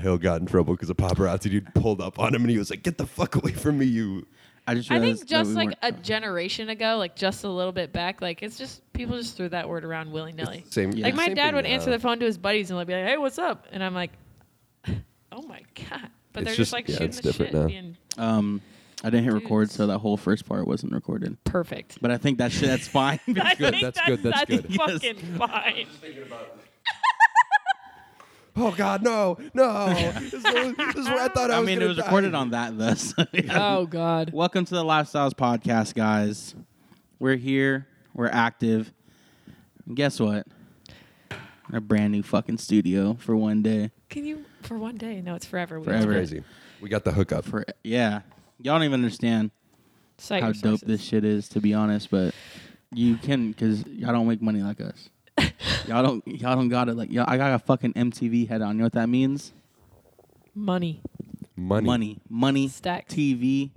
Hill got in trouble because a paparazzi dude pulled up on him and he was like, "Get the fuck away from me, you!" I just I realized think that just we like weren't- a generation ago, like just a little bit back, like it's just people just threw that word around willy nilly. Same. Like my same dad thing uh, would now. answer the phone to his buddies and like be like, "Hey, what's up?" And I'm like, "Oh my god!" It's But they're just, just- like yeah, shooting it's the different shit, now. being um, I didn't hit record, Dudes. so that whole first part wasn't recorded. perfect. But I think that shit, that's fine. I good, think that's good, that's good. Yes. fucking fine. Oh God, no, no! this, is, this is where I thought I, I was. mean, it gonna was die. recorded on that, thus. Oh god. Welcome to the Lifestyles Podcast, guys. We're here. We're active. And guess what? A brand new fucking studio for one day. Can you for one day? No, it's forever. We Forever. have to Crazy. We got the hookup. For yeah, y'all don't even understand cite how your dope sources. this shit is, to be honest. But you can, cause y'all don't make money like us. y'all don't. Y'all don't got it like y'all. I got a fucking MTV head on. You know what that means? money. Money. Money, money, Stacks. TV,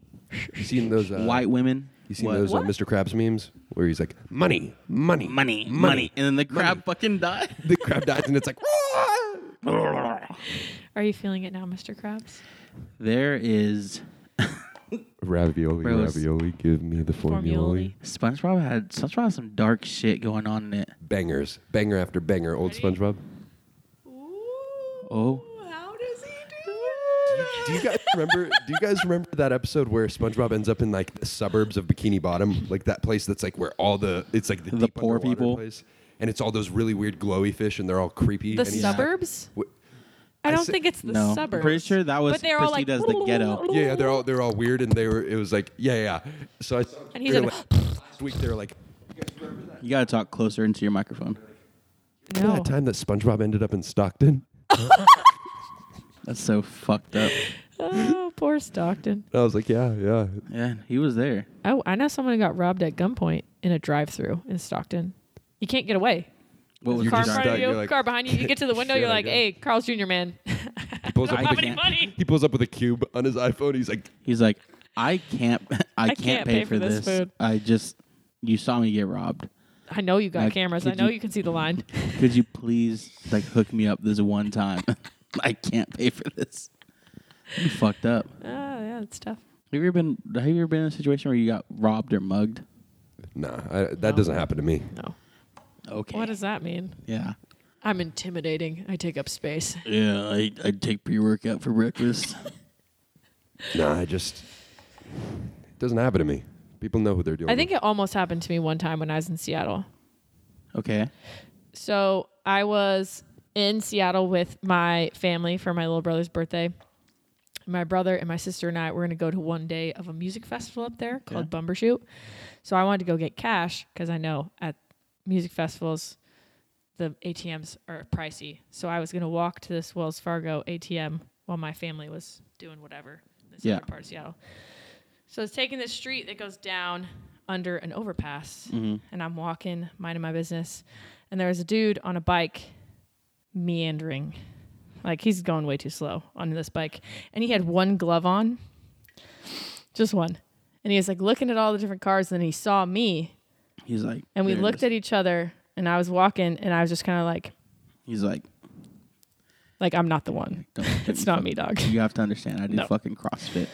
You seen those? Uh, white women. You seen What? those uh, What? Mr. Krabs memes where he's like, "Money, money, Money, money, and then the crab fucking died. the crab dies, and it's like, "Ah!" Are you feeling it now, Mr. Krabs? There is ravioli, Bro, it's- ravioli, give me the formula. Formulary. SpongeBob had SpongeBob had some dark shit going on in it. Bangers, banger after banger. Old Ready? SpongeBob. Oh. How does he do Do you guys remember? Do you guys remember that episode where SpongeBob ends up in like the suburbs of Bikini Bottom, like that place that's like where all the it's like the, The deep poor underwater people. place, and it's all those really weird glowy fish, and they're all creepy. The and he's sub- like- suburbs? Wh- I I don't say- think it's the No, I'm suburbs. pretty sure that was But they're all Chrissy like, Does the Ghetto. yeah, yeah, they're all they're all weird, and they were. It was like, yeah, yeah. yeah. So I saw And he's they were like, like last week they were like, You gotta talk closer into your microphone. remember No. that time that SpongeBob ended up in Stockton. That's so fucked up. Oh, poor Stockton. And I was like, yeah, yeah. Yeah, he was there. Oh, I know someone who got robbed at gunpoint in a drive-through in Stockton. You can't get away. What was You're Car in just the front of stuck, you, you're like, car behind you. You get to the window, shit, you're I like, guess. "Hey, Carl's Jr. Man, He pulls up I I don't have with a, can't- any money. he pulls up with a cube on his iPhone. He's like, He's like, I can't, I, can't, pay, for this. food." I just, you saw me get robbed. I know you got Like, cameras. I could know you- you can see the line." Could you please like hook me up this one time? I can't pay for this. You fucked up. oh, yeah, it's tough. Have you ever been? Have you ever been in a situation where you got robbed or mugged? nah, I, that doesn't happen to me. No. Okay. What does that mean? Yeah. I'm intimidating. I take up space. Yeah, I I take pre workout for breakfast. Nah, I just it doesn't happen to me. People know who they're doing. I think with. it almost happened to me one time when I was in Seattle. okay. So I was in Seattle with my family for my little brother's birthday. My brother and my sister and I were going to go to one day of a music festival up there called Bumbershoot. So I wanted to go get cash because I know at music festivals, the ATMs are pricey. So I was going to walk to this Wells Fargo ATM while my family was doing whatever in this Yeah. other part of Seattle. So it's taking this street that goes down under an overpass, and I'm walking, minding my business, and there was a dude on a bike meandering. Like he's going way too slow on this bike, and he had one glove on, just one, and he was like looking at all the different cars. And then he saw me, He's like, and we there it looked is. at each other, and I was walking, and I was just kind of like, He's like, like I'm not the one. don't look at It's me, not fuck. me, dog. You have to understand. I do No. fucking CrossFit.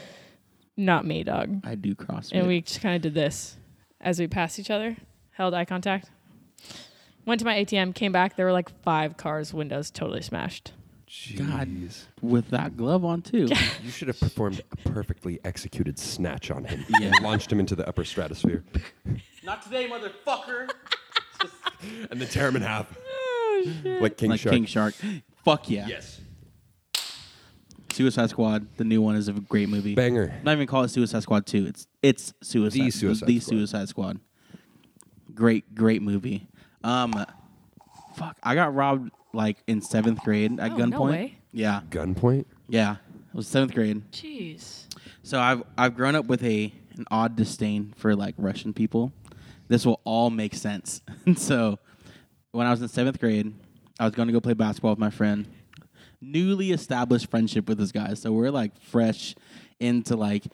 Not me, dog. I do CrossFit. And we just kind of did this as we passed each other, held eye contact. Went to my ATM, came back. There were like five cars, windows totally smashed. God. Jeez. with that glove on too. You should have performed a perfectly executed snatch on him Yeah. and launched him into the upper stratosphere Not today, motherfucker. and then tear him in half Oh, shit. like King like Shark. King Shark. Fuck yeah. Yes. Suicide Squad, the new one, is a great movie. Banger. Not even call it Suicide Squad two. It's it's Suicide The Suicide the Squad. Suicide Squad. Great great movie. Um, fuck, I got robbed like in seventh grade at Oh, no gunpoint. way. Yeah, Gunpoint. yeah, it was seventh grade. Jeez. So I've I've grown up with a an odd disdain for like Russian people. This will all make sense. And so when I was in seventh grade, I was going to go play basketball with my friend. Newly established friendship with this guy. So we're like fresh into like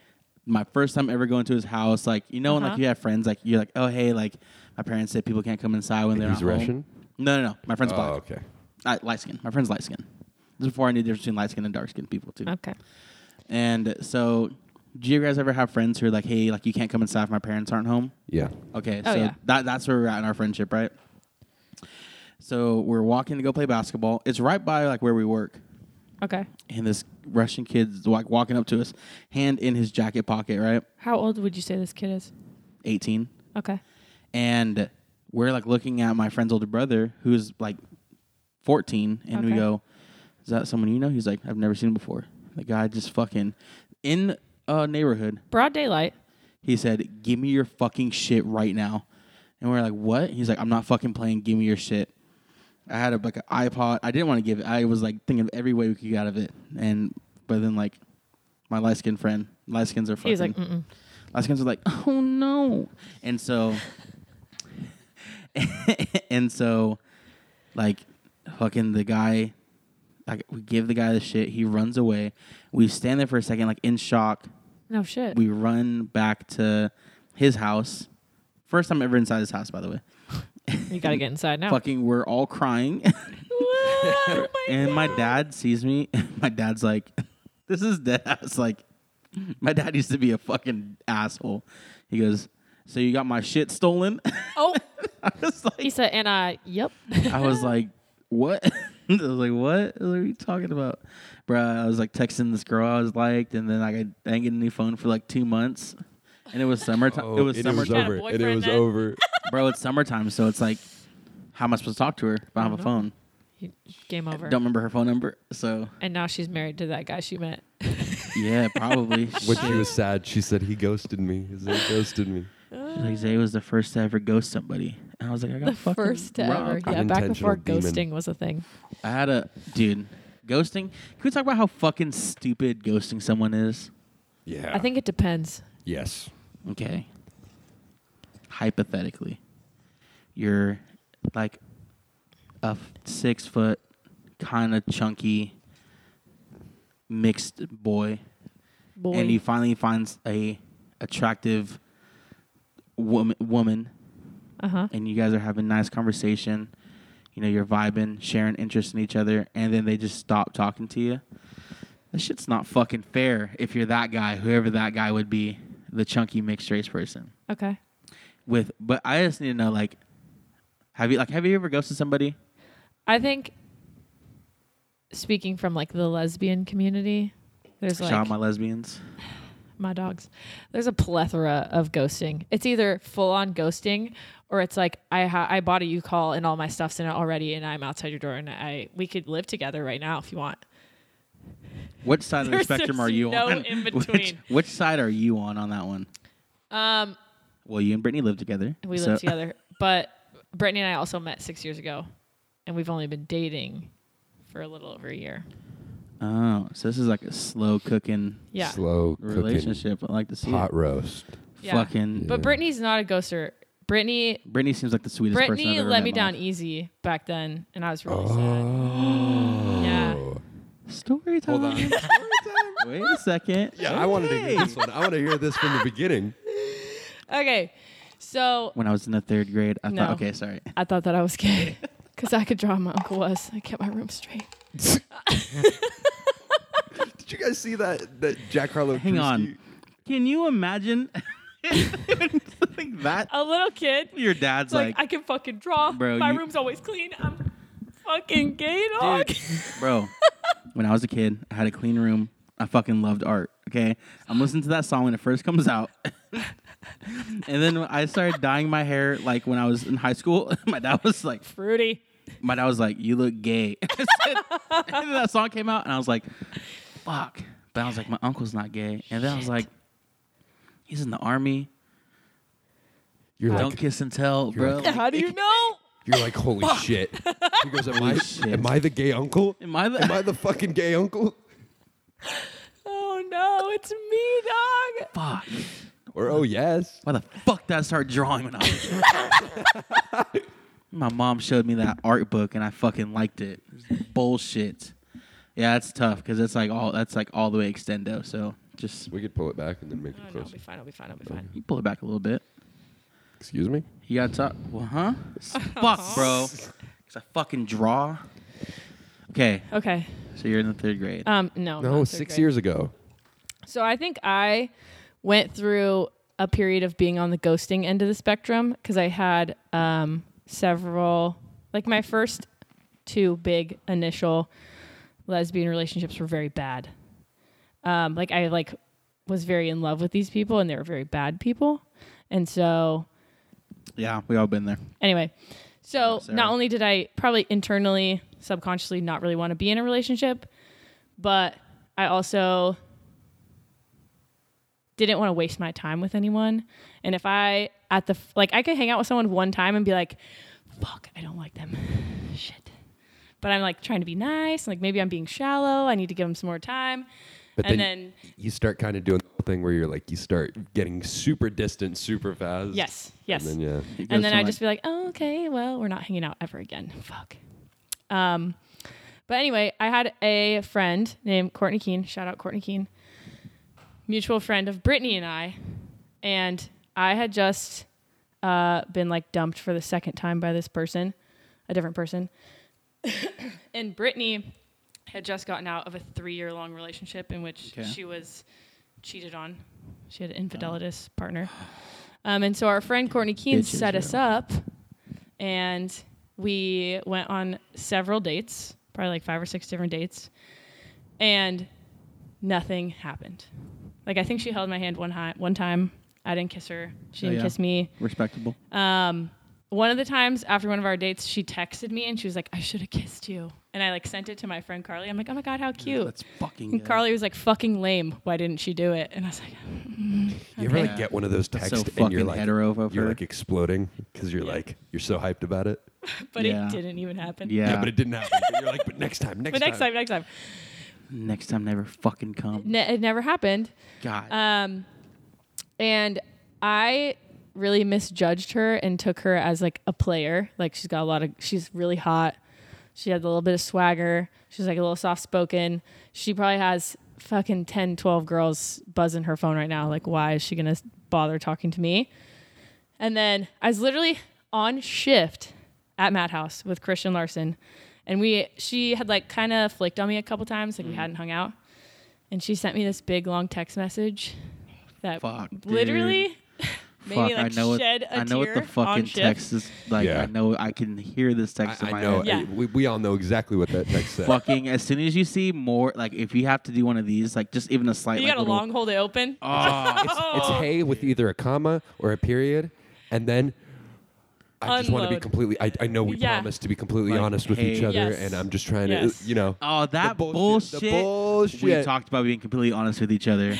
my first time ever going to his house. Like you know when Uh-huh. like you have friends like you're like oh hey like my parents said people can't come inside when they're He's not home." Russian? No no no my friend's Oh, black. okay. Uh, light skin. My friend's light skin. This is before I knew the difference between light skinned and dark skinned people too. Okay. And so, do you guys ever have friends who are like, "Hey, like you can't come inside if my parents aren't home"? Yeah. Okay, Oh, so yeah. that that's where we're at in our friendship, right? So we're walking to go play basketball. It's right by like where we work, Okay. and this Russian kid's like walking up to us, hand in his jacket pocket, right? How old would you say this kid is? Eighteen, Okay. and we're like looking at my friend's older brother who's like fourteen, and we Okay. go, "Is that someone you know?" He's like, "I've never seen him before." The guy just fucking in a neighborhood Broad daylight. He said, "Give me your fucking shit right now." And we are like, "What?" He's like, "I'm not fucking playing. Give me your shit." I had a, like an iPod. I didn't want to give it. I was like thinking of every way we could get out of it. And but then like my light skinned friend, light skins are fucking. He's like, "Mm." mm-mm. light skins are like, "Oh no!" And so, and so, like fucking the guy. Like we give the guy the shit. He runs away. We stand there for a second, like in shock. no shit. We run back to his house. First time ever inside his house, by the way. you gotta get inside now. Fucking, we're all crying, oh my and my God. dad sees me. My dad's like, "This is dead ass." Like, my dad used to be a fucking asshole. He goes, "So you got my shit stolen?" Oh, I was he like, said, and I. Yep. I was like, "What?" I was like, "What? What are you talking about, Bruh, I was like texting this girl I was liked, and then like I didn't get a new phone for like two months, and it was summertime. Oh, it was summertime. Got a over. And it boyfriend was then? over. bro, it's summertime, so it's like, how am I supposed to talk to her if I don't have a don't phone? You- Game over. Don't remember her phone number, so And now she's married to that guy she met. yeah, probably. When Which she was sad, she said, He ghosted me. He said, "He ghosted me. like Zay was the first to ever ghost somebody, and I was like, I got the fucking first to ever. robbed. Yeah, back before Unintentional demon. ghosting was a thing. I had a dude ghosting. Can we talk about how fucking stupid ghosting someone is? Yeah. I think it depends. Yes. Okay. Hypothetically, you're like a f- six foot, kind of chunky, mixed boy. Boy. and he finally finds a attractive woman woman uh huh. and you guys are having nice conversation you know you're vibing sharing interest in each other and then they just stop talking to you that shit's not fucking fair if you're that guy whoever that guy would be the chunky mixed race person Okay. with but i just need to know like have you like have you ever ghosted somebody I think speaking from like the lesbian community, there's shout out like my lesbians my dogs. There's a plethora of ghosting. It's either full on ghosting or it's like I ha- I bought a U-Call and all my stuff's in it already and I'm outside your door and I we could live together right now if you want. which side of the There's spectrum just are you no on in Which- which, between. side are you on on that one Um well you and brittany live together we so- live together, but Brittany and I also met 6 years ago and we've only been dating for a little over a year. Oh, so this is like a slow cooking Yeah. Slow relationship. I like to see cooking pot it. roast. Yeah. Fucking But Brittany's not a ghoster. Brittany Brittany seems like the sweetest person I've Brittany ever let met me in my down life. easy back then, and I was really sad. Oh. Yeah. Story time. Hold on. Wait a second. Yeah, I wanted to hear Okay. this one. I want to hear this from the beginning. Okay, so When I was in the third grade, I thought, No. okay, sorry. I thought that I was gay because I could draw my uncle was. I kept my room straight. Did you guys see that that Jack Harlow? Hang Krusty- on. Can you imagine something that A little kid, your dad's it's Oh. like, like, I can fucking draw. Bro, my you- room's always clean. I'm fucking gay, dog. dude, bro? When I was a kid, I had a clean room. I fucking loved art. Okay, I'm listening to that song when it first comes out. And then I started dyeing my hair like when I was in high school. My dad was like, Fruity. My dad was like, "You look gay." and then that song came out, and I was like, "Fuck!" But I was like, "My uncle's not gay," and then I was Shit. like, "He's in the army. You're Don't like, kiss and tell, You're bro." like- Like, How do you know? you're like, holy shit. He goes, am I, shit. am I the gay uncle? Am I the? Am I the fucking gay uncle? Oh no, it's me, dog. fuck? Or oh yes. Why the fuck did I start drawing when I was? My mom showed me that art book, and I fucking liked it. Bullshit. Yeah, it's tough because it's like all that's like all the way extendo. So just We could pull it back and then make Oh, it no, I'll closer. be fine. I'll be fine. I'll be fine. you pull it back a little bit. Excuse me. You gotta talk. Well, huh? S- Fuck, bro. Cause I fucking draw. Okay, Okay. so you're in the third grade. Um, no. No, not third six grade. years ago. So I think I went through a period of being on the ghosting end of the spectrum because I had um, several, like my first two big initial lesbian relationships were very bad. Um, like I like was very in love with these people and they were very bad people, and so yeah, we all been there. Anyway, so Sarah. not only did I probably internally, subconsciously not really want to be in a relationship, but I also didn't want to waste my time with anyone. And if I, at the, f- like, I could hang out with someone one time and be like, fuck, I don't like them. Shit. But I'm like trying to be nice. Like, maybe I'm being shallow. I need to give them some more time. But and then, then you start kind of doing the whole thing where you're like, you start getting super distant, super fast. Yes, yes. And then, yeah. It goes and then from, I'd like, just be like, oh, okay, well, we're not hanging out ever again. Fuck. Um, but anyway, I had a friend named Courtney Keene. Shout out Courtney Keene. Mutual friend of Brittany and I. And I had just uh, been like dumped for the second time by this person, a different person. and Brittany had just gotten out of a three year long relationship in which Okay. she was cheated on. She had an infidelitus partner. Um, and so our friend Courtney Keene Bitches, set yeah. us up, and we went on several dates, probably like five or six different dates, and nothing happened. Like I think she held my hand one hi- one time. I didn't kiss her. She Oh, didn't yeah. kiss me. respectable. Um, one of the times after one of our dates, she texted me and she was like, "I should have kissed you," and I like sent it to my friend Carly. I'm like, "Oh my god, how cute!" That's fucking. and good. Carly was like, "Fucking lame. Why didn't she do it?" And I was like, You ever Yeah. like get one of those That's texts so and you're fucking like, hetero of you're her. like exploding because you're like, you're so hyped about it. "But Yeah. it didn't even happen." Yeah. but it didn't happen. But you're like, but next time, next But next time, next time, Next time, never fucking come. ne- it never happened. God. Um, and I really misjudged her and took her as like a player. Like she's got a lot of, she's really hot. She had a little bit of swagger. She's like a little soft spoken. She probably has fucking 10, 12 girls buzzing her phone right now. Like, why is she going to bother talking to me? And then I was literally on shift at Madhouse with Christian Larson. And we, she had like kind of flaked on me a couple times, like Mm. we hadn't hung out. And she sent me this big long text message that Fuck, dude. literally made fuck, me like I know shed what, a I know what tear the on fucking shift. text is like. Yeah. I know I can hear this text I, in my I know. head. Yeah. I- we, we all know exactly what that text said. Fucking as soon as you see more, like if you have to do one of these, like just even a slight, You like, got a little, long hold it open. Oh, It's hey with either a comma or a period, and then I just want to be Unload. completely. I, I know we Yeah. promised to be completely Like, honest with each hey. other, Yes. and I'm just trying Yes. to, you know. oh, that bullshit- the We bullshit. talked about being completely honest with each other.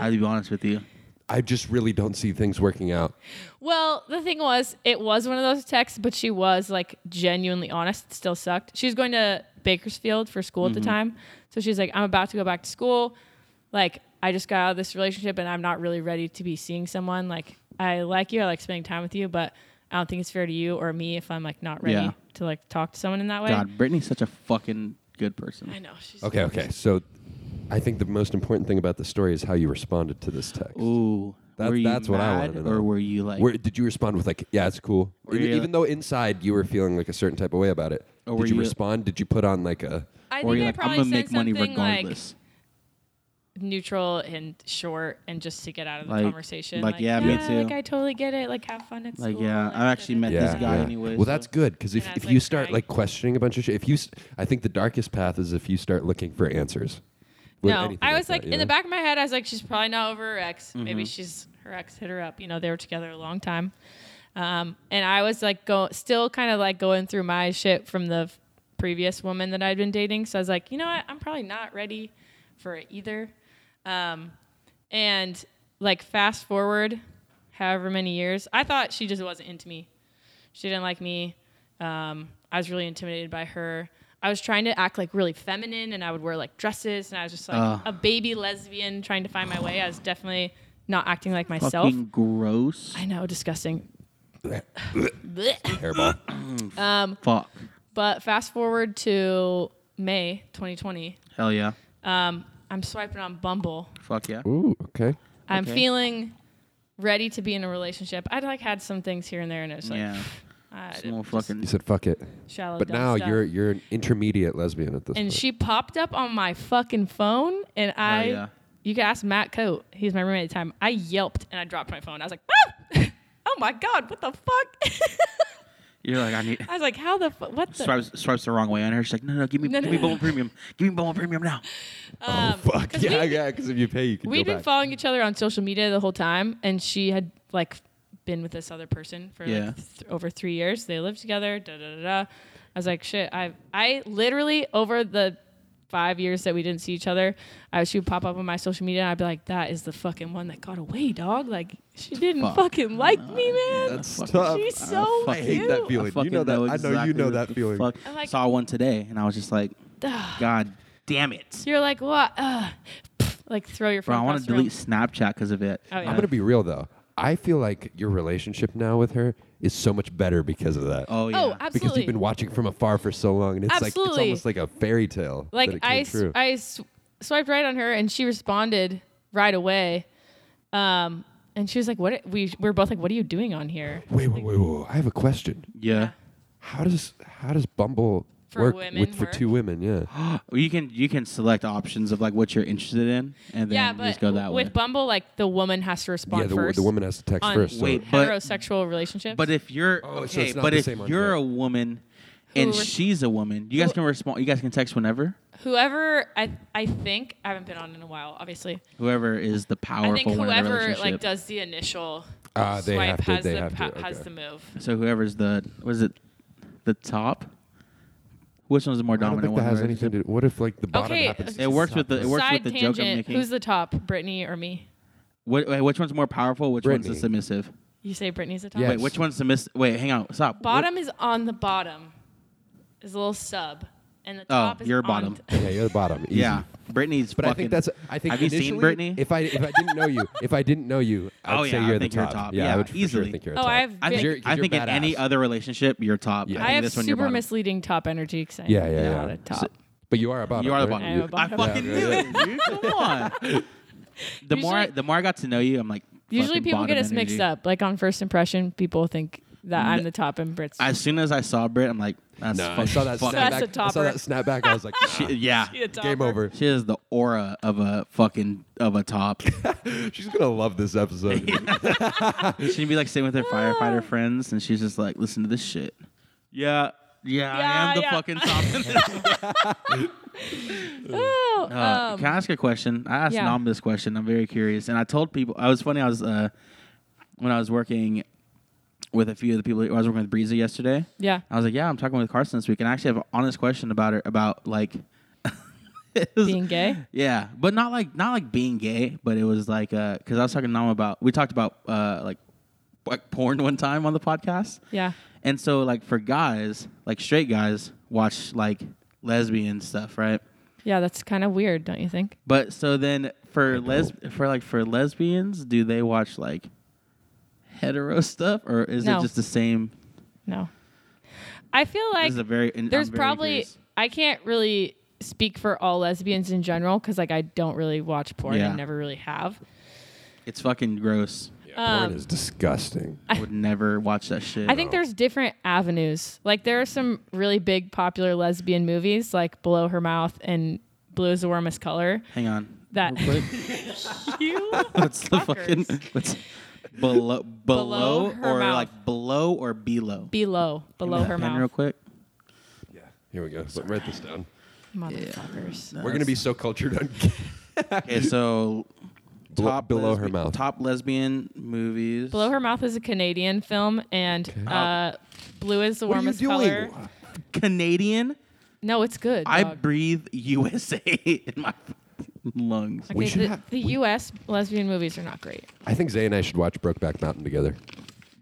I have to be honest with you. I just really don't see things working out. Well, the thing was, it was one of those texts, but she was like genuinely honest. It still sucked. She was going to Bakersfield for school Mm-hmm. at the time. So she's like, I'm about to go back to school. Like, I just got out of this relationship and I'm not really ready to be seeing someone. Like, I like you. I like spending time with you, but I don't think it's fair to you or me if I'm like not ready Yeah. to like talk to someone in that way. God, Brittany's such a fucking good person. I know. She's Okay, okay. So, I think the most important thing about the story is how you responded to this text. Ooh, That- were you that's what I mad wanted to Or know. were you like, Where, did you respond with like, "Yeah, it's cool," Were even, you- even though inside you were feeling like a certain type of way about it? Or were did you, you- respond? Did you put on like a? I or think you like, I I'm probably gonna said make money something, like, regardless? neutral and short and just to get out of the Like- conversation. like, yeah, me too. Like I totally get it. Like have fun at Like, school. yeah, I've actually met this guy anyway, Well, so- that's good because if, And I was, if like, you start crying. like questioning a bunch of shit, if you, s- I think the darkest path is if you start looking for answers. With No, anything I was that, like you in the know? back of my head, I was like, she's probably not over her ex. Mm-hmm. Maybe she's her ex hit her up. You know, they were together a long time, um, and I was like, go still kind of like going through my shit from the f- previous woman that I'd been dating. So I was like, you know what, I'm probably not ready for it either. Um, and like fast forward, however many years, I thought she just wasn't into me. She didn't like me. Um, I was really intimidated by her. I was trying to act like really feminine and I would wear like dresses and I was just like Ugh. a baby lesbian trying to find my way. I was definitely not acting like myself. Fucking gross. I know, disgusting. Blech. Terrible. Fuck. but fast forward to May 2020. Hell yeah. Um, I'm swiping on Bumble. Fuck yeah. Ooh, okay. I'm Okay. feeling ready to be in a relationship. I'd like had some things here and there and it was like Yeah. I Small didn't- just fucking. You said fuck it. shallow. But Oh, dumb now stuff. you're you're an intermediate lesbian at this And point. she popped up on my fucking phone, and I. yeah. You can ask Matt Coat. He's my roommate at the time. I yelped and I dropped my phone. I was like, ah! "Oh my god, what the fuck!" You're like, I need. I was like, "How the fu- what the?" Swipes, swipes the wrong way on her. She's like, no, no, give me, No, no, give me no. Bumble Premium. Give me Bumble Premium now. oh fuck 'cause yeah, we- yeah. Because if you pay, you can. We'd go been back. following each other on social media the whole time, and she had like been with this other person for Yeah. like th- over three years. They lived together. Da da da. da. I was like, shit. I I literally over the five years that we didn't see each other, I she would pop up on my social media, and I'd be like, that is the fucking one that got away, dog. Like she didn't Fuck. fucking like me, man. That's fucking- tough. She's I so fucking hate that cute. feeling. You fucking know that. I know you exactly know what that the feeling. Fuck. I'm like- Saw one today, and I was just like, God damn it, You're like, what? Uh, like throw your phone. bro! I want across to the room. delete Snapchat because of it. Oh, yeah. I'm gonna be real though. I feel like your relationship now with her is so much better because of that. Oh yeah. Oh, absolutely. Because you've been watching from afar for so long, and it's like Absolutely. it's almost like a fairy tale. that like it came I, s- true. I s- swiped right on her and she responded right away um and she was like what we we were both like what are you doing on here wait, wait, wait, wait, wait. I have a question. yeah. How does how does Bumble For work women with for work? two women? Yeah. Well, you can you can select options of like what you're interested in, and then yeah just but go that with way. Bumble like the woman has to respond yeah. The, first the woman has to text on- first. So Wait, but- heterosexual relationships but if you're Oh, so okay, it's not but the if same on Tinder. you're a woman and Who res- she's a woman, you guys who- can respond. You guys can text whenever. whoever I I think I haven't been on in a while obviously Whoever is the powerful I think one in the whoever relationship. like does the initial Ah, they swipe have to- has they the have to, pa- has okay. the move so whoever's the was it the top? Which one's the more I don't dominant think that one? has in a anything relationship? to. do... What if like the bottom Okay, happens? it to works with the- top? it works- side with the joke I'm tangent making. who's the top Brittany or me Wh- wait, which one's more powerful? Which one's the Brittany. submissive? you say Brittany's the top Yeah. Wait, Yes. which one's the miss? Wait, hang on, stop. Wh- Bottom is on the bottom. Is a little sub, and the top is you're on Oh, bottom. t- Yeah, you're the bottom. easy. Yeah, Brittany's. But I think that's. I think Have you seen initially, Brittany? If I if I didn't know you, if I didn't know you, I'd Oh, say yeah, I you're the think you're top. top. Yeah, Yeah, I would for easily. sure think you're. A Oh, top. I've I been- think, You're- 'cause I you're think in any badass. other relationship, you're top. Yeah. think I have this one you're super bottom. misleading top energy because I Yeah, am yeah, not yeah. a top. But you are a bottom. You are the right? bottom. I am a You- I bottom. fucking Yeah, knew yeah. it. dude. Come on. The more I, Usually- the more I got to know you, I'm like. Usually fucking people get bottom us mixed energy. up. Like on first impression, people think that I'm N- the top and Brit's. As soon as I saw Britt, I'm like, that's No, I fuck- saw that fuck- That's snapback. a I saw topper. that snapback. I was like, nah, She- yeah. She a topper. game over. She has the aura of a fucking of a top. She's gonna love this episode. She'd be like sitting with her firefighter friends, and she's just like, listen to this shit. Yeah. Yeah, I Yeah, am the yeah. fucking top. in this. Oh, Uh, um, can I ask a question? I asked yeah. Nam this question. I'm very curious, and I told people. I was funny. I was uh, when I was working with a few of the people. I was working with Breeza yesterday. yeah. I was like, "Yeah, I'm talking with Carson this week, and I actually have an honest question about her about like." it was- Being gay. yeah, but not like not like being gay, but it was like uh, because I was talking to Nam about we talked about uh like like porn one time on the podcast. Yeah. And so like for guys, like straight guys watch like lesbian stuff, right? Yeah, that's kind of weird, don't you think? But so then for les for like for lesbians, do they watch like hetero stuff or is No. it just the same? No. I feel like this is a very and I'm there's very probably curious. I can't really speak for all lesbians in general because like I don't really watch porn Yeah. and never really have. it's fucking gross. Porn is disgusting. I would never watch that shit. I think there's different avenues. Like there are some really big popular lesbian movies, like Below Her Mouth and Blue is the Warmest Color. Hang on. That Real quick. you What's the fucking what's below below, her or mouth. like below or below? below, below That her pen Real mouth, quick. Yeah. Here we go. But write this down. motherfuckers. We're gonna be so cultured on. Okay, so Bel- below her lesbi- mouth. Top lesbian movies. Below Her Mouth is a Canadian film, and uh, Blue is the What are you Warmest Color. doing? Canadian. No, it's good. I dog. breathe USA in my lungs. We Okay, should the, have- the U.S. lesbian movies are not great. I think Zay and I should watch Brokeback Mountain together.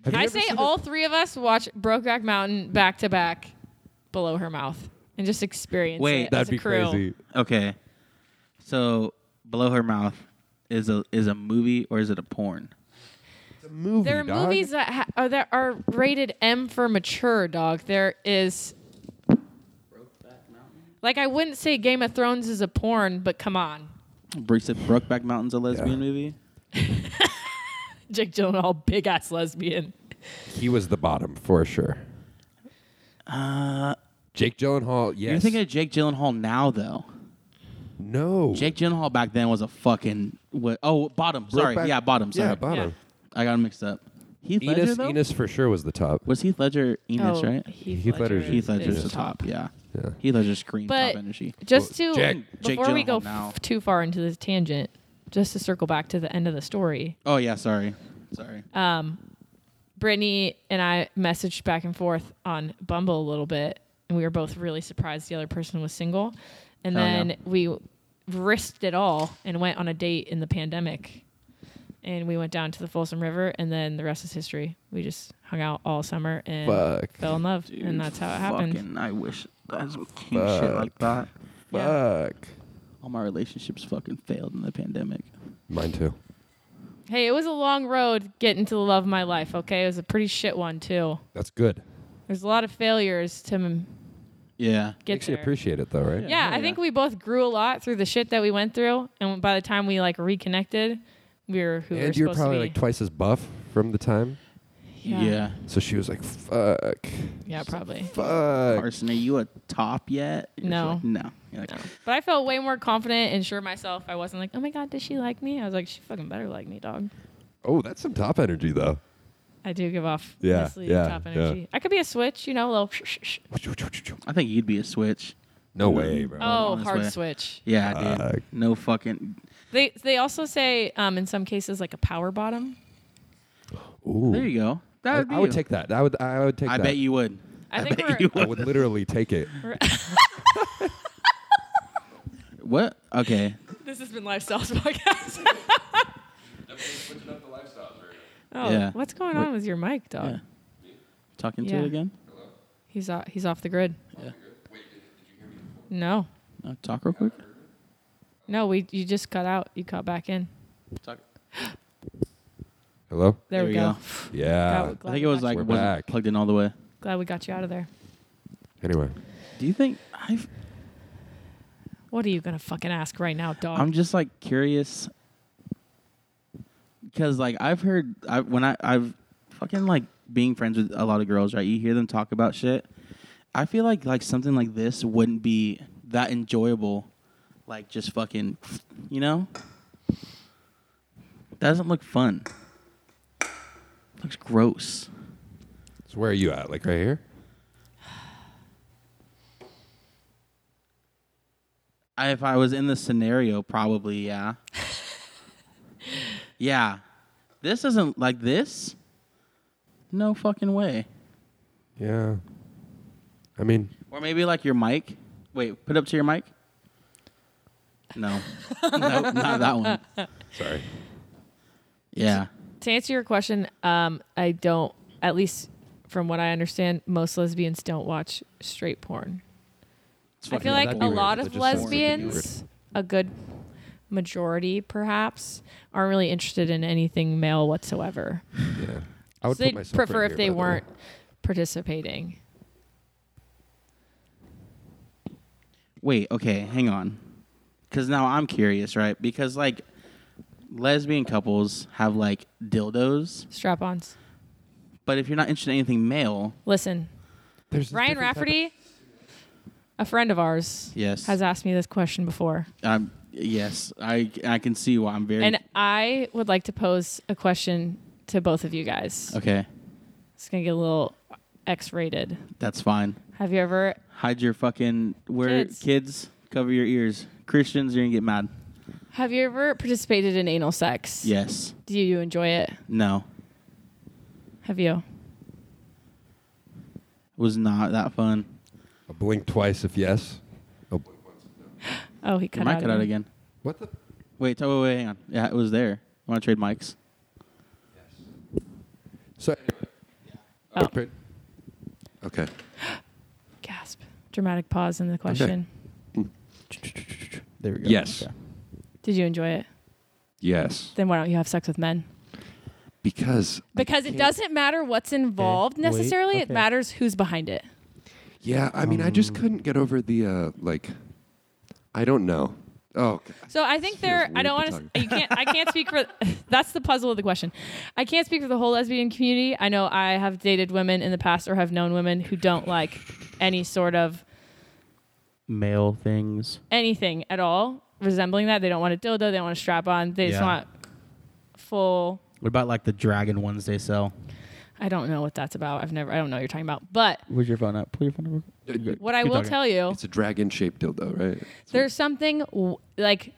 Have you I ever say seen it? all three of us watch Brokeback Mountain back to back, Below Her Mouth, and just experience Wait, it as That'd a be crew. crazy. Okay, so below her mouth is a is a movie or is it a porn? It's a movie, There are dog. movies that ha- are that are rated M for mature, dog. There is like I wouldn't say Game of Thrones is a porn, but come on, Brooke said Brokeback Mountain's a lesbian Yeah. movie. Jake Gyllenhaal, big ass lesbian. He was the bottom for sure. Uh, Jake Gyllenhaal. Yes. You're thinking of Jake Gyllenhaal now, though. no. Jake Gyllenhaal back then was a fucking what? Oh, bottom. Sorry, Brokeback- yeah, bottom. Sorry, Yeah, bottom. I got him mixed up. Heath Ledger Enos, though. Enos for sure was the top. Was Heath Ledger Enos oh, right? Heath, Heath Ledger. Ledger's- is- Heath Ledger's is the top. Yeah. Yeah. Heath Ledger's scream But top energy. just Well, to Jack- Jake before we go Gyllenhaal now. f- too far into this tangent, just to circle back to the end of the story. Oh yeah, sorry, sorry. Uh, Brittany and I messaged back and forth on Bumble a little bit, and we were both really surprised the other person was single. And Hell then yeah. we risked it all and went on a date in the pandemic. And we went down to the Folsom River, and then the rest is history. We just hung out all summer and Fuck. fell in love, Dude, and that's how it happened. fucking, I wish I had some cute shit like that. Yeah. Fuck. All my relationships fucking failed in the pandemic. Mine too. Hey, it was a long road getting to the love of my life. Okay, it was a pretty shit one too. That's good. There's a lot of failures to m- Yeah. get Makes you there. appreciate it though, right? yeah, hell I yeah. think we both grew a lot through the shit that we went through, and by the time we like reconnected, we were who we were and you're supposed probably to be. like twice as buff from the time. yeah. yeah. So she was like, "Fuck, Yeah, probably. fuck." Carson, are you a top yet? You're No. like, no. You're like, But I felt way more confident and sure of myself. I wasn't like, oh my god, does she like me? I was like, she fucking better like me, dog. Oh, that's some top energy though. I do give off Yeah, misleading yeah, top yeah. energy. I could be a switch, you know, a little. Sh- sh- sh- I think you'd be a switch. No way, bro. oh, honest hard way. switch. Yeah, dude. Fuck. no fucking. They they also say um, in some cases like a power bottom. Ooh. There you go. That I, would be I would you. take that. I would. I would take. I that. bet you would. I think bet we're- you I would literally take it. What? Okay. This has been Lifestyles Podcast. oh, Yeah. what's going What- on with your mic, dog? Yeah. Talking to Yeah. it again? He's off, he's off the grid. Yeah. No, Uh, talk real quick. no, we you just cut out. You cut back in. Talk. Hello. There, we There go. we go. Yeah. That would- I think it was Glad like we got you. We're wasn't back. plugged in all the way. Glad we got you out of there. Anyway, Do you think I've? What are you gonna fucking ask right now, dog? I'm just like curious because like I've heard I when I I've fucking like being friends with a lot of girls right. You hear them talk about shit. I feel like like something like this wouldn't be that enjoyable. Like just fucking, you know. Doesn't look fun. Looks gross. so where are you at? Like right here? I, if I was in the scenario, probably yeah. yeah, this isn't like this. No fucking way. Yeah. I mean, Or maybe like your mic. Wait, put up to your mic. No, no, not that one. sorry. Yeah, to answer your question, um, I don't. At least from what I understand, most lesbians don't watch straight porn. I feel like that'd a be weird. lot That of just sounds like it'd be lesbians, a good majority perhaps, aren't really interested in anything male whatsoever. Yeah. I would put So they'd myself right prefer here, if they by the way. weren't participating. Wait, okay, hang on. Because now I'm curious, right? Because like lesbian couples have like dildos, Strap ons. but if you're not interested in anything male, Listen, There's this Ryan different type of- Rafferty, a friend of ours, Yes. has asked me this question before. um, yes, I I can see why I'm very And I would like to pose a question to both of you guys. okay. It's going to get a little X rated. That's fine. Have you ever. Hide your fucking where Kids. kids. cover your ears. Christians, you're gonna get mad. Have you ever participated in anal sex? Yes. Do you enjoy it? No. Have you? was not that fun. I'll blink twice if yes. I'll blink once if no. Oh, he Your cut mic out. cut out again. What the? Wait, t- wait, wait, hang on. Yeah, it was there. Want to trade mics? So. Oh. Okay. Okay. Gasp. Dramatic pause in the question. There we go. Yes. Okay. Did you enjoy it? Yes. Then why don't you have sex with men? Because. Because it doesn't matter what's involved Wait, necessarily, it okay. matters who's behind it. Yeah, I mean, I Um, just couldn't get over the uh like. I don't know. Oh. So I think Feels there. I weird don't to want talk to. You can't. I can't speak for. that's the puzzle of the question. I can't speak for the whole lesbian community. I know I have dated women in the past or have known women who don't like any sort of Male things. anything at all resembling that. They don't want a dildo. They don't want a strap on. They just Yeah. want full. What about like the Dragon ones they sell? I don't know what that's about. I've never. I don't know what you're talking about. But Where's your phone up? Pull your phone up. real quick. You go- what I keep will talking. tell you, It's a dragon shaped dildo, right? there's something w- like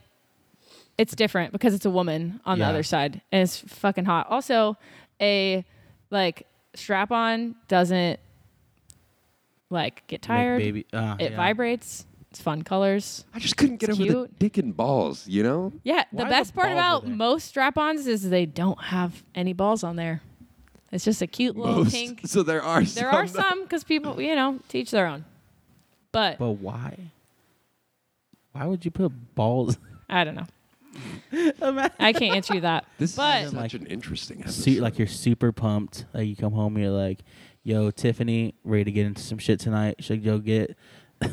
it's different because it's a woman on Yeah. the other side and it's fucking hot. Also, a like strap on doesn't like get Make tired. baby. Uh, It yeah. vibrates. It's fun colors. I just couldn't get It's over the cute. dick and balls, you know? Yeah, Why are the the best part balls about in there? most strap-ons is they don't have any balls on there. It's just a cute little Most. pink. So there are There are some. some because people, you know, teach their own. But But why? Why would you put balls? I don't know. I can't answer you that. This But- is such an interesting Su- episode. like you're super pumped. Like you come home, you're like, "Yo, Tiffany, ready to get into some shit tonight." She's like, "Yo, get,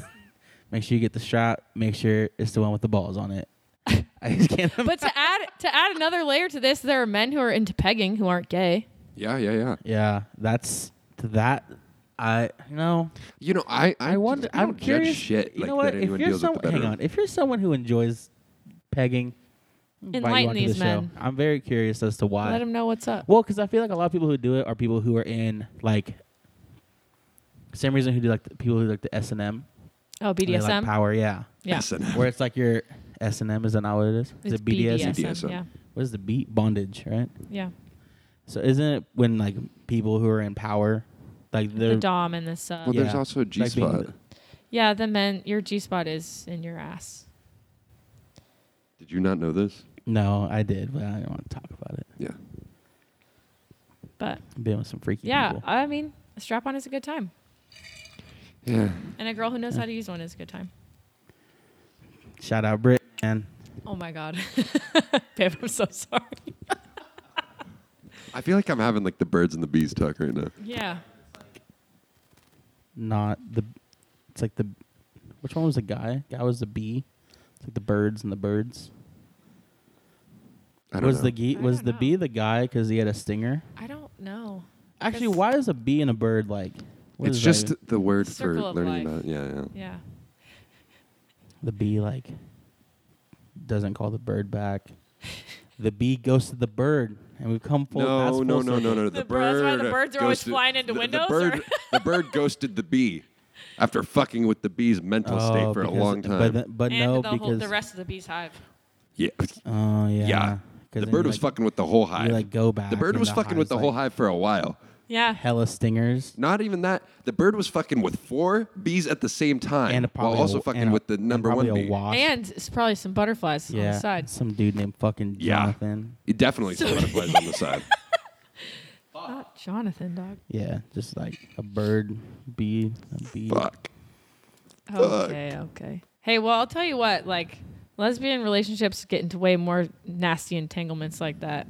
make sure you get the strap. Make sure it's the one with the balls on it." I just can't. But to add to add another layer to this, there are men who are into pegging who aren't gay. yeah, yeah, yeah. yeah, that's that. I you know. You know, I I, I wonder. I don't I'm curious. judge shit you like know what? that anyone if you're deals someone, with the better. hang on. If you're someone who enjoys pegging, invite you Enlighten onto these the men. Show. I'm very curious as to why. Let them know what's up. Well, because I feel like a lot of people who do it are people who are in like same reason who do like the people who like the S and M Oh, BDSM. like power, yeah. yeah. Listen, Where it's like your S and M is that not what it is? Is It's it BDS? BDSM. Yeah. What is the beat bondage, right? Yeah. So isn't it when like people who are in power, like they're The dom and this uh, well, there's Yeah. also a G Like being spot. the- Yeah, the men your G spot is in your ass. Did you not know this? no, I did, but I didn't want to talk about it. Yeah. But Being with some freaky yeah, uh, people. I mean, a strap on is a good time. Yeah. And a girl who knows how to use one is a good time. Shout out Brit man. Oh my god. Babe, I'm so sorry. I feel like I'm having like the birds and the bees talk right now. Yeah. Not the it's like the which one was the guy? Guy was the bee. It's like the birds and the birds. I don't was know. the ge- I was don't the bee know. the guy because he had a stinger? I don't know. Actually, That's- why is a bee and a bird like? what It's is that just even- the word for Circle of learning life. about. Yeah, yeah. Yeah. the bee like doesn't call the bird back. the bee goes to the bird, and we've come full. that's No, full no, no, no, circle. no. The The bro- that's why bird. the birds are always ghosted- flying into the- windows, The or- bird, the bird ghosted the bee after fucking with the bee's mental Oh, state for a because- long time. But, th- but and no, the because whole the rest of the bee's hive. yeah. Oh yeah. Yeah. The 'Cause then bird you, was like, fucking with the whole hive. like, go back The bird and was the fucking with the hive's whole like- hive for a while. Yeah. Hella stingers. Not even that. The bird was fucking with four bees at the same time, And a, while probably also a, fucking and a- with the and number probably one A bee. wasp. And it's probably some butterflies on yeah, the side. some dude named fucking Yeah. Jonathan. It definitely some butterflies on the side. Not Jonathan, dog. Yeah. just like a bird, bee, a bee. Fuck. Oh, Okay, okay. Hey, well, I'll tell you what, like lesbian relationships get into way more nasty entanglements like that.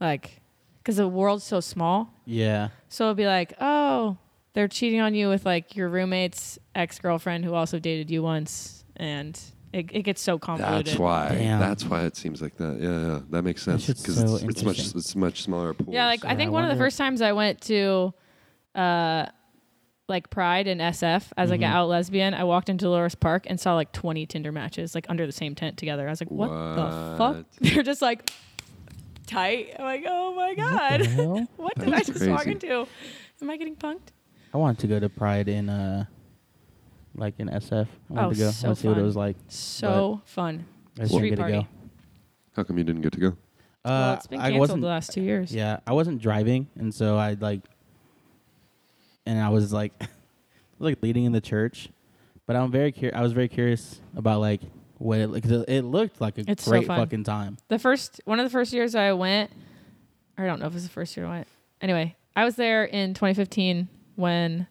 Like cuz the world's so small. Yeah. So it'll be like, "Oh, they're cheating on you with like your roommate's ex-girlfriend who also dated you once." And it, it gets so convoluted. That's why. Damn. That's why it seems like that. Yeah, yeah. That makes sense shit's because so it's, it's much interesting. it's much smaller pool. Yeah, like I Yeah, think I one of the wonder- first times I went to uh like Pride in SF Mm-hmm. as like an out lesbian, I walked into Dolores Park and saw like 20 Tinder matches like under the same tent together. I was like, "What, the fuck?" What? They're just like tight. I'm like, "Oh my What the god. hell? What, did I That's just walk crazy. into? Am I getting punked?" I wanted to go to Pride in uh like in SF. I wanted Oh, to go. so I wanted to see what it fun. was like. So fun. I just Street didn't get to go. party. How come you didn't get to go? Uh, well, it's been I canceled wasn't the last 2 years. Yeah, I wasn't driving and so I like and I was like like leading in the church. But I'm very curious I was very curious about like what it cause it- it looked like a It's so great fun. fucking time. the first one of the first years I went, or I don't know if it was the first year I went. Anyway, I was there in 2015 when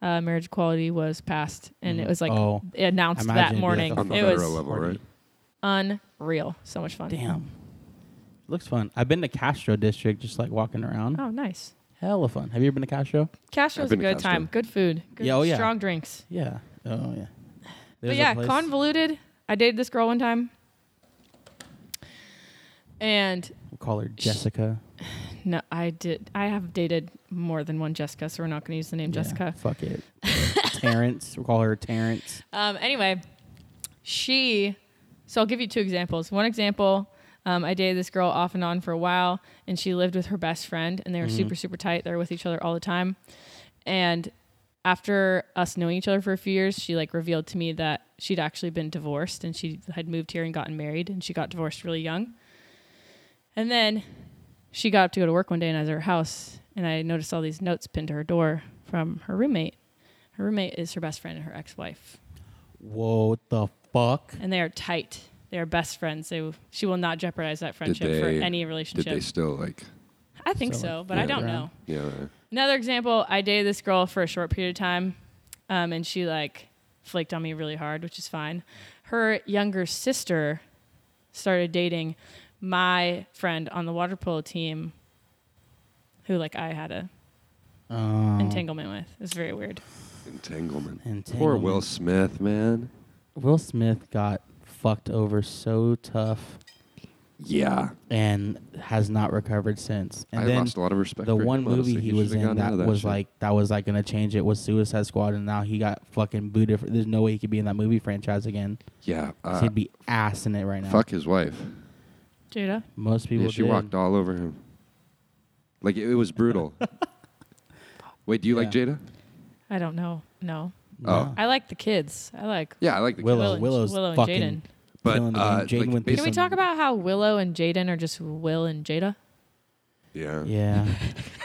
uh, marriage equality was passed, and it was like Oh. it announced Imagine it'd that be morning. like a On the it federal was level, party. right? unreal. So much fun. Damn. Looks fun. I've been to Castro district just like walking around. Oh, nice. Hella fun. Have you ever been to Castro? Castro's I've a been to good Castro. time. Good food. Good, Yeah, oh, yeah. Strong drinks. Yeah. Oh yeah. There's but a yeah, place- convoluted. I dated this girl one time, and call her Jessica. No, I did. I have dated more than one Jessica, so we're not going to use the name Yeah, Jessica. fuck it. Terrence. We'll call her Terrence. Um, anyway, she. So I'll give you two examples. One example, um, I dated this girl off and on for a while, and she lived with her best friend, and they were super, super tight. They were with each other all the time. And after us knowing each other for a few years, she like revealed to me that she'd actually been divorced and she had moved here and gotten married, and she got divorced really young. And then she got up to go to work one day, and I was at her house, and I noticed all these notes pinned to her door from her roommate. Her roommate is her best friend and her ex-wife Whoa, what the fuck? and they are tight. They are best friends. They, she will not jeopardize that friendship for they- any Did relationship. they still like? I think So, so, like, but I yeah, don't around? know. Yeah. Another example, I dated this girl for a short period of time, um, and she like flaked on me really hard, which is fine. Her younger sister started dating my friend on the water polo team, who like I had a Oh. Um, entanglement with. It's very weird. Entanglement. Poor entanglement. Will Smith, man. Will Smith got fucked over so tough Yeah. and has not recovered since. And I then lost a lot of respect. the for one him, honestly. movie he, should've was in gotten out that, of was shit. like that was like gonna change it was Suicide Squad, and now he got fucking booted. For, there's no way he could be in that movie franchise again. yeah. So Uh, he'd be ass in it right now. fuck his wife. Jada, Most people. Yeah, she did. walked all over him. Like it, it was brutal. Wait, do you like Yeah. Jada? I don't know. No, Oh. I like the kids. I like Yeah, I like the Willow. kid. Willow's Willow and fucking Jaden. But killing the uh, game. like, Jaden went through based Can we some- talk about how Willow and Jaden are just Will and Jada? Yeah. Yeah.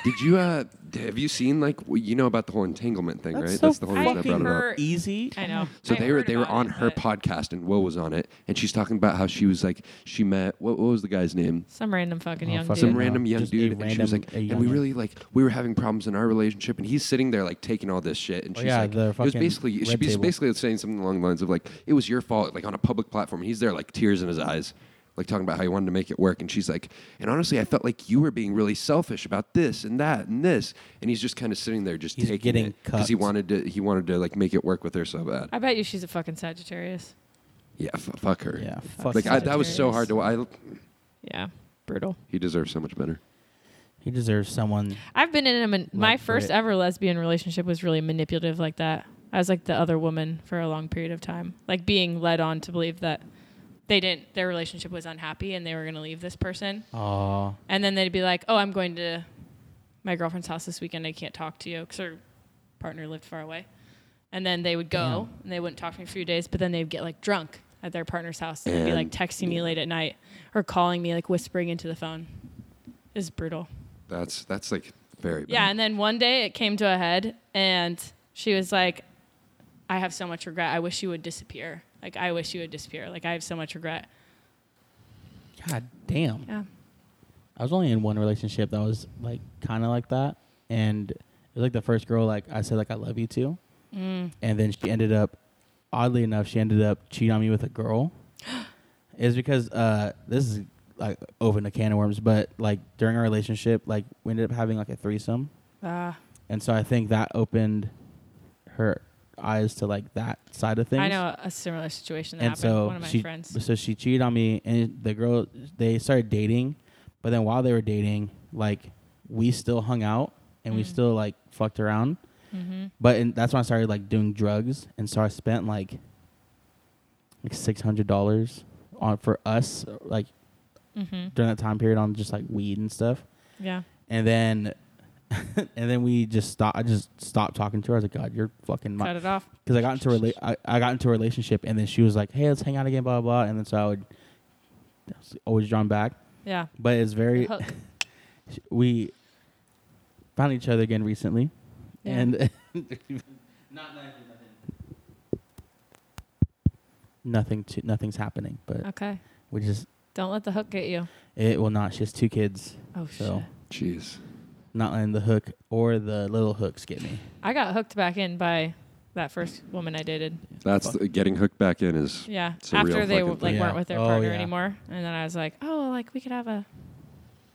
Did you uh have you seen like w- you know about the whole entanglement thing, That's right? so That's the whole reason I fucking brought it hurt. up. Easy. I know. So I they were heard they were about on it, her but podcast and Will was on it and she's talking about how she was like she met what, what was the guy's name? Some random fucking Oh, young fuck dude. Some Yeah, random no, young just a dude and she was random- like a and we youngin'." really like we were having problems in our relationship and he's sitting there like taking all this shit and Oh, she's yeah, like the it was fucking basically she red was table. basically saying something along the lines of like it was your fault like on a public platform and he's there like tears in his eyes like talking about how he wanted to make it work and she's like and honestly I felt like you were being really selfish about this and that and this and he's just kind of sitting there just He's taking getting it because he cucked. wanted to he wanted to like make it work with her so bad I bet you she's a fucking Sagittarius. yeah f- fuck her Yeah. Fuck. like I, that was so Sagittarius. hard to I, Yeah, brutal. he deserves so much better He deserves someone. I've been in a man- my Like first Brit. ever lesbian relationship was really manipulative like that. I was like the other woman for a long period of time, like being led on to believe that they didn't their relationship was unhappy and they were going to leave this person. Aw. And then they'd be like, "Oh, I'm going to my girlfriend's house this weekend. I can't talk to you because her partner lived far away." And then they would go and they wouldn't talk to me for a few days. But then they'd get like drunk at their partner's house and, they'd be like And- texting me late at night or calling me like whispering into the phone. It's brutal. that's that's like very bad. Yeah, and then one day it came to a head, and she was like, "I have so much regret. I wish you would disappear. Like I wish you would disappear. Like I have so much regret." God damn. Yeah. I was only in one relationship that was like kind of like that, and it was like the first girl like I said like I love you to, and then she ended up, oddly enough, she ended up cheating on me with a girl. It's because uh, this is like open a can of worms, but like during our relationship, like we ended up having like a threesome, Uh, and so I think that opened her eyes to like that side of things I know a similar situation that and happened. so one of my she, friends. so she cheated on me, and the girl they started dating, but then while they were dating, like we still hung out and Mm. we still like fucked around. Mm-hmm. But and that's when I started like doing drugs, and so I spent like like six hundred dollars on for us like Mm-hmm. during that time period on just like weed and stuff, Yeah. and then. and then we just stopped. I just stopped talking to her. I was like, "God, you're fucking my, Cut it off. because I got into a rela- I, I got into a relationship, and then she was like, "Hey, let's hang out again," blah blah, blah. and then so I would I was always drawn back. Yeah. But it's very Hook. we found each other again recently, Yeah. and nothing to, nothing's happening. But Okay. we just Don't let the hook get you. it will not. She has two kids, Oh so shit. jeez not letting the hook or the little hooks get me. I got hooked back in by that first woman I dated. that's the, getting hooked back in is Yeah. It's a real After they fucking like thing. weren't with their Yeah. Oh, partner yeah. anymore, and then I was like, "Oh, like we could have a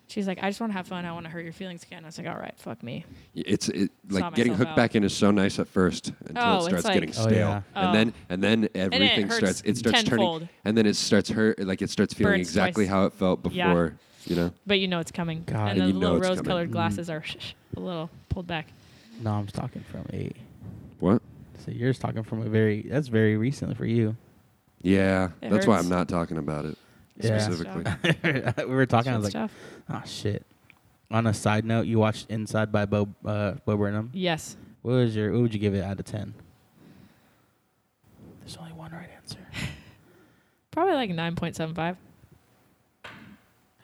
She's like, I just want to have fun. I want to hurt your feelings again. I was like, all right, fuck me. It's it, Saw like getting myself hooked out. back in is so nice at first until Oh, it it's starts like- getting Oh, stale, yeah. Oh. and then and then everything hurts starts. It starts tenfold. turning, and then it starts hurt. Like it starts feeling Burns exactly twice. how it felt Yeah. before. You know, But you know it's coming. God. and And the you know little it's rose colored coming. Mm-hmm. glasses are a little pulled back. No, I'm talking from a. what? So you're just talking from a very. That's very recently for you. Yeah, It that's why hurts. I'm not talking about it Yeah. specifically. we were talking. I was Shit's like, tough. oh shit. On a side note, you watched Inside by Bo uh, Bo Burnham. Yes. What was your? What would you give it out of ten? There's only one right answer. Probably like 9.75.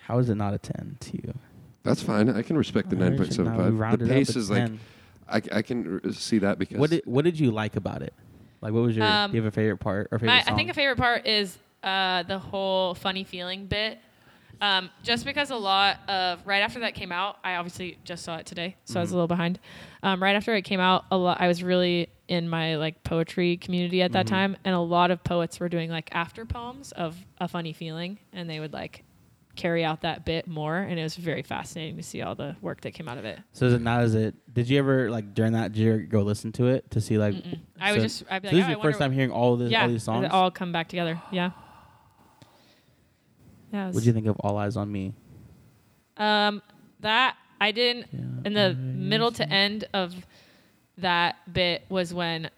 How is it not a ten to you? That's fine. I can respect the Uh, nine we point should not- seven we five. rounded The up pace at is like 10. I, I can r- see that because What did What did you like about it? Like, what was your? Um, do you have a favorite part or favorite My, song? I think a favorite part is uh, the whole funny feeling bit. Um, just because a lot of right after that came out, I obviously just saw it today, so Mm-hmm. I was a little behind. Um, right after it came out, a lot I was really in my like poetry community at that Mm-hmm. time, and a lot of poets were doing like after poems of a funny feeling, and they would like carry out that bit more, and it was very fascinating to see all the work that came out of it. So is it not? Is it? Did you ever like during that? Did you ever go listen to it to see like? I so, would just I'd be so this like, is "Oh, I your wonder first time hearing all this, all these songs. They all come back together. Yeah. Yeah. it what was- do you think of All Eyes on Me? Um, that I didn't. Yeah, in the middle to end of that bit was when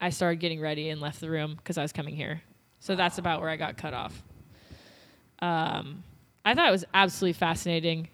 I started getting ready and left the room because I was coming here. So that's about where I got cut off. Um, I thought it was absolutely fascinating.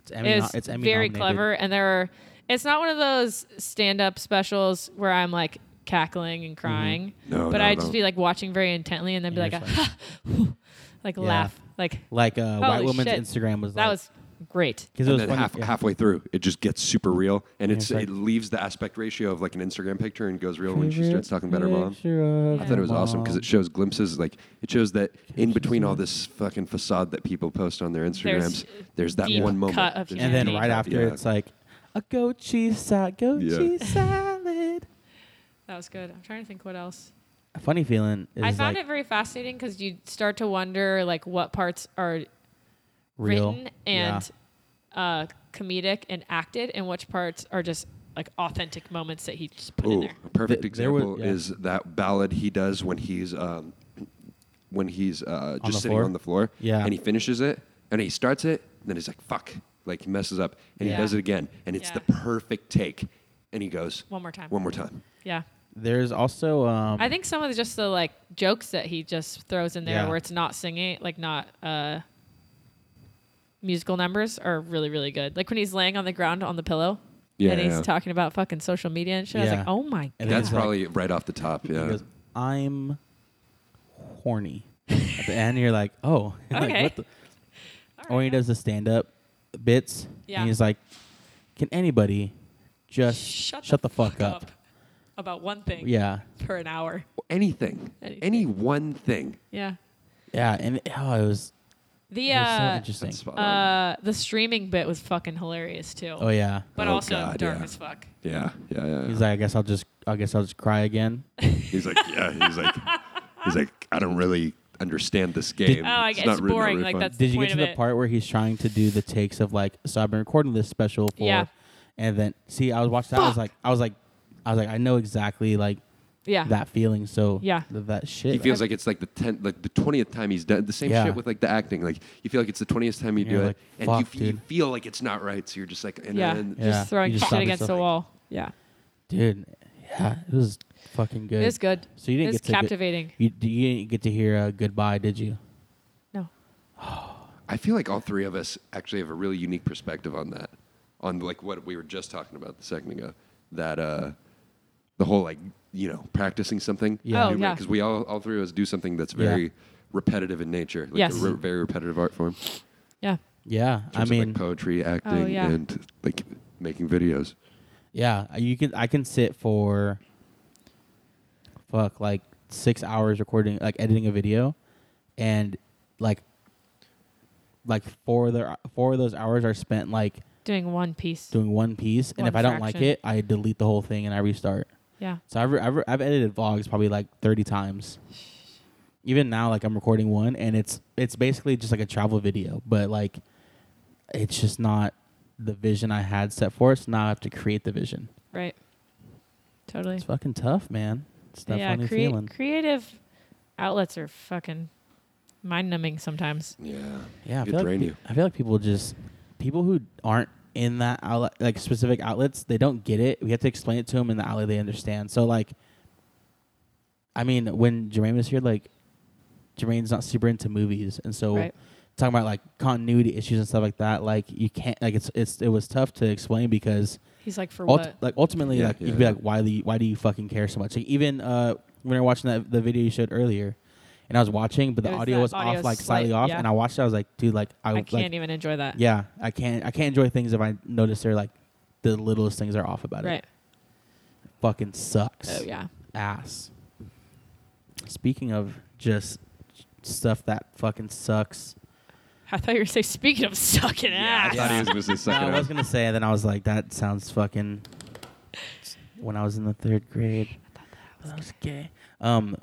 It's Emmy. it no- was it's Emmy very nominated. clever, and there are. It's not one of those stand-up specials where I'm like cackling and Mm-hmm. crying, No, but not I at just all. be like watching very intently and then be Yeah, like, a, it's like Yeah. laugh, like Like uh, White Holy Woman's shit. Instagram was that like, was great. because it and was then funny. half, yeah. halfway through, it just gets super real, and it's, it's like- it leaves the aspect ratio of like an Instagram picture and goes real when she starts talking about her mom. Picture of I thought it was her awesome because mom. it shows glimpses, like it shows that in she's between all not- this fucking facade that people post on their Instagrams, there's, There's that deep one moment. cut of There's and then that Yeah. deep right cut, after yeah. it's like a goat cheese salad, goat Yeah. cheese salad. That was good. I'm trying to think what else. A funny feeling. Is I found like it very fascinating because you start to wonder like what parts are real. written and uh, comedic and acted, and which parts are just like authentic moments that he just put in Ooh, there. a perfect Th- there example was- yeah. is that ballad he does when he's um, when he's uh, the just sitting floor? on the floor. Yeah. And he finishes it, and he starts it, and then he's like, "Fuck!" Like he messes up, and Yeah. he does it again, and it's Yeah. the perfect take, and he goes One more time. One more time. Yeah, There's also um, I think some of the, just the like jokes that he just throws in there Yeah. where it's not singing, like not uh, musical numbers, are really really good. Like when he's laying on the ground on the pillow. Yeah, and he's yeah. talking about fucking social media and shit. I was Yeah. like, oh my And god. That's he's like- probably right off the top. Yeah. He goes, I'm horny. At the end, you're like, oh. Like, Okay. what the- All Or he right. does the stand up bits. Yeah. And he's like, can anybody just shut, the, fuck up? about one thing Yeah. for an hour. anything, Anything. any one thing. Yeah. Yeah. And oh, it was, The it was so uh, interesting. That's spot on. uh the streaming bit was fucking hilarious too. Oh, yeah. But Oh, also God, dark yeah. as fuck. yeah, yeah, yeah. He's like, I guess I'll just, I guess I'll just cry again. He's like, yeah. He's like, he's like, I don't really understand this Did- game. Oh, I it's, guess not it's really- not boring, really like, fun. that's- Did you point get to of the it. part where he's trying to do the takes of like, so I've been recording this special for, Yeah. and then see, I was watching that. I was Fuck. like, I was like, I was like, I know exactly like Yeah. that feeling. So Yeah. th- that shit. He right? feels like it's like the tenth, like the twentieth time he's done the same Yeah. shit with like the acting. Like you feel like it's the twentieth time you Yeah, do like, it, and fuck, you, f- you dude. feel like it's not right. So you're just like, and yeah. then Yeah. Just throwing You just shit stop against the yourself. wall. Yeah. Dude, yeah, it was fucking good. It was good. So you It didn't was get to get- captivating. you, d- you didn't get to hear uh, goodbye, did you? no. I feel like all three of us actually have a really unique perspective on that, on like what we were just talking about a second ago. That uh, the whole like you know practicing something. Yeah. Oh, yeah. Because we all all three of us do something that's Yeah. very repetitive in nature. Like Yes. a re- very repetitive art form. Yeah. Yeah, In I terms of mean, like poetry, acting, Oh, yeah. and like making videos. yeah, uh, you can. I can sit for fuck like six hours recording, like editing a video, and like like four of the four of those hours are spent like Doing one piece. doing one piece, and One if I don't like fraction. it, I delete the whole thing and I restart. yeah. So I've, I've I've edited vlogs probably like thirty times. Even now, like I'm recording one, and it's it's basically just like a travel video, but like it's just not the vision I had set for it. So now I have to create the vision. Right. Totally. It's fucking tough, man. It's that yeah, funny crea- feeling. creative outlets are fucking mind numbing sometimes. Yeah. Yeah, Could I feel, like drain pe- you. I feel like people just people who aren't in that outlet, like specific outlets, they don't get it. We have to explain it to them in the outlet they understand. So like, I mean, when Jermaine was here, like Jermaine's not super into movies, and so Right. talking about like continuity issues and stuff like that, like you can't like it's it's it was tough to explain because He's like, for Ult- what? like ultimately, Yeah, like yeah. you'd be like, why do you, why do you fucking care so much? Like even uh, when we were watching that the video you showed earlier, and I was watching, but the It was audio that was audio off, like slight- slightly off, yeah. and I watched it. I was like, dude, like I, I, like, can't even enjoy that. yeah, I can't I can't enjoy things if I notice they're like the littlest things are off about Right. it. Fucking sucks Oh yeah. ass. Speaking of just stuff that fucking sucks. I thought you were saying. Speaking of sucking I ass. thought he was going to say No, second. I was half. gonna say, then I was like, that sounds fucking. When I was in the third grade, I was gay. Um,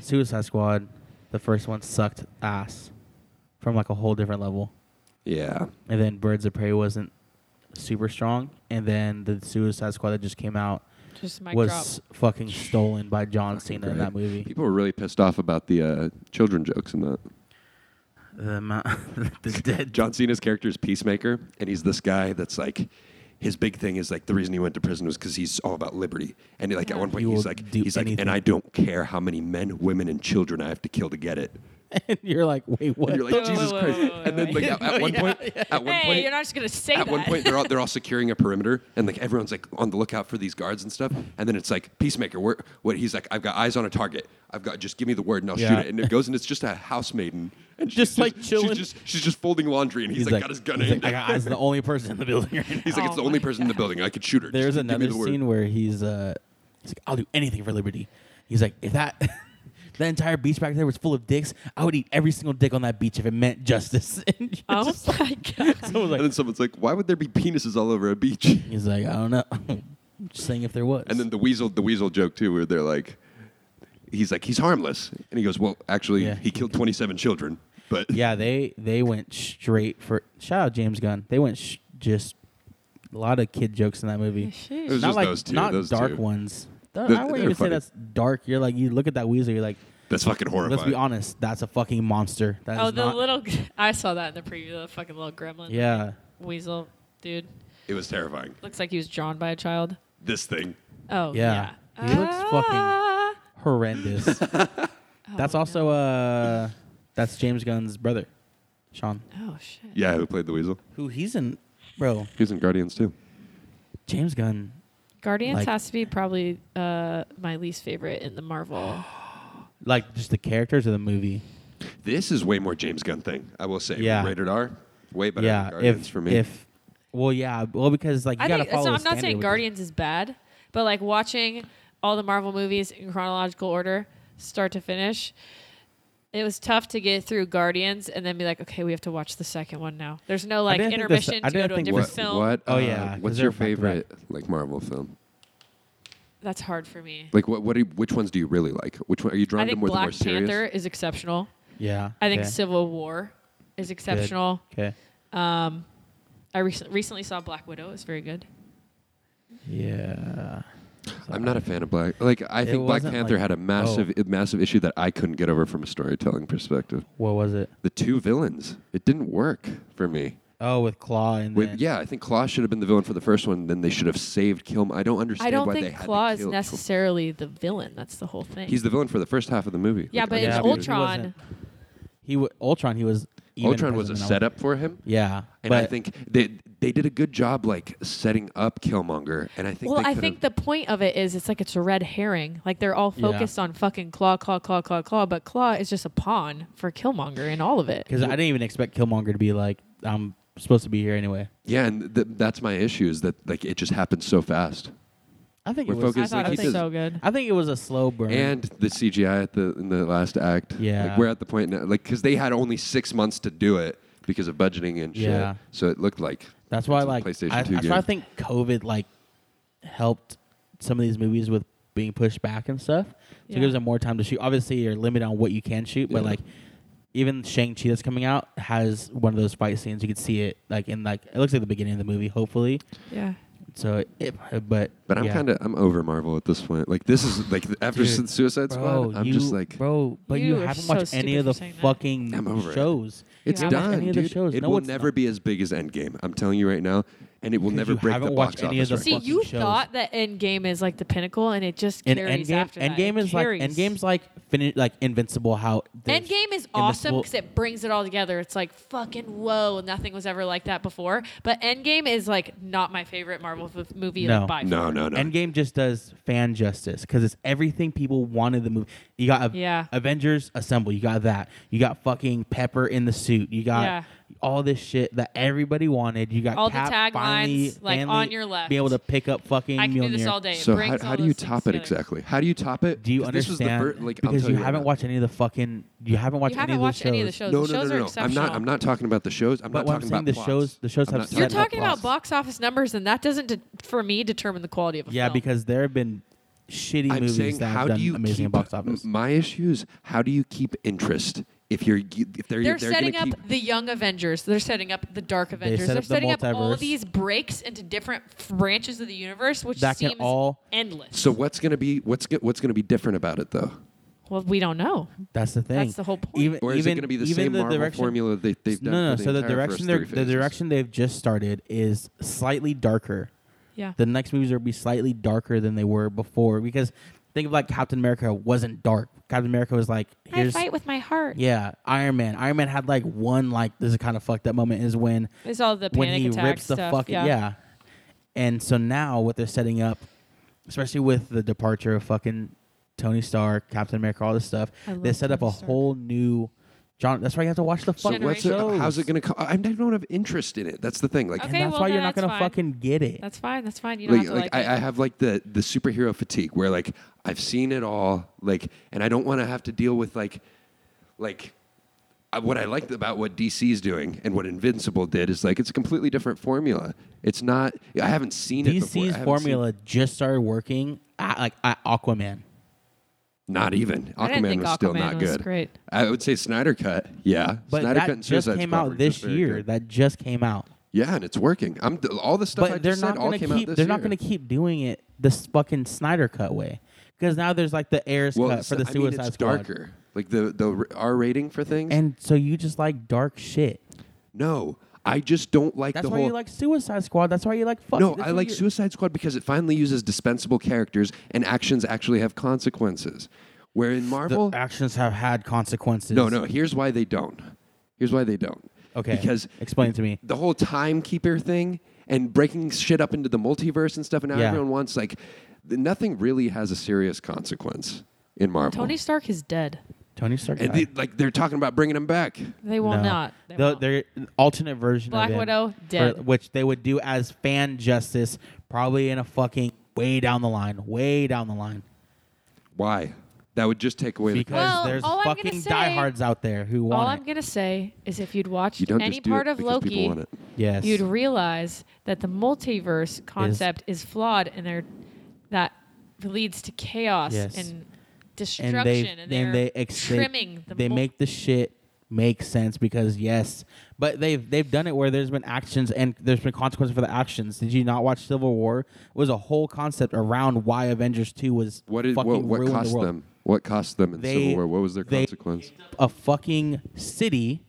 Suicide Squad, the first one sucked ass, from like a whole different level. Yeah. And then Birds of Prey wasn't super strong, and then the Suicide Squad that just came out Just mic drop. was fucking stolen by John Fucking Cena in that great. movie. People were really pissed off about the uh, children jokes in that. The amount, the dead John Cena's character is Peacemaker, and he's this guy that's like, his big thing is like the reason he went to prison was because he's all about liberty. And like at one point He he's will like, do he's like, anything. and I don't care how many men, women, and children I have to kill to get it. and you're like, wait, what? And you're like, Whoa, Jesus whoa, Christ! whoa, whoa, And then wait. like at, at one point, at one hey, point, you're not just gonna say at that. one point they're all they're all securing a perimeter and like everyone's like on the lookout for these guards and stuff and then it's like peacemaker where what he's like i've got eyes on a target i've got just give me the word and i'll Yeah. shoot it and it goes and it's just a housemaiden and she's Just, like, chilling. she's just she's just folding laundry and he's, like, got his gun he's in like, I got, I'm the only person in the building right now. he's like Oh it's the my only person in the building i could shoot her There's Just give me another the word." scene where he's uh, he's like, I'll do anything for liberty. He's like, if that that entire beach back there was full of dicks, I would eat every single dick on that beach if it meant justice. And you're Oh just my god. someone's and like, then someone's like why would there be penises all over a beach he's like, I don't know. I'm just saying if there was. And then the weasel, the weasel joke too, where they're like, he's like, he's harmless, and he goes, well, actually, Yeah. he killed twenty-seven children, but yeah, they they went straight for shout out James Gunn. They went sh- just a lot of kid jokes in that movie. it was Sheesh. not just like those two, not those two. dark ones. Th- Th- I they're wouldn't even funny. say that's dark. You're like you look at that weasel. You're like, That's fucking horrifying. let's be honest, that's a fucking monster. That Oh, is the not- little. I saw that in the preview. The fucking little gremlin. yeah. Weasel, dude. It was terrifying. Looks like he was drawn by a child. This thing. Oh Yeah. yeah. He looks fucking- Ah. horrendous. Oh, that's also uh that's James Gunn's brother, Sean. Oh shit. Yeah, who played the weasel? Who he's in bro, He's in Guardians too. James Gunn. Guardians Like- has to be probably uh, my least favorite in the Marvel. Like just the characters of the movie. This is way more James Gunn thing. I will say. Yeah. Rated R. Way better. yeah. than Guardians if for me. if well yeah, well because like you I gotta think so. follow the I'm not standard saying with Guardians is bad, but like watching all the Marvel movies in chronological order, start to finish, it was tough to get through Guardians and then be like, okay, we have to watch the second one now. There's no like didn't think this- intermission I to go didn't to a think what? different film. What? Oh, uh, yeah, 'cause what's they're your back to back. favorite like Marvel film? That's hard for me. Like what? What? Do you, which ones do you really like? Which one are you I drawn to think more the more Black serious? Panther is exceptional. this. Yeah. I think okay. Civil War is exceptional. Um, Okay. I rec- recently saw Black Widow. It's very good. Yeah. I'm not a fan of Black. Like I It think Black wasn't Panther like- had a massive, oh. massive issue that I couldn't get over from a storytelling perspective. What was it? The two villains, it didn't work for me. Oh, with Claw and With, then, yeah, I think Claw should have been the villain for the first one. Then they should have saved Kilm. I don't understand I don't why they think had Claw to is kill Killmonger. necessarily the villain. That's the whole thing. He's the villain for the first half of the movie. Yeah, Like, but in Yeah, undisputed. because he Ultron- wasn't- He wa Ultron. He was. even Ultron was a present in- setup for him. Yeah, And but I think they they did a good job like setting up Killmonger. And I think well, they I could think have- the point of it is it's like it's a red herring. Like they're all Yeah. focused on fucking Claw, Claw, Claw, Claw, Claw, but Claw is just a pawn for Killmonger in all of it. Because I didn't even expect Killmonger to be like, I'm supposed to be here anyway. yeah, and th- that's my issue is that like it just happened so fast. I think We're it was. I focused- thought like, it he was does- so good. I think it was a slow burn. And the CGI at the in the last act. Yeah. like, we're at the point now, like because they had only six months to do it because of budgeting and shit. Yeah. So it looked like that's why, it's a like, PlayStation I, 2 that's game. why I think COVID like helped some of these movies with being pushed back and stuff. So it Yeah. gives them more time to shoot. Obviously, you're limited on what you can shoot, but Yeah. like even Shang Chi that's coming out has one of those fight scenes. You could see it like in like it looks like the beginning of the movie. Hopefully, Yeah. so it, but But I'm yeah. kind of I'm over Marvel at this point. Like this is like after Dude, Su- Suicide Bro, Squad, I'm you, just like bro, but you, You are haven't so watched any stupid of the for saying that. fucking I'm over it. shows. it's Yeah. done, Any of the dude. shows. It No, will it's never not. be as big as Endgame. I'm telling you right now, and it will Because never you break the haven't box watched any office. of the record. See, you fucking shows. thought that Endgame is like the pinnacle, and it just And carries Endgame, after that. Endgame It is like carries. Endgame's like finish like Invincible. How there's- Endgame is in the awesome school- because it brings it all together. It's like fucking whoa, nothing was ever like that before. But Endgame is like not my favorite Marvel f- movie No. like, by no, far. no, no. Endgame just does fan justice because it's everything people wanted the movie. You got a- Yeah. Avengers Assemble. You got that. You got fucking Pepper in the suit. You got Yeah. all this shit that everybody wanted. You got All the Cap taglines, finally- like, finally on your left. be able to pick up fucking. I can do this Mjolnir. all day. It so how, brings how all do you those top it things together. exactly? How do you top it? Do you 'Cause understand? This was the fir- like I'm because telling you haven't right now. watched any of the fucking. You haven't watched any You haven't of watched those any of the shows. shows. No, the no, no, shows no, are no. I'm exceptional. not. I'm not talking about the shows. I'm But not what I'm talking saying, about the plots. shows- the shows I'm have not set You're Set about talking about plots. box office numbers, and that doesn't, de- for me, determine the quality of a Yeah, film. because there have been shitty I'm movies saying, that how have do done you amazing keep box office. m- My issue is how do you keep interest if you're g- if they're they're, they're setting gonna up keep, the Young Avengers. They're setting up the Dark Avengers. set They're up the setting up all multiverse. these breaks into different f- branches of the universe, which That can seems all- endless. So what's gonna be what's go- what's gonna be different about it though? well, we don't know. That's the thing. That's the whole point. Even, Or is even, it gonna be the even same the Marvel direction, formula that they've done? No, no. for so the entire direction first they're three the phases? direction they've just started is slightly darker. Yeah. The next movies will be slightly darker than they were before because think of like Captain America wasn't dark. Captain America was like I here's fight with my heart. yeah Iron Man. Iron Man had like one like this is kind of fucked up moment is when It's all the when panic he attack rips the stuff, fucking yeah. And so now what they're setting up, especially with the departure of fucking Tony Stark, Captain America, all this stuff, I they love set up Tony a Stark. whole new. John, that's why you have to watch the But fucking what's Generation. it, shows. how's it gonna? Co- I I don't have interest in it. That's the thing. Like Okay. And that's well, why you're then not gonna that's fine. fucking get it. That's fine. That's fine. You don't like, have to like like, I, I it. have like the the superhero fatigue where like I've seen it all like and I don't want to have to deal with like like I- what I liked about what DC's doing and what Invincible did is like it's a completely different formula. It's not I haven't seen it before. I DC's haven't seen- formula just started working at like at Aquaman. not even I didn't Aquaman think was still Aquaman not was good. great. I would say Snyder cut. Yeah. But Snyder cut that and just Suicide came Squad were out just this very year. good. That just came out. Yeah, and it's working. I'm all the stuff I but just they're said not all gonna came out keep. this They're not year. gonna keep doing it this fucking Snyder cut way. Because now there's like the airs cut it's- for the I mean, Suicide it's Squad. darker. Like the the R rating for things. And so you just like dark shit. No, I just don't like That's the why whole. you like Suicide Squad. That's why you like fuck. no, that's I why like you're- Suicide Squad because it finally uses dispensable characters and actions actually have consequences. Where in Marvel, The actions have had consequences. no, no. Here's why they don't. Here's why they don't. Okay. Because explain to me. the whole timekeeper thing and breaking shit up into the multiverse and stuff, and now Yeah. everyone wants like th- nothing really has a serious consequence in Marvel. Tony Stark is dead. Tony Stark. and died. they, like they're talking about bringing him back. They will No. not. They The, won't. their alternate version Black of him, Widow, dead. which they would do as fan justice, probably in a fucking way down the line, way down the line, Why? That would just take away because the. Well, there's all I'm gonna fucking say- diehards out there who All want I'm it. gonna say is if you'd You watched don't any just do part it of because people Loki, want it. yes, you'd realize that the multiverse concept is, flawed, and there that leads to chaos Yes. and destruction, and and, they they're and they ex- they- trimming. the they mul- make the shit make sense because yes, but they've they've done it where there's been actions and there's been consequences for the actions. Did you not watch Civil War? It was a whole concept around why Avengers Two was What did fucking what, what ruined the cost world. them? What cost them in They- Civil War? What was their they- consequence? a fucking city.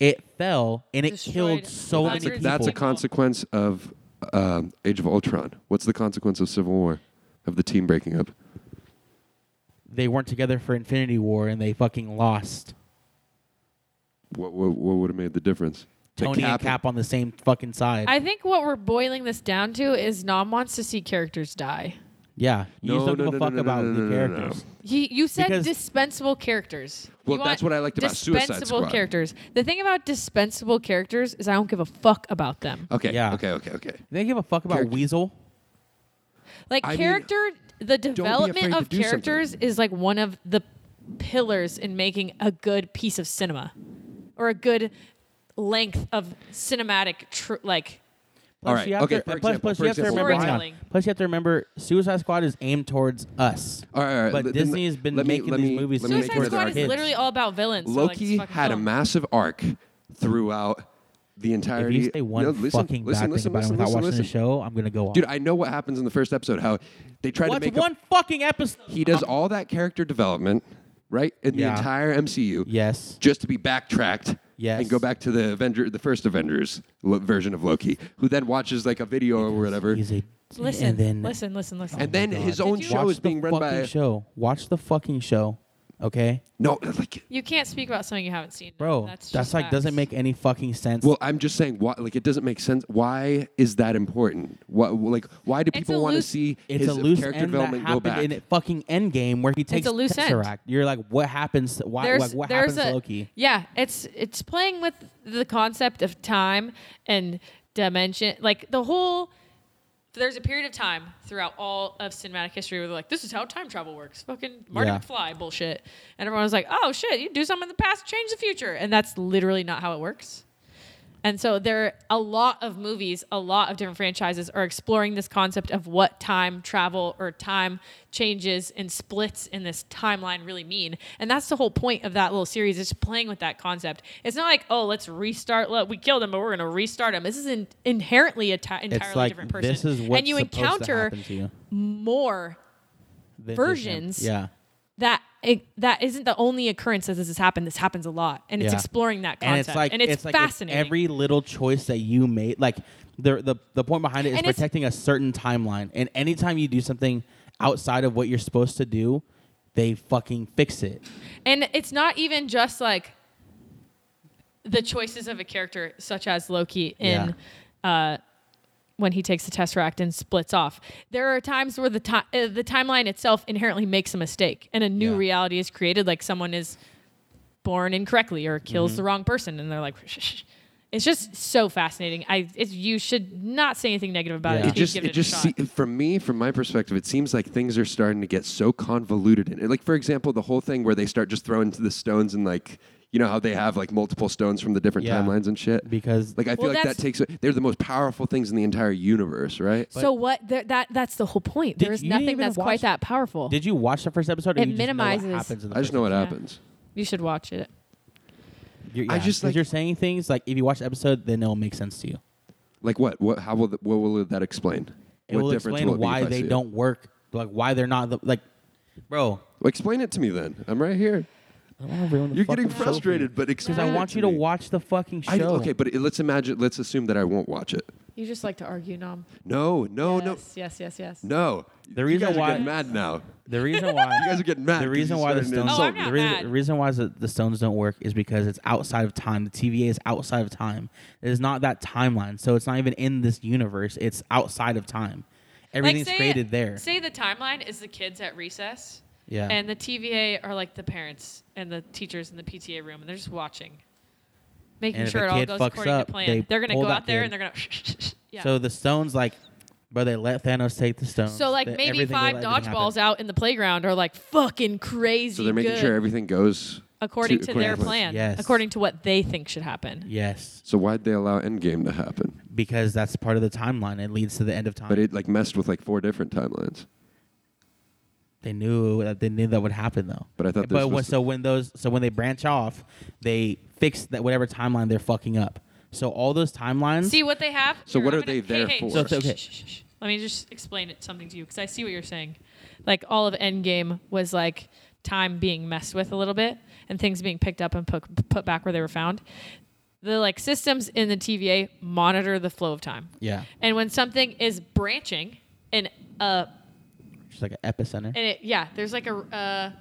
It fell and it Destroyed killed so Well, many That's a, people. hundreds that's a people. consequence of um, Age of Ultron. What's the consequence of Civil War? Of the team breaking up? they weren't together for Infinity War and they fucking lost. What what, what would have made the difference? The Tony and Cap on the same fucking side. I think what we're boiling this down to is Nom wants to see characters die. yeah, you No, just don't give no, a no, fuck no, no, about no, no, the no, no, no. characters. He, you said Because- dispensable characters. Well, You that's want what I liked about Suicide dispensable Squad. characters. The thing about dispensable characters is I don't give a fuck about them. Okay. Yeah. Okay. Okay. Okay. They give a fuck about Character- Weasel. Like I mean, character, the be afraid development to of do characters is like one of the pillars in making a good piece of cinema or a good length of cinematic tr- like Plus, All right, you have okay, To, for plus, plus example, for you have to example. remember. hang on. Storytelling. Plus, you have to remember, Suicide Squad is aimed towards us. All right, all right, But then Disney has been let me- making let these me- movies let me Suicide make towards another Squad our is argument. kids. literally all about villains. so, like, it's Loki fucking had a cool. massive arc throughout the entirety. if you say one No, listen, fucking listen, bad listen, thing about listen, him without listen, watching listen. the show, I'm gonna go off. Dude, I know what happens in the first episode. How they try What's to make a- one fucking episode? Uh, he does all that character development, right, in Yeah. the entire MCU, Yes. just to be backtracked. Yes. And go back to the Avenger, the first Avengers lo- version of Loki, who then watches like a video or whatever. He's a. Listen, and then, Oh listen, listen, listen. And then his God. own Did you- show watch is being the run by fucking show. Watch the fucking show, okay, no, like you can't speak about something you haven't seen, bro. That's, That's, just like doesn't facts. make any fucking sense. Well, I'm just saying, why, like, it doesn't make sense. Why is that important? What, like, why do It's people a want to loose- see it's his a loose character end that development go happened back? in a fucking end game where he takes a loose end. Tesseract. You're like, what happens? Why? like, what happens to Loki? Yeah, it's it's playing with the concept of time and dimension, like the whole. There's a period of time throughout all of cinematic history where they're like, "This is how time travel works." Fucking Marty Yeah. McFly bullshit, and everyone was like, "Oh shit, you do something in the past, change the future," and that's literally not how it works. And so there, a lot of movies, a lot of different franchises are exploring this concept of what time travel or time changes and splits in this timeline really mean. And that's the whole point of that little series is playing with that concept. It's not like oh, let's restart. Look, we killed him, but we're gonna restart him. This is in, inherently a ta- entirely It's like different person. this is what's and you supposed to encounter happen to you. more Than just him. versions Yeah. that it, that isn't the only occurrence that this has happened. This happens a lot, and it's Yeah. exploring that and concept. it's like like if fascinating. every little choice that you made, like the the the point behind it is And it's- protecting a certain timeline. And anytime you do something outside of what you're supposed to do, they fucking fix it. And it's not even just like the choices of a character, such as Loki in uh, when he takes the Tesseract and splits off. There are times where the ti- uh, the timeline itself inherently makes a mistake, and a new Yeah. reality is created. Like someone is born incorrectly or Mm-hmm. kills the wrong person, and they're like. It's just so fascinating. I it's, you should not say anything negative about Yeah. it. it Keep just, give it, it just, a shot. se- from me, from my perspective, it seems like things are starting to get so convoluted. And like, for example, the whole thing where they start just throwing the stones and like, you know how they have like multiple stones from the different Yeah. timelines and shit. Because- like, I feel Well, like that's- that takes. They're the most powerful things in the entire universe, right? so what? There, that that's the whole point. Did There is you didn't nothing even that's watch- quite that powerful. Did you watch the first episode? Or It you Just know minimizes- what happens in the I first just know what Yeah. happens. you should watch it. You're, I yeah, just, 'cause like- you're saying things like if you watch the episode, then it'll make sense to you. Like what? What? How will? th- what will that explain? It what will difference explain will it be why if I they see it? don't work, like why they're not the, like, bro. Well, explain it to me then. I'm right here. I don't wanna ruin the You're getting fucking show for you. frustrated, but explain because I it want you to me. watch the fucking show. I, okay, but it- let's imagine. Let's assume that I won't watch it. You just like to argue, Nom. No, Oh, no, yes, yes, yes, yes. no, no. The you reason guys why- are getting mad now. the reason why You guys are getting mad. the 'cause reason you why the started to stones Oh, insult I'm me. not the, reason, mad. the reason why the, the stones don't work is because it's outside of time. The TVA is outside of time. It is not that timeline, so it's not even in this universe. It's outside of time. Everything's say- created there. Say the timeline is the kids at recess. Yeah. And the TVA are like the parents and the teachers in the PTA room, and they're just watching, making And if sure a it all kid goes fucks according up, to plan. they They are gonna pull go that out there kid. and they're gonna. yeah. So the stones, like, bro, they let Thanos take the stones. So, like They- maybe everything- they five let everything dodgeballs happen. out in the playground are like fucking crazy. So they're making good sure everything goes according to, their according plan, Yes. according to what they think should happen. Yes, So why'd they allow Endgame to happen? because that's part of the timeline. It leads to the end of time. But it like messed with like four different timelines. They knew that they knew that would happen though. But I thought this But when, was- so when those so when they branch off, they fix that whatever timeline they're fucking up. So all those timelines. See what they have. Mm-hmm. So Here, what I'm are they gonna- there hey, hey, for? So it's okay. shh, shh, shh, shh. Let me just explain it something to you because I see what you're saying. Like all of Endgame was like time being messed with a little bit and things being picked up and put, put back where they were found. The like systems in the TVA monitor the flow of time. yeah, And when something is branching and uh just like an epicenter. and it, yeah, there's like a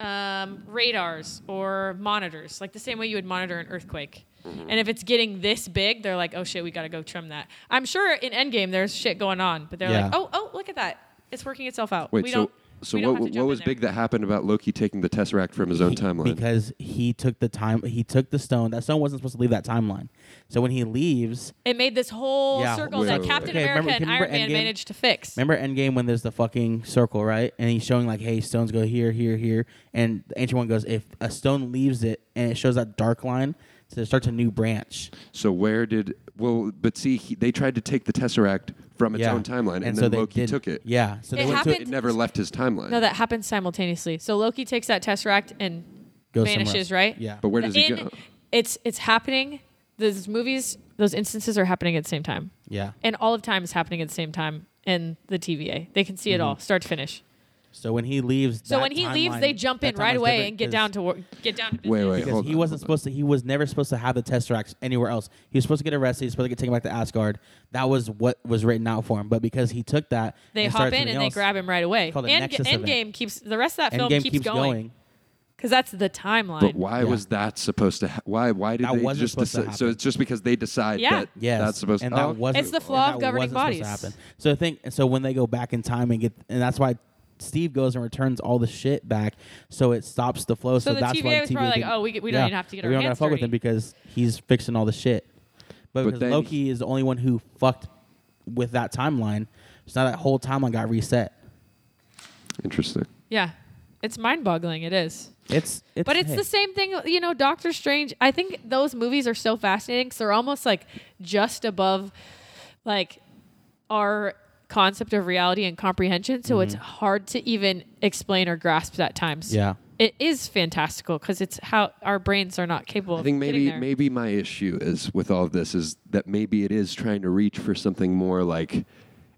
uh, um, radars or monitors, like the same way you would monitor an earthquake. Mm-hmm. And if it's getting this big, they're like, "Oh shit, we got to go trim that." I'm sure in Endgame there's shit going on, but they're like, Yeah. "Oh, oh, look at that, it's working itself out." Wait, we so don't, so we don't what have to what jump was in there. big that happened about Loki taking the Tesseract from his own He- timeline? because he took the time. He took the stone. That stone wasn't supposed to leave that timeline. So when he leaves, It made this whole Yeah, circle wait, wait, that wait. Captain Okay, America remember- and can you remember Iron Man Endgame? managed to fix. remember Endgame when there's the fucking circle, right? And he's showing like, hey, stones go here, here, here, and the ancient one goes, if a stone leaves it and it shows that dark line, So it starts a new branch. So where did well? But see, he, they tried to take the tesseract from its yeah. own timeline, and, so then they Loki did- took it. Yeah. So It they went So to it never left his timeline. No, that happens simultaneously. So Loki takes that tesseract and go somewhere vanishes, else. right? Yeah. but where does he In- go? It's it's happening. Those movies, those instances are happening at the same time, yeah. and all of time is happening at the same time in the TVA. They can see it all, start to finish. So when he leaves, So Mm-hmm. that when he leaves, timeline- they jump that in right timeline's away different and get 'cause- down to work. Get down to business. Wait, wait, because hold he on, wasn't hold on. supposed to. He was never supposed to have the tesseract anywhere else. He was supposed to get arrested. He was supposed to get taken back to Asgard. That was what was written out for him. But because he took that, They and hop started in and something they else, grab him right away. called a And Nexus event. Endgame keeps the rest of that film Endgame keeps, going because that's the timeline. But why Yeah. was that supposed to? Ha- why? Why did That they wasn't just supposed to decide? So happen. it's just because they decide Yeah. that Yes, that's supposed and to. that oh, wasn't. It's the flaw and of that governing wasn't supposed bodies. To happen. So I think. And so when they go back in time and get, and that's why Steve goes and returns all the shit back. So it stops the flow. So, the that's TVA why was the TVA probably like, didn't- "Oh, we- we don't yeah, even have to get we our don't gotta hands fuck with dirty." him because he's fixing all the shit. But But, because then- Loki is the only one who fucked with that timeline, so now that whole timeline got reset. Interesting. Yeah, it's mind-boggling. It is. It's, it's But it's hey. the same thing, you know, Doctor Strange. I think those movies are so fascinating because they're almost like just above like our concept of reality and comprehension. So Mm-hmm. it's hard to even explain or grasp at times. Yeah. It is fantastical because it's how our brains are not capable I think of maybe getting there. maybe my issue is with all of this is that maybe it is trying to reach for something more like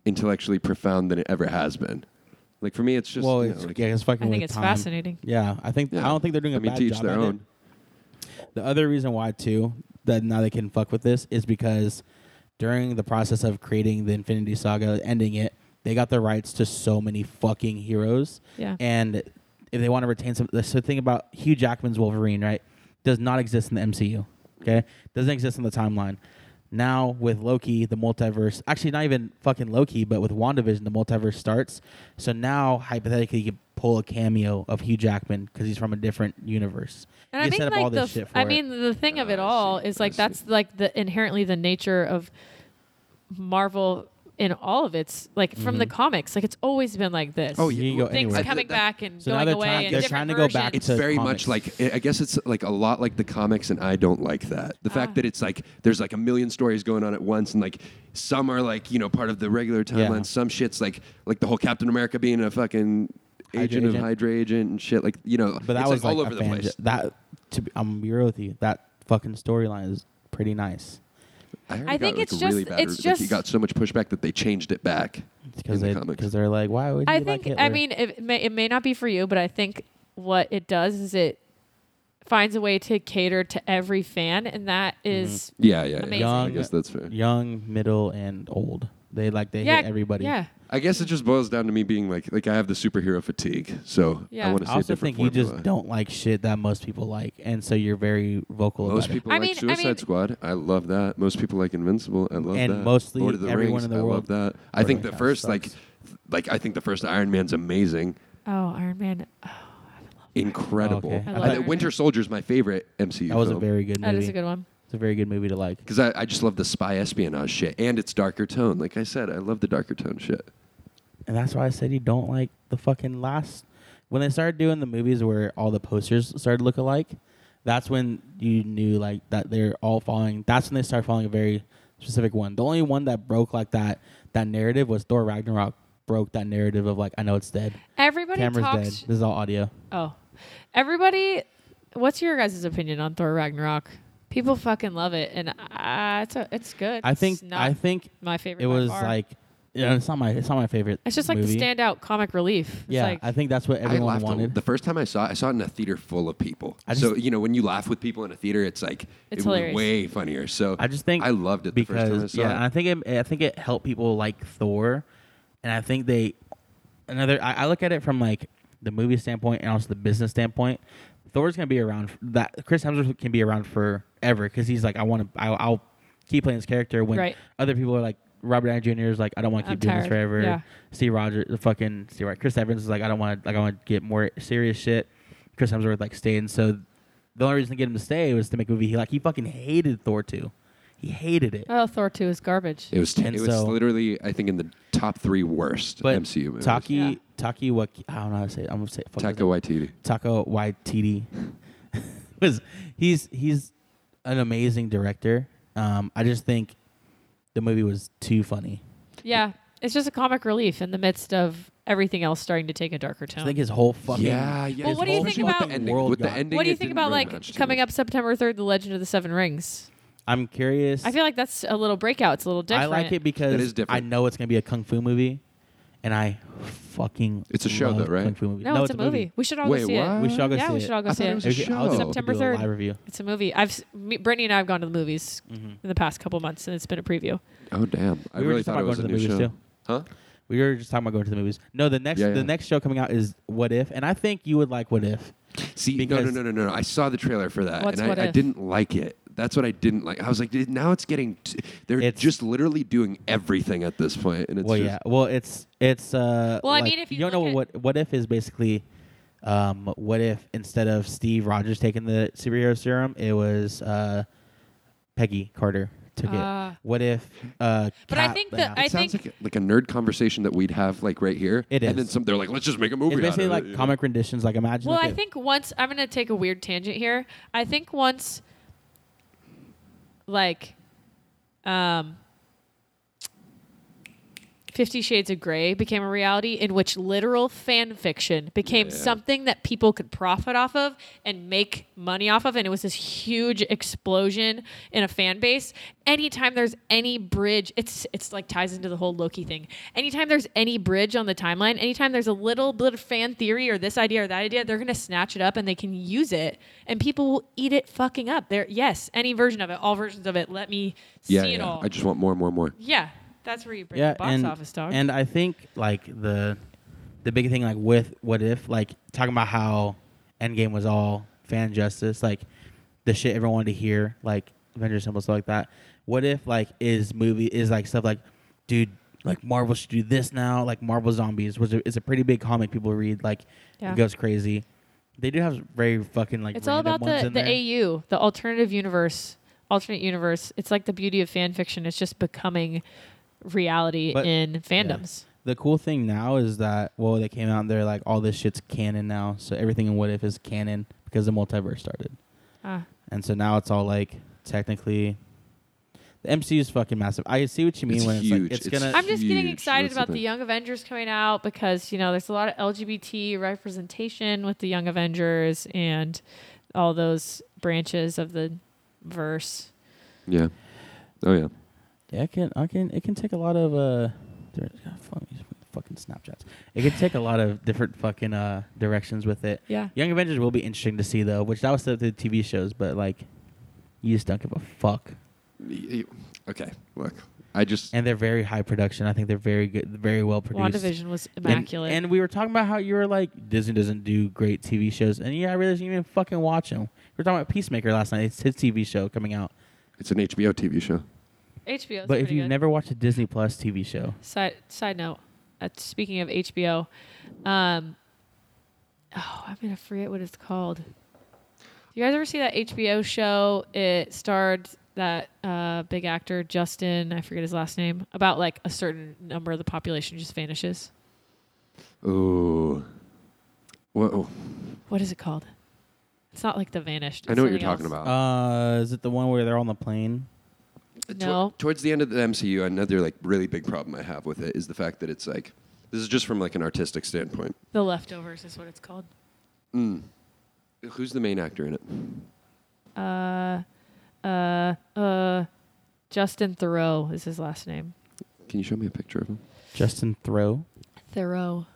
intellectually profound than it ever has been. Like for me, it's just Well, you know, it's, like- yeah, it's fucking I think with it's time. fascinating. Yeah, I think Yeah. I don't think they're doing a I mean, bad to each job their at own. It. The other reason why too that now they can fuck with this is because during the process of creating the Infinity Saga, ending it, they got the rights to so many fucking heroes. Yeah. and if they want to retain some, so the thing about Hugh Jackman's Wolverine, right, does not exist in the MCU. Okay, doesn't exist in the timeline. Now with Loki, the multiverse. Actually, not even fucking Loki, but with WandaVision, the multiverse starts. So now, hypothetically, you could pull a cameo of Hugh Jackman because he's from a different universe. And you I could think set up all like the, this f- shit for I it. mean, the thing of Ah, it I all see. is I like see. that's like the inherently the nature of Marvel in all of its like from Mm-hmm. the comics. Like it's always been like this. Oh, you can go things anywhere. coming I- back and So now going they're away. trying- and they're different trying to go back versions. it's to very comics. much like I guess it's like a lot like the comics, and I don't like that. The Ah. fact that it's like there's like a million stories going on at once, and like some are like you know part of the regular timeline. Yeah. Some shits like like the whole Captain America being a fucking Hydra agent, of agent. Hydra agent and shit. Like you know, but that it's was like all like, over a the fan- place. That to be, I'm gonna be real with you. That fucking storyline is pretty nice heard I it got, think like, it's a really just- bad- it's like, just- it got so much pushback that they changed it back because in they the comics. because they're like, why would you I like think. I Hitler? mean, it may, it may not be for you, but I think what it does is it finds a way to cater to every fan, and that Mm-hmm. is yeah, yeah, yeah. Amazing. I Young- guess that's fair. young, middle, and old. They like they yeah, hit everybody. Yeah, I guess it just boils down to me being like, like I have the superhero fatigue, so Yeah. I want to I see a also different think you formula. just don't like shit that most people like, and so you're very vocal Most about people I like mean- I Suicide mean- Squad. I love that. Most people like Invincible. I love And that. mostly Lord of the everyone Rings. in the I love world. that. I Lord think of the the Rings first like, sucks. th- like I think the first Iron Man's amazing, Oh, Iron Man. Oh, incredible. Okay. I I love think Iron Winter Man. Soldier's my favorite MCU. it. That was a film. very good movie. that is a good one. It's a very good movie to like. because I, I just love the spy espionage shit and its darker tone. Like I said, I love the darker tone shit. And that's why I said you don't like the fucking last. When they started doing the movies where all the posters started to look alike, that's when you knew like that they're all following. That's when they started following a very specific one. The only one that broke like that that narrative was Thor Ragnarok. Broke that narrative of like I know it's dead. Everybody Camera's talks. dead. This is all audio. Oh, everybody, what's your guys' opinion on Thor Ragnarok? People fucking love it, and uh, it's a, it's good. I think it's not I think my favorite. it by was far. like you know, it's not my it's not my favorite. it's just like movie. the standout comic relief. It's Yeah, like, I think that's what I everyone laughed a- wanted. the first time I saw it. I saw it in a theater full of people. I so just- you know when you laugh with people in a theater, it's like It's it was hilarious. way funnier. So I just think I loved it the because first time I saw yeah, it. and I think it, I think it helped people like Thor, and I think they another. I, I look at it from like the movie standpoint and also the business standpoint. Thor's gonna be around. f- That Chris Hemsworth can be around forever because he's like, I want to. I, I'll keep playing this character when Right. other people are like. Robert Downey Jr. is like, I don't want to I'm keep doing this tired. forever. Yeah. Steve Rogers, the fucking Steve Rogers. Chris Evans is like, I don't want to, like, I want to get more serious shit. Chris Hemsworth like stayed, so the only reason to get him to stay was to make a movie. He like he fucking hated Thor two, he hated it. oh, Thor two is garbage. It was And it was so- literally I think in the top three worst But MCU movies. Taki Yeah. Taki what I don't know how to say it. I'm gonna say it. Fuck his Taika Waititi. Taco Waititi was he's he's an amazing director. Um, I just think the movie was too funny. Yeah, it's just a comic relief in the midst of everything else starting to take a darker I tone. think his whole fucking yeah, yeah. Well, it's what do you all- think especially with about- the ending? World With the God. ending, what do you it think didn't about really like match too coming much. up September 3rd, The Legend of the Seven Rings? I'm curious. I feel like that's a little breakout. It's a little different. I like it That because is I different. know it's gonna be a kung fu movie, and I fucking It's a show love though, right? Kung fu movie. No, it's, a movie. We should all Wait, go see what? it. We should all go yeah, see we it. should all go I see thought it. it was a Okay, I'll show. do- September I'll do a 3rd. live review. Mm-hmm. It's a movie. I've s- me, Brittany and I have gone to the movies in the past couple months, and it's been a preview. Oh damn! Mm-hmm. I We were really just thought talking it was a about new going to the show. movies, too. Huh? We were just talking about going to the movies. No, the next Yeah, yeah. the next show coming out is What If, and I think you would like What If. See, no, no, Because- no, no, no, no. I saw the trailer for that, What's and I, What I If? didn't like it. That's what I didn't like. I was like, "Dude, now it's getting. T- they're It's- just literally doing everything at this point, and it's well, just yeah. Well, it's it's. Uh, Well, I like- mean, if you don't know look what What If is basically, um, what if instead of Steve Rogers taking the superhero serum, it was uh, Peggy Carter took Ah. it. What if? Uh, But I Cap- think yeah. that I It sounds think- like a, like a nerd conversation that we'd have like right here. It and then is. some. They're like, let's just make a movie. it's basically out of like it, you know? comic renditions. Like imagine. Well, like I if- think once I'm going to take a weird tangent here. I think once, like, um, Fifty Shades of Grey became a reality in which literal fan fiction became Yeah. something that people could profit off of and make money off of. And it was this huge explosion in a fan base. Anytime there's any bridge, it's it's like ties into the whole Loki thing. Anytime there's any bridge on the timeline, anytime there's a little bit of fan theory or this idea or that idea, they're gonna snatch it up and they can use it and people will eat it fucking up. There yes, any version of it, all versions of it, let me see Yeah, it yeah. all. I just want more, more, more. yeah. That's where you break the box and, office, dog. And I think like the the big thing like with what if like talking about how Endgame was all fan justice, like the shit everyone wanted to hear, like Avengers Assemble stuff like that. What if like is movie is like stuff like, dude, like Marvel should do this now, like Marvel Zombies, which is a pretty big comic people read, like Yeah. it goes crazy. They do have very fucking like It's all random about ones the, in the there. AU, the alternative universe, alternate universe. It's like the beauty of fan fiction. It's just becoming reality But- in fandoms. The cool thing now is that well, they came out and they're like, all this shit's canon now, so everything in What If is canon because the multiverse started, Ah, and so now it's all like technically, the MCU is fucking massive. I see what you mean It's when huge. it's like it's It's gonna. I'm just getting huge. excited That's the about the thing. Young Avengers coming out because you know there's a lot of LGBT representation with the Young Avengers and all those branches of the verse. Yeah. Oh yeah. yeah, I can. I can. It can take a lot of uh, dir- God, fuck me, fucking Snapchats. It can take a lot of different fucking uh directions with it. Yeah. Young Avengers will be interesting to see though, which that was the the TV shows, but like, you just don't give a fuck. Y- y- Okay. Look, I just. and they're very high production. I think they're very good, very well produced. WandaVision was And- immaculate. And, we were talking about how you were like Disney doesn't do great TV shows, and yeah, I realized you didn't even fucking watch them. We were talking about Peacemaker last night. It's his TV show coming out. it's an HBO TV show. HBO. 's but if pretty you've good. never watched a Disney Plus TV show, Side side note, uh, speaking of HBO, um, oh, I'm gonna forget what it's called. You guys ever see that HBO show? It starred that uh, big actor Justin, I forget his last name, about like a certain number of the population just vanishes. Ooh. Whoa. What is it called? It's not like the vanished. I it's know what you're something talking else. about. uh, is it the one where they're on the plane? Tw- No. towards the end of the MCU, another like really big problem I have with it is the fact that it's like this is just from like an artistic standpoint. Mm. The leftovers is what it's called. Who's the main actor in it? Uh, uh, uh, Justin Thoreau is his last name. Can you show me a picture of him? Justin Thoreau. Thoreau.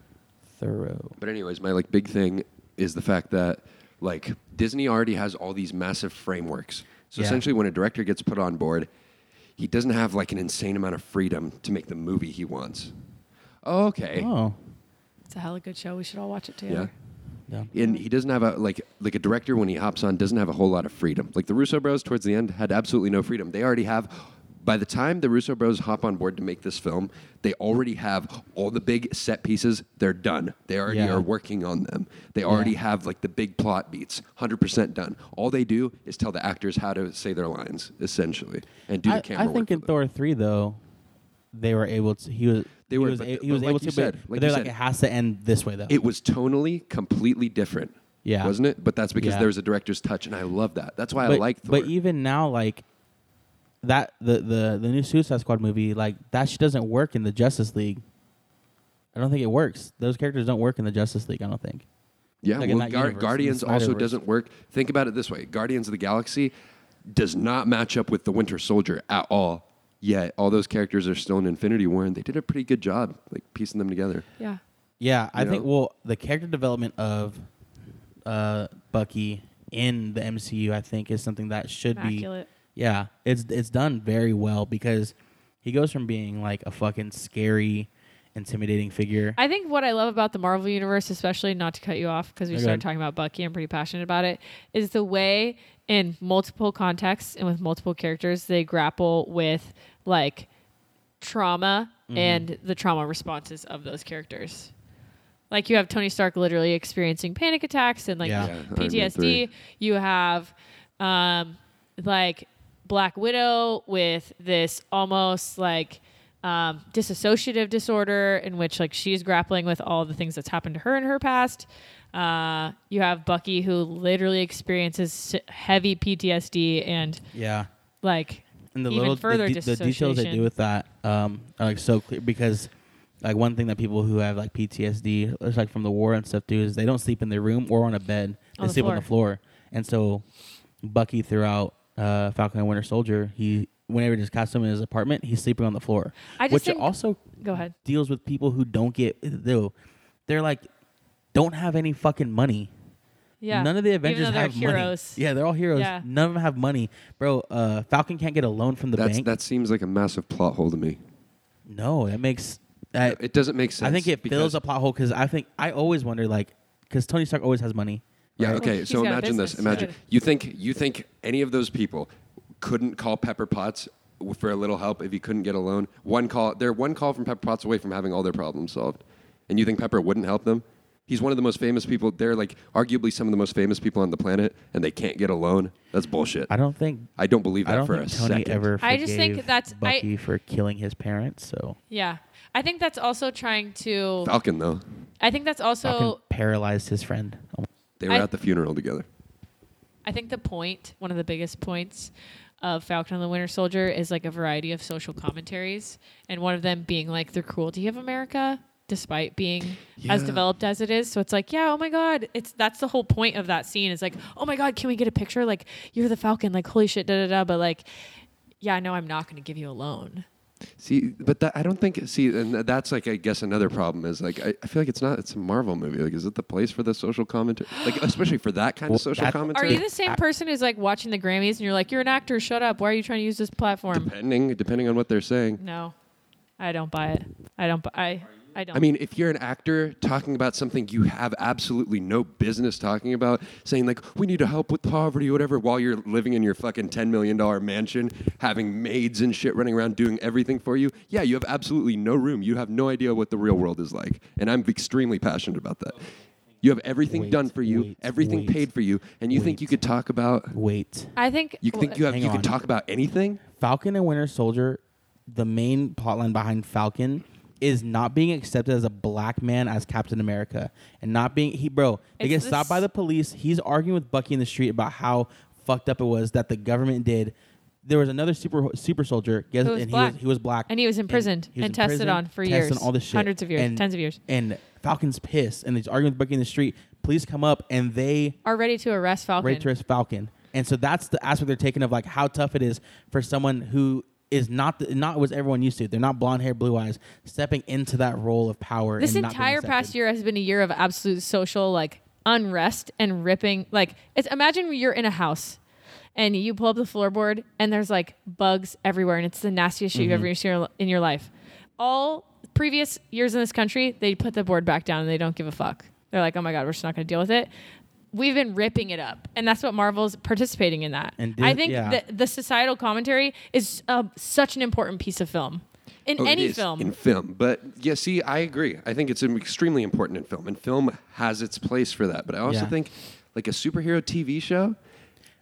Thoreau. But anyways, my like big thing is the fact that like Disney already has all these massive frameworks. So Yeah. essentially when a director gets put on board, he doesn't have like an insane amount of freedom to make the movie he wants. Okay. Oh, It's a hella good show. We should all watch it Yeah. together. yeah. And he doesn't have a like like a director when he hops on doesn't have a whole lot of freedom. Like the Russo Bros towards the end had absolutely no freedom. They already have by the time the Russo Bros hop on board to make this film, they already have all the big set pieces. They're done. They already Yeah. are working on them. They already have like the big plot beats, hundred percent done. All they do is tell the actors how to say their lines, essentially, and do I, the camera. I think work in for them. Thor three though, they were able to. He was. They he were, Was but a- the- he was but able like to. you but said- like they're you like said- it has to end this way though. it was tonally completely different. Yeah. wasn't it? But that's because Yeah. there was a director's touch, and I love that. That's why I but, like Thor. But even now, like that the the the new Suicide Squad movie, like that shit doesn't work in the Justice League. I don't think it works. Those characters don't work in the Justice League. I don't think. yeah, like in well, that Gar- universe, in the Guardians also Snyderverse. doesn't work. Think about it this way: Guardians of the Galaxy does not match up with the Winter Soldier at all. Yet all those characters are still in Infinity War, and they did a pretty good job, like piecing them together. Yeah. Yeah, I You think know? well the character development of uh, Bucky in the MCU, I think, is something that should Immaculate. be. Yeah, it's it's done very well because he goes from being like a fucking scary, intimidating figure. I think what I love about the Marvel universe, especially not to cut you off because we Okay. started talking about Bucky, I'm pretty passionate about it, is the way in multiple contexts and with multiple characters they grapple with like trauma Mm-hmm. and the trauma responses of those characters. Like you have Tony Stark literally experiencing panic attacks and like Yeah. Yeah, Iron Man PTSD. three. You have um, like Black Widow with this almost like um, dissociative disorder in which like she's grappling with all the things that's happened to her in her past. Uh, you have Bucky who literally experiences s- heavy PTSD and yeah, like and the even little further the, de- the details they dissociation. do with that um, are like so clear because like one thing that people who have like PTSD it's like from the war and stuff do is they don't sleep in their room or on a bed they On the sleep on the floor and so Bucky throughout uh, Falcon and Winter Soldier he whenever just cast him in his apartment he's sleeping on the floor I just which think- also Go ahead. deals with people who don't get though they're like don't have any fucking money yeah. None of the Even Avengers though they're have heroes. money. Yeah, they're all heroes. Yeah. None of them have money, bro. Uh, Falcon can't get a loan from the That's, bank. that seems like a massive plot hole to me. no, that makes. That, It doesn't make sense. I think it because- fills a plot hole because I think I always wonder like because Tony Stark always has money. Yeah. right? Okay. he's So got a imagine this. business, Imagine yeah. you think you think any of those people couldn't call Pepper Potts for a little help if he couldn't get a loan. One call. They're one call from Pepper Potts away from having all their problems solved. And you think Pepper wouldn't help them? He's one of the most famous people. They're like arguably some of the most famous people on the planet, and they can't get a loan. That's bullshit. I don't think. I don't believe that I don't for think a Tony second. ever. I just think forgave that's- I- Bucky for killing his parents. So Yeah. I think that's also trying to. Falcon though, I think that's also. Falcon paralyzed his friend. Oh they were I- at the funeral together. I think the point, one of the biggest points of Falcon and the Winter Soldier is like a variety of social commentaries, and one of them being like the cruelty of America despite being as Yeah. developed as it is. So it's like, yeah, oh my god, it's that's the whole point of that scene. It's like, oh my god, can we get a picture? Like you're the Falcon, like holy shit, da da da. But like, yeah, no, I'm not going to give you a loan. See, but that, I don't think. See, and th- that's like I guess another problem is like I, I feel like it's not. It's a Marvel movie. Like, is it the place for the social commentary? Like, especially for that kind Well, of social that- Are commentary. you the same person who's like watching the Grammys and you're like, you're an actor, shut up. Why are you trying to use this platform? depending depending on what they're saying. No, I don't buy it. I don't. bu- I. I don't. I mean, if you're an actor talking about something you have absolutely no business talking about, saying like we need to help with poverty or whatever, while you're living in your fucking ten million dollar mansion, having maids and shit running around doing everything for you, yeah, you have absolutely no room. You have no idea what the real world is like, and I'm extremely passionate about that. You have everything Wait, done for you, wait, everything wait, paid for you, and you think wait. you could talk about Wait, I think you think you have Hang you can on. talk about anything? Falcon and Winter Soldier, the main plotline behind Falcon is not being accepted as a black man as Captain America and not being he bro. They It's get this- stopped by the police. He's arguing with Bucky in the street about how fucked up it was that the government did. There was another super super soldier, guess, Who was and black. he was he was black, And he was imprisoned and tested on for tested years. all this shit, Hundreds of years, And- tens of years. And Falcon's pissed, and he's arguing with Bucky in the street. Police come up, and they are ready to arrest Falcon. Ray Torres Falcon. And so that's the aspect they're taking of like how tough it is for someone who is not the, not what everyone used to. They're not blonde hair, blue eyes, stepping into that role of power. This and not being entire accepted. past year has been a year of absolute social like unrest and ripping. Like it's imagine you're in a house and you pull up the floorboard and there's like bugs everywhere and it's the nastiest shit Mm-hmm. you've ever seen in your life. All previous years in this country, they put the board back down and they don't give a fuck. They're like, oh my god, we're just not going to deal with it. We've been ripping it up, and that's what Marvel's participating in that. And I Dis- think yeah. that the societal commentary is uh, such an important piece of film in Oh, it any is film. In film. But yeah, see, I agree. I think it's um, extremely important in film, and film has its place for that. But I also Yeah. think, like a superhero TV show,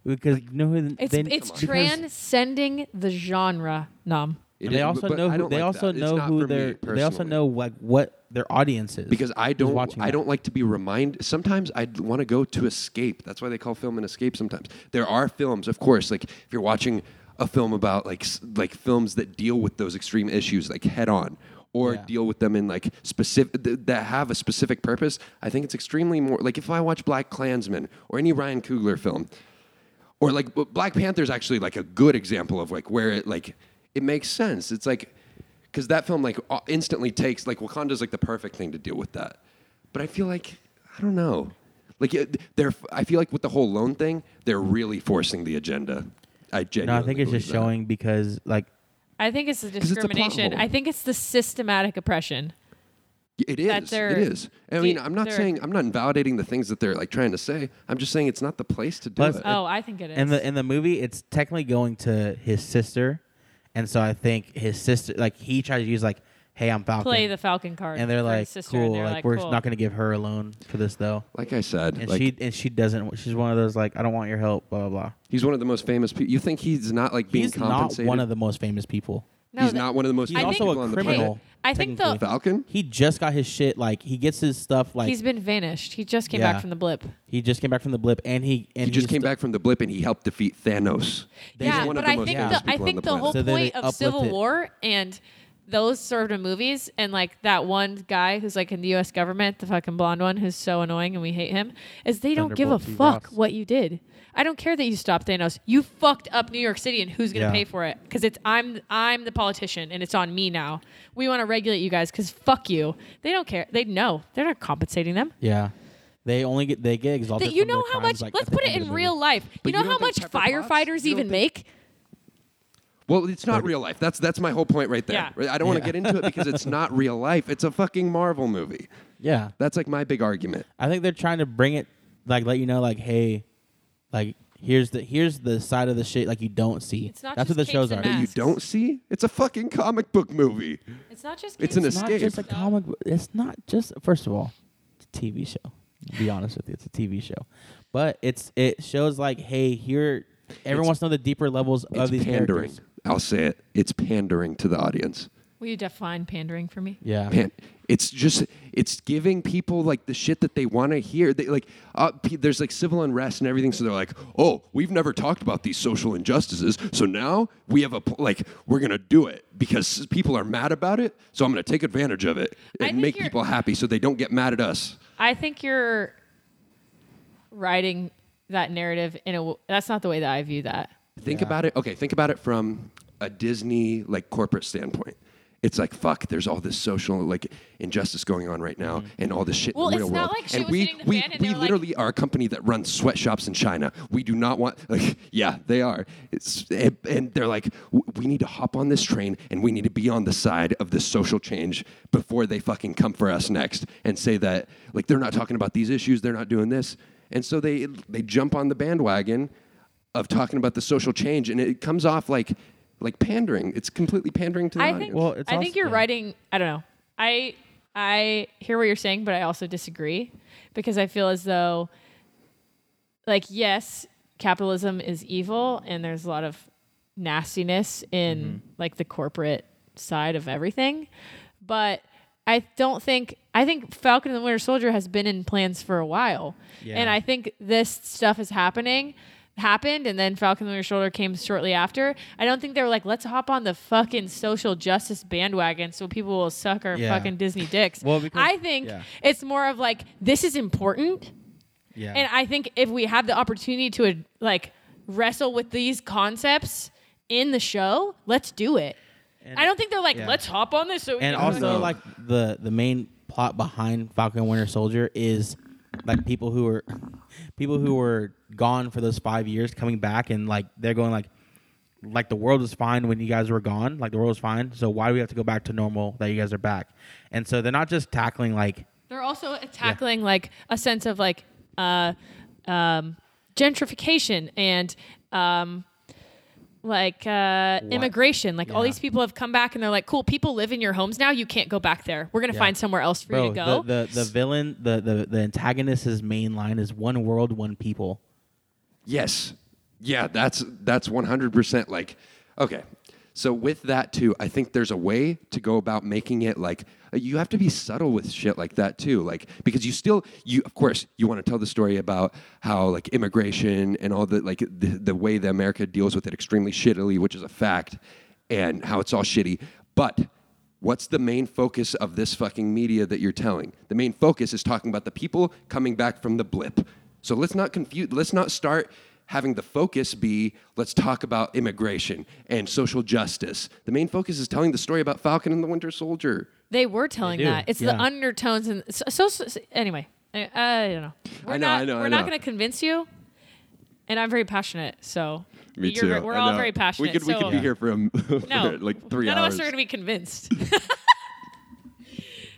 because you know who It's they- it's because transcending the genre, Nom. It they is- also but know. I Who, don't they like also that. It's know not who for me their. They also personally. know like what their audience is. because I who's don't watching I that. don't like to be reminded. Sometimes I want to go to escape. That's why they call film an escape. Sometimes there are films, of course, like if you're watching a film about like s- like films that deal with those extreme issues like head on or Yeah. deal with them in like specific th- that have a specific purpose. I think it's extremely more like if I watch Black Klansman or any Ryan Coogler film, or like but Black Panther's actually like a good example of like where it like it makes sense. It's like because that film like uh, instantly takes like Wakanda's like the perfect thing to deal with that. But I feel like I don't know. Like it, they're, I feel like with the whole loan thing, they're really forcing the agenda. I No, genuinely I think it's believe just that. showing because like I think it's the it's a plot discrimination. hole. I think it's the systematic oppression. It that is. they're- It is. I do- mean, I'm not they're- saying I'm not invalidating the things that they're like trying to say. I'm just saying it's not the place to do Plus- it. Oh, I think it is. in the in the movie, it's technically going to his sister, and so I think his sister like he tries to use like, "Hey, I'm Falcon," play the Falcon card. and they're for his like, sister, and "Cool, they're like, we're cool. not going to give her a loan for this though." like I said, And like, she and she doesn't. She's one of those like, "I don't want your help," blah blah blah. he's one of the most famous people. You think he's not like being He's not compensated? one of the most famous people. No, he's that- not one of the most He's I famous think- also people a on the criminal. planet. I think the- technically. Falcon. he just got his shit. Like he gets his stuff. Like he's been vanished. He just came Yeah. back from the blip. he just came back from the blip, and he and He just he's came st- back from the blip and he helped defeat Thanos. They yeah, just- one of but the I most think famous the I people on think the the, planet. whole So then point they of Civil uplift it. War and those sort of movies and like that one guy who's like in the U.S. government, the fucking blonde one who's so annoying and we hate him, is they don't give a Thunderbolt T. fuck Ross. what you did. I don't care that you stopped Thanos. You fucked up New York City, and who's gonna Yeah. pay for it? Because it's I'm I'm the politician, and it's on me now. We want to regulate you guys because fuck you. They don't care. They know they're not compensating them. Yeah, they only get they get exalted. That you from their know how crimes, much. like, let's at the put it end of in the real movie. light. But You know you how don't much think Pepper Potts- firefighters you don't even think- make. Well, it's not real life. That's that's my whole point right there. Yeah. Right? I don't want to Yeah. get into it because it's not real life. It's a fucking Marvel movie. Yeah, That's like my big argument. I think they're trying to bring it like let you know like hey, like here's the here's the side of the shit like you don't see. It's not That's what just the shows capes are. and That you Masks. don't see? It's a fucking comic book movie. It's not just. It's an kids. It's not escape. just a comic. book- It's not just first of all, it's a TV show. To be honest with you, it's a TV show, but it's it shows like hey here. Everyone It's- wants to know the deeper levels It's of these pandering. characters. I'll say it. It's pandering to the audience. Will you define pandering for me? Yeah. Man, it's just it's giving people like the shit that they want to hear. They like uh, pe- there's like civil unrest and everything, so they're like, oh, we've never talked about these social injustices, so now we have a pl- like we're gonna do it because people are mad about it, so I'm gonna take advantage of it I and think make you're- people happy so they don't get mad at us. I think you're writing that narrative in a. w- That's not the way that I view that. Think about it. Okay, think about it from a Disney like corporate standpoint. It's like fuck. There's all this social like injustice going on right Mm. now, and all this shit Well, in the it's real not world. like shit and was we hitting the we fan and they we were like- literally are a company that runs sweatshops in China. We do not want like yeah they are. It's and, and they're like "W- we need to hop on this train and we need to be on the side of this social change before they fucking come for us next and say that like they're not talking about these issues. They're not doing this, and so they they jump on the bandwagon of talking about the social change, and it comes off like like pandering. It's completely pandering to the I audience. think. Well, it's I think also- you're yeah. writing. I don't know. I I hear what you're saying, but I also disagree because I feel as though, like, yes, capitalism is evil, and there's a lot of nastiness in Mm-hmm. like the corporate side of everything, but. I don't think I think Falcon and the Winter Soldier has been in plans for a while. Yeah. And I think this stuff is happening happened and then Falcon and the Winter Soldier came shortly after. I don't think they were like, let's hop on the fucking social justice bandwagon so people will suck our Yeah. fucking Disney dicks. Well, because- I think yeah. it's more of like this is important Yeah. and I think if we have the opportunity to uh, like wrestle with these concepts in the show, let's do it. I don't think they're like, yeah. let's hop on this. So we and can-" also No. like the the main plot behind Falcon and Winter Soldier is like people who were people who were gone for those five years coming back and like they're going like like the world was fine when you guys were gone like the world was fine so why do we have to go back to normal that you guys are back and so they're not just tackling like They're also tackling like a sense of like uh, um, gentrification and um, like uh, immigration. Like all Yeah. these people have come back and they're like, cool, people live in your homes now. You can't go back there. We're gonna find somewhere else for you bro to go. the, the the villain the the the antagonist's main line is one world one people Yes. Yeah, that's that's 100% like okay. So with that too, I think there's a way to go about making it like uh, you have to be subtle with shit like that too, like because you still you of course you want to tell the story about how like immigration and all the like the, the way that America deals with it extremely shittily, which is a fact, and how it's all shitty, but What's the main focus of this fucking media that you're telling? The main focus is talking about the people coming back from the blip. So let's not confuse, let's not start having the focus be let's talk about immigration and social justice. The main focus is telling the story about Falcon and the Winter Soldier. They were telling do, that. It's the yeah. undertones and so, so, so- anyway. I, I don't know. We're I know, Not, I know, I We're not know. going to convince you. And I'm very passionate, so you're ver- We're I all know. very passionate. We could, we so could be here for, um, No, for like three none hours. of us are going to be convinced.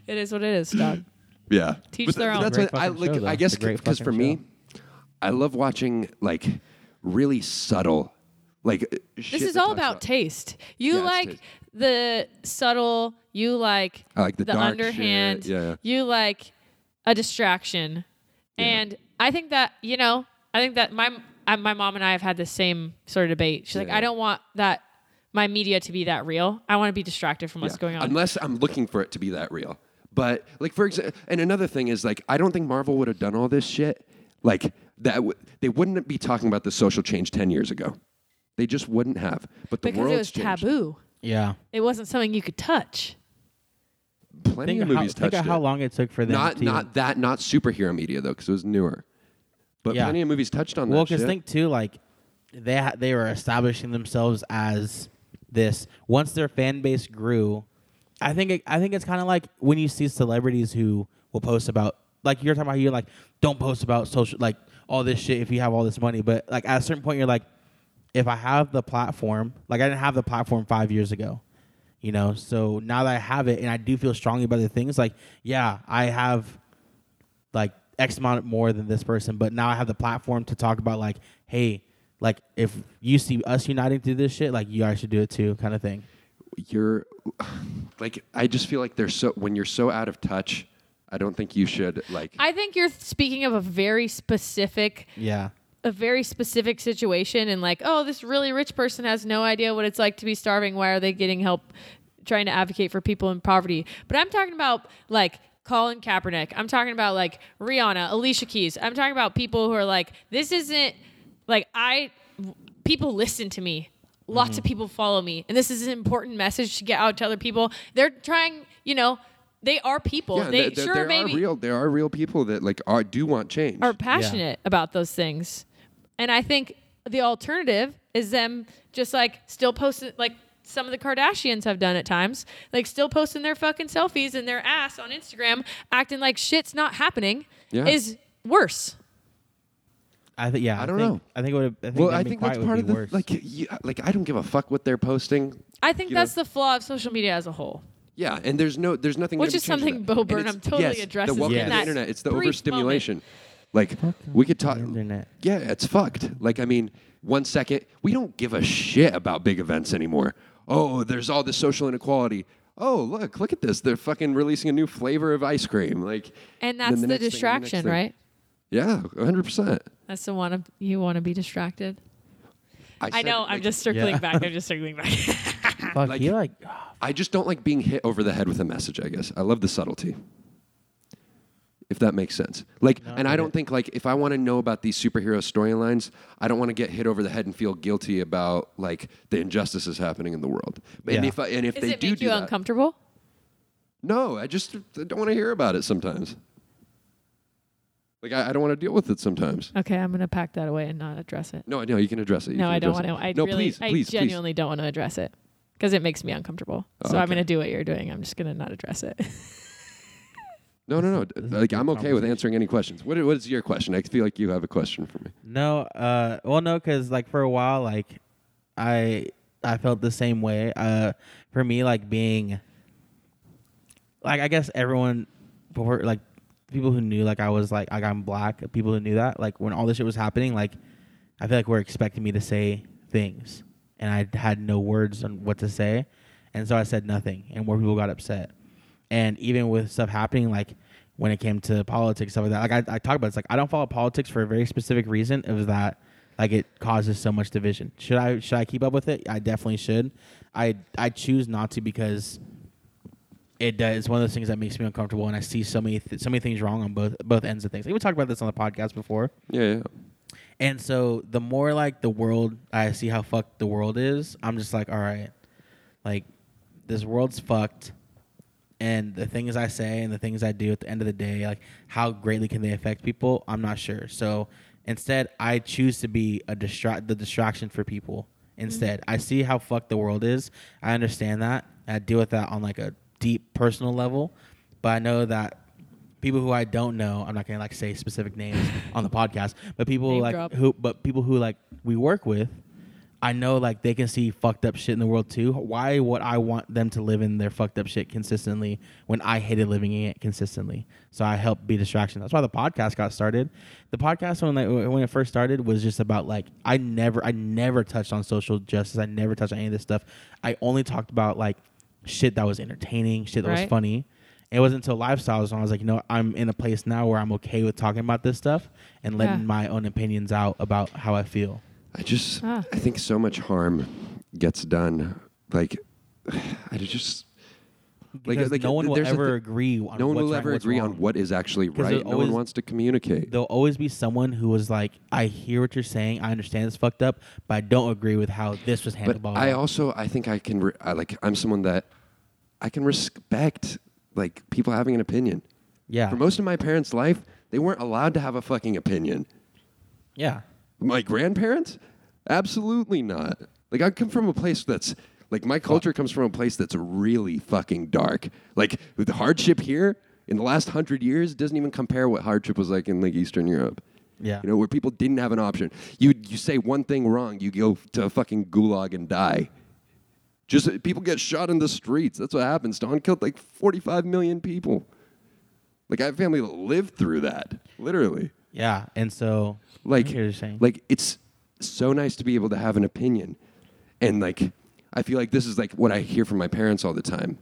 it is what it is, dog. Yeah. Teach But their th- own. That's Great what I fucking look. show, though. I guess It's a great because for fucking me, show. I love watching like really subtle, like This is all about taste. You Yeah, it's like taste. the subtle. You like, I like the dark underhand. shit, yeah. You like a distraction, and I think that you know. I think that my I, my mom and I have had the same sort of debate. She's like, Yeah. I don't want that my media to be that real. I want to be distracted from what's Yeah. going on. Unless I'm looking for it to be that real. But like for example, and another thing is like I don't think Marvel would have done all this shit. Like that, w- they wouldn't be talking about the social change ten years ago. They just wouldn't have. But the because world's it was changed. taboo. Yeah. It wasn't something you could touch. Plenty Think of of how, movies think touched of how it. long it took for them Not to not that not superhero media though, because it was newer. But Yeah. plenty of movies touched on Well, that. because shit. think too, like they ha- they were establishing themselves as this. Once their fan base grew, I think it, I think it's kind of like when you see celebrities who will post about like you're talking about you're like don't post about social like all this shit if you have all this money, but like at a certain point you're like if I have the platform, like I didn't have the platform five years ago. You know, so now that I have it and I do feel strongly about the things, like, yeah, I have like X amount more than this person, but now I have the platform to talk about like, hey, like if you see us uniting through this shit, like you guys should do it too, kind of thing. you're like I just feel like there's so when you're so out of touch. I don't think you should like. I think you're speaking of a very specific Yeah. a very specific situation and like, oh, this really rich person has no idea what it's like to be starving. Why are they getting help trying to advocate for people in poverty? But I'm talking about like Colin Kaepernick. I'm talking about like Rihanna, Alicia Keys. I'm talking about people who are like, this isn't like I people listen to me. Lots Mm-hmm. of people follow me. And this is an important message to get out to other people. They're trying, you know, they are people. and they there, there- sure there maybe are real there are real people that like are do want change. are passionate about those things. And I think the alternative is them just like still posting like some of the Kardashians have done at times, like still posting their fucking selfies and their ass on Instagram, acting like shit's not happening Yeah. is worse. I think yeah. I don't think, know. I think it would. I think well, them I being think that's quiet would part be of the worse. like. You, like I don't give a fuck what they're posting. I think You know- that's the flaw of social media as a whole. Yeah, and there's no there's nothing. Which gonna be is changed with something that. Bo And it's- Burnham totally yes, addresses The welcome in to the that internet. It's the brief overstimulation. Like we could talk. internet. Yeah, it's fucked. Like I mean, one second we don't give a shit about big events anymore. Oh, there's all this social inequality. Oh, look, look at this. They're fucking releasing a new flavor of ice cream. Like, And then that's the, next thing, next distraction, thing. right? Yeah, 100. percent That's the one of, you want to be distracted. I said, know, like, I'm just circling Yeah. back. I'm just circling back. Fuck like- you, like I just don't like being hit over the head with a message, I guess. I love the subtlety. If that makes sense. Like and I don't think like if I want to know about these superhero storylines, I don't want to get hit over the head and feel guilty about like the injustices happening in the world. And Yeah. if I, and if Does they it do make do you that, uncomfortable? No, I just don't want to hear about it sometimes. Like I, I don't want to deal with it sometimes. Okay, I'm going to pack that away and not address it. No, I know you can address it. You No, can I don't address want to. it. I no, really, please, please, I please. genuinely don't want to address it because it makes me uncomfortable. Oh, so I'm okay. going to do what you're doing. I'm just going to not address it. No, no, no. Like I'm okay with answering any questions. What, what is your question? I feel like you have a question for me. No, uh, well, no, because like for a while, like I I felt the same way. Uh, for me, like being like I guess everyone before like people who knew like I was like like I'm black. People who knew that like when all this shit was happening, like I feel like we're expecting me to say things, and I had no words on what to say, and so I said nothing, and more people got upset. And even with stuff happening, like when it came to politics, stuff like that, like I, I talk about, it, it's like I don't follow politics for a very specific reason. It was that like it causes so much division. Should I should I keep up with it? I definitely should. I I choose not to because it does. It's one of those things that makes me uncomfortable, and I see so many th- so many things wrong on both both ends of things. Like, we talked about this on the podcast before, Yeah, yeah. and so the more like the world, I see how fucked the world is. I'm just like, all right, like this world's fucked, and the things I say and the things I do at the end of the day, like how greatly can they affect people? I'm not sure. So instead, I choose to be a distract the distraction for people. Instead, I see how fucked the world is. I understand that. I deal with that on like a deep personal level, but I know that people who I don't know, I'm not gonna like say specific names on the podcast, but people Name like drop. who, but people who like we work with, I know like they can see fucked up shit in the world too. Why would I want them to live in their fucked up shit consistently when I hated living in it consistently? So I help be distraction. That's why the podcast got started. The podcast when like when it first started was just about like I never I never touched on social justice. I never touched on any of this stuff. I only talked about like shit that was entertaining, shit that was funny Right. funny. And It wasn't until lifestyles when I was like, you know, I'm in a place now where I'm okay with talking about this stuff and letting Yeah. my own opinions out about how I feel. I just Ah. I think so much harm gets done. Like I just Because like no one will there's a ever thi- agree on no one what's will right ever and what's agree on wrong. what is actually 'Cause right. there's No one always- wants to communicate. There'll always be someone who was like, I hear what you're saying, I understand it's fucked up, but I don't agree with how this was handled. but blah, blah, I blah." also I think I can re- I like I'm someone that I can respect like people having an opinion. yeah, For most of my parents' life, they weren't allowed to have a fucking opinion. yeah, My grandparents? Absolutely not. Like I come from a place that's like my culture comes from a place that's really fucking dark. Like the hardship here in the last hundred years doesn't even compare what hardship was like in like Eastern Europe. Yeah. You know, where people didn't have an option. You you say one thing wrong, you go to a fucking gulag and die. Just people get shot in the streets. That's what happens. Don killed like forty five million people. Like I have family that lived through that. Literally yeah. And so, I like hear what you're saying. like it's so nice to be able to have an opinion and like i feel like this is like what i hear from my parents all the time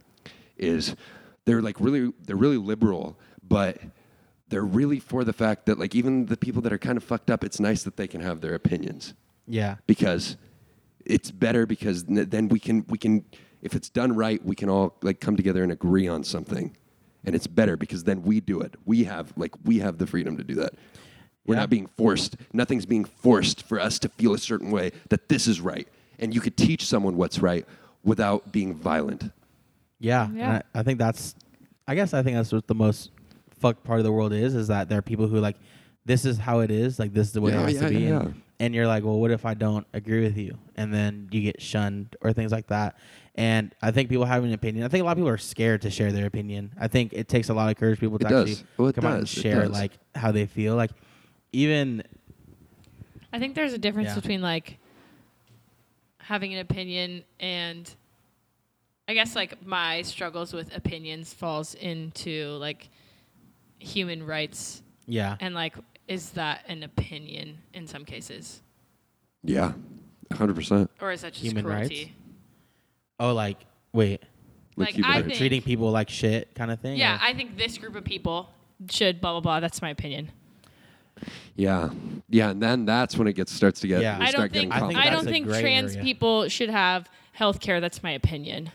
is they're like really they're really liberal but they're really for the fact that like even the people that are kind of fucked up it's nice that they can have their opinions yeah, because it's better because n- then we can we can if it's done right we can all like come together and agree on something and it's better because then we do it we have like we have the freedom to do that we're Yeah. not being forced nothing's being forced for us to feel a certain way that this is right and you could teach someone what's right without being violent Yeah, and Yeah. I, I think that's. I guess I think that's what the most fucked part of the world is. Is that there are people who like, this is how it is. Like this is the way Yeah, it has yeah, to be. yeah, and, yeah. and you're like, well, what if I don't agree with you? And then you get shunned or things like that. And I think people have an opinion. I think a lot of people are scared to share their opinion. I think it takes a lot of courage for people to It does. actually Well, it come out and does. It share does. like how they feel. Like even I think there's a difference Yeah. between like having an opinion and I guess like my struggles with opinions falls into like human rights yeah, and like is that an opinion in some cases yeah 100% or is that just Human cruelty? rights? oh like wait, Like, human I rights. think- treating people like shit kind of thing. Yeah, or- I think this group of people should blah blah blah. That's my opinion. yeah yeah and then that's when it gets starts to get Yeah. we I don't start getting think I I, think complicated. don't that's a think gray trans area. people should have health care. That's my opinion.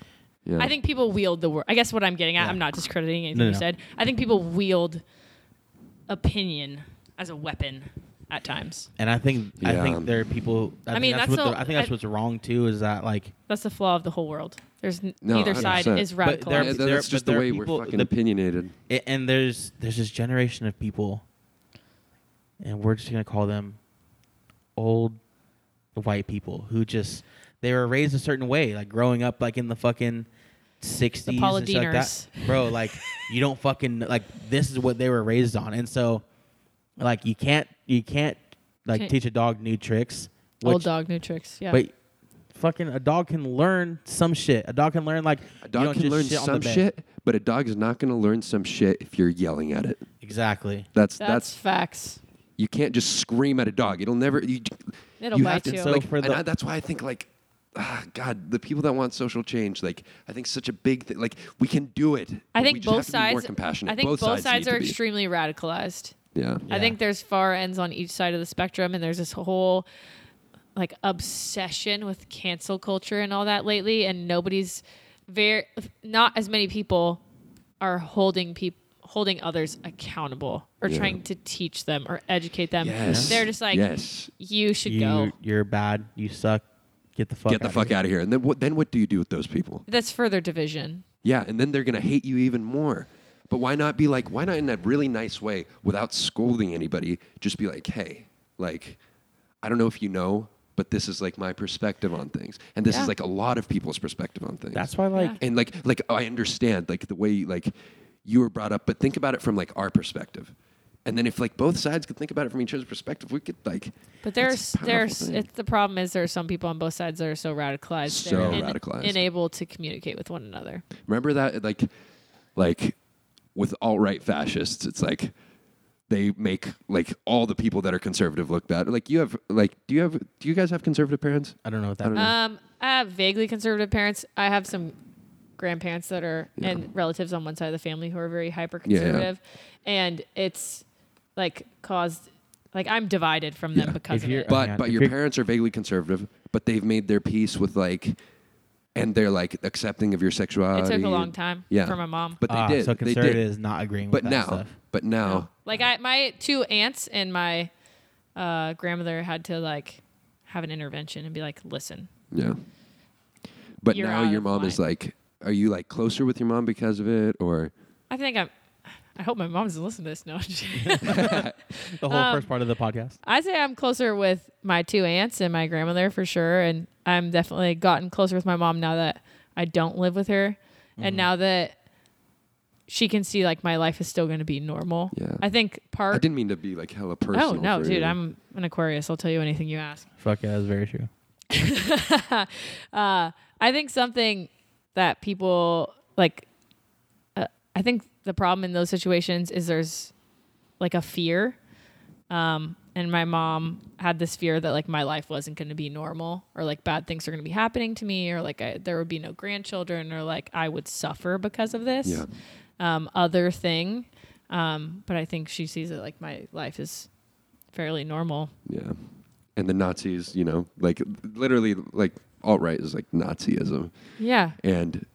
yeah. I think people wield the word. I guess what I'm getting at, Yeah. I'm not discrediting anything No, you no. said. I think people wield opinion as a weapon at times. And I think I Yeah. think there are people. I, mean, that's, what the- the, I think that's I- what's wrong too. Is that like, That's the flaw of the whole world. There's n- No, neither side 100%. is But radical. there- Yeah, there- that's but just the there are way people- we're fucking the- opinionated a- and there's there's this generation of people, and we're just gonna call them old white people who just they were raised a certain way, like growing up like in the fucking sixties Paula and shit like that, Deeners. bro. Like you don't fucking like this is what they were raised on, and so like you can't you can't like Can't- teach a dog new tricks. Old which- dog, new tricks. Yeah. But fucking a dog can learn some shit. A dog can learn like A you dog don't can just learn shit on the some bed. shit, but a dog is not going to learn some shit if you're yelling at it. Exactly. That's that's, that's, facts. you can't just scream at a dog. It'll never. You, It'll you bite have to, you. So like, for and the- I- that's why I think like, ah, God, the people that want social change, like I think such a big thing. Like we can do it. I but think we just both have to be sides. more compassionate. I think both, sides, need are to be. extremely radicalized. Yeah. I think there's far ends on each side of the spectrum, and there's this whole like obsession with cancel culture and all that lately, and nobody's very not as many people are holding people holding others accountable or Yeah. trying to teach them or educate them. Yes. They're just like Yes. you should you, go. You're bad. You suck. Get the fuck. Get the fuck out of here. And then what? Then what do you do with those people? That's further division. Yeah, and then they're gonna hate you even more. But why not be like, why not in that really nice way, without scolding anybody, just be like, hey, like, I don't know if you know, but this is like my perspective on things, and this Yeah. is like a lot of people's perspective on things. That's why, like, and like, like oh, I understand like the way like you were brought up, but think about it from like our perspective, and then if like both sides could think about it from each other's perspective, we could like. But that's there's a powerful there's thing. it's the problem is there are some people on both sides that are so radicalized So they're in- radicalized. unable to communicate with one another. Remember that, like, like with alt right fascists, it's like they make like all the people that are conservative look bad. Like you have, like, do you have, do you guys have conservative parents? I don't know what I don't that means. know. Um, I have vaguely conservative parents. I have some grandparents that are and relatives on one side of the family who are very hyper Yeah, yeah. conservative, and it's like caused like I'm divided from them Yeah. because If of you're- it. But- But yeah, but if your you're- parents are vaguely conservative, but they've made their peace with like, and they're like accepting of your It sexuality. took a long time Yeah. for my mom. But they Ah, did. So they conservative did. is not agreeing But with now, that stuff. but now, Like I, my two aunts and my uh, grandmother had to like have an intervention and be like, "Listen, yeah. But You're now out your of mom is line. like, are you like closer with your mom because of it, or I think I'm. I hope my mom doesn't listen to this. No, I'm just kidding. The whole Um, first part of the podcast. I say I'm closer with my two aunts and my grandmother for sure, and I'm definitely gotten closer with my mom now that I don't live with her, Mm-hmm. and now that she can see like my life is still going to be normal. Yeah. I think part. I didn't mean to be like hella Oh, no, personal. no, for dude, you. I'm an Aquarius. I'll tell you anything you ask. Fuck yeah, that's very true. uh, I think something that people like, uh, I think the problem in those situations is there's like a fear. Um, and my mom had this fear that like my life wasn't going to be normal or like bad things are going to be happening to me or like I, there would be no grandchildren or like I would suffer because of this Yeah. um, other thing. Um, but I think she sees it like my life is fairly normal. Yeah. And the Nazis, you know, like literally like alt right is like Nazism. Yeah. And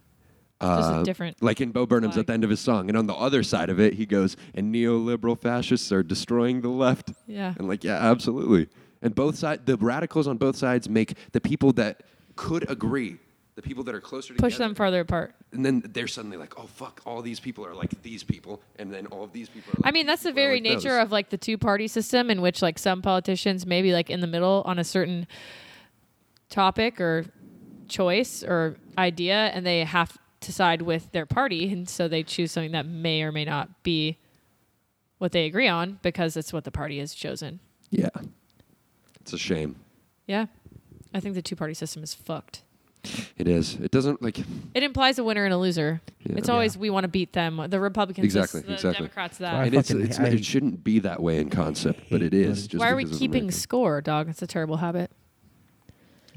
uh, Just a different like in Bo Burnham's flag. at the end of his song. And on the other side of it, he goes, and neoliberal fascists are destroying the left. Yeah. And like, yeah, absolutely. And both sides, the radicals on both sides make the people that could agree, the people that are closer Push together, them farther apart. And then they're suddenly like, oh, fuck, all these people are like these people. And then all of these people are like, I mean, that's the people are very like nature those. of like the two party system in which like some politicians maybe like in the middle on a certain topic or choice or idea and they have to side with their party and so they choose something that may or may not be what they agree on because it's what the party has chosen. Yeah. It's a shame. Yeah. I think the two party system is fucked. It is. It doesn't like. It implies a winner and a loser. Yeah. It's always we want to beat them. The Republicans this, Exactly, the exactly. Democrats That's why I that. and it's, fucking it's hate- it shouldn't be that way in concept, but it hate is. politics. Just Why are we because of keeping America. score, dog? It's a terrible habit.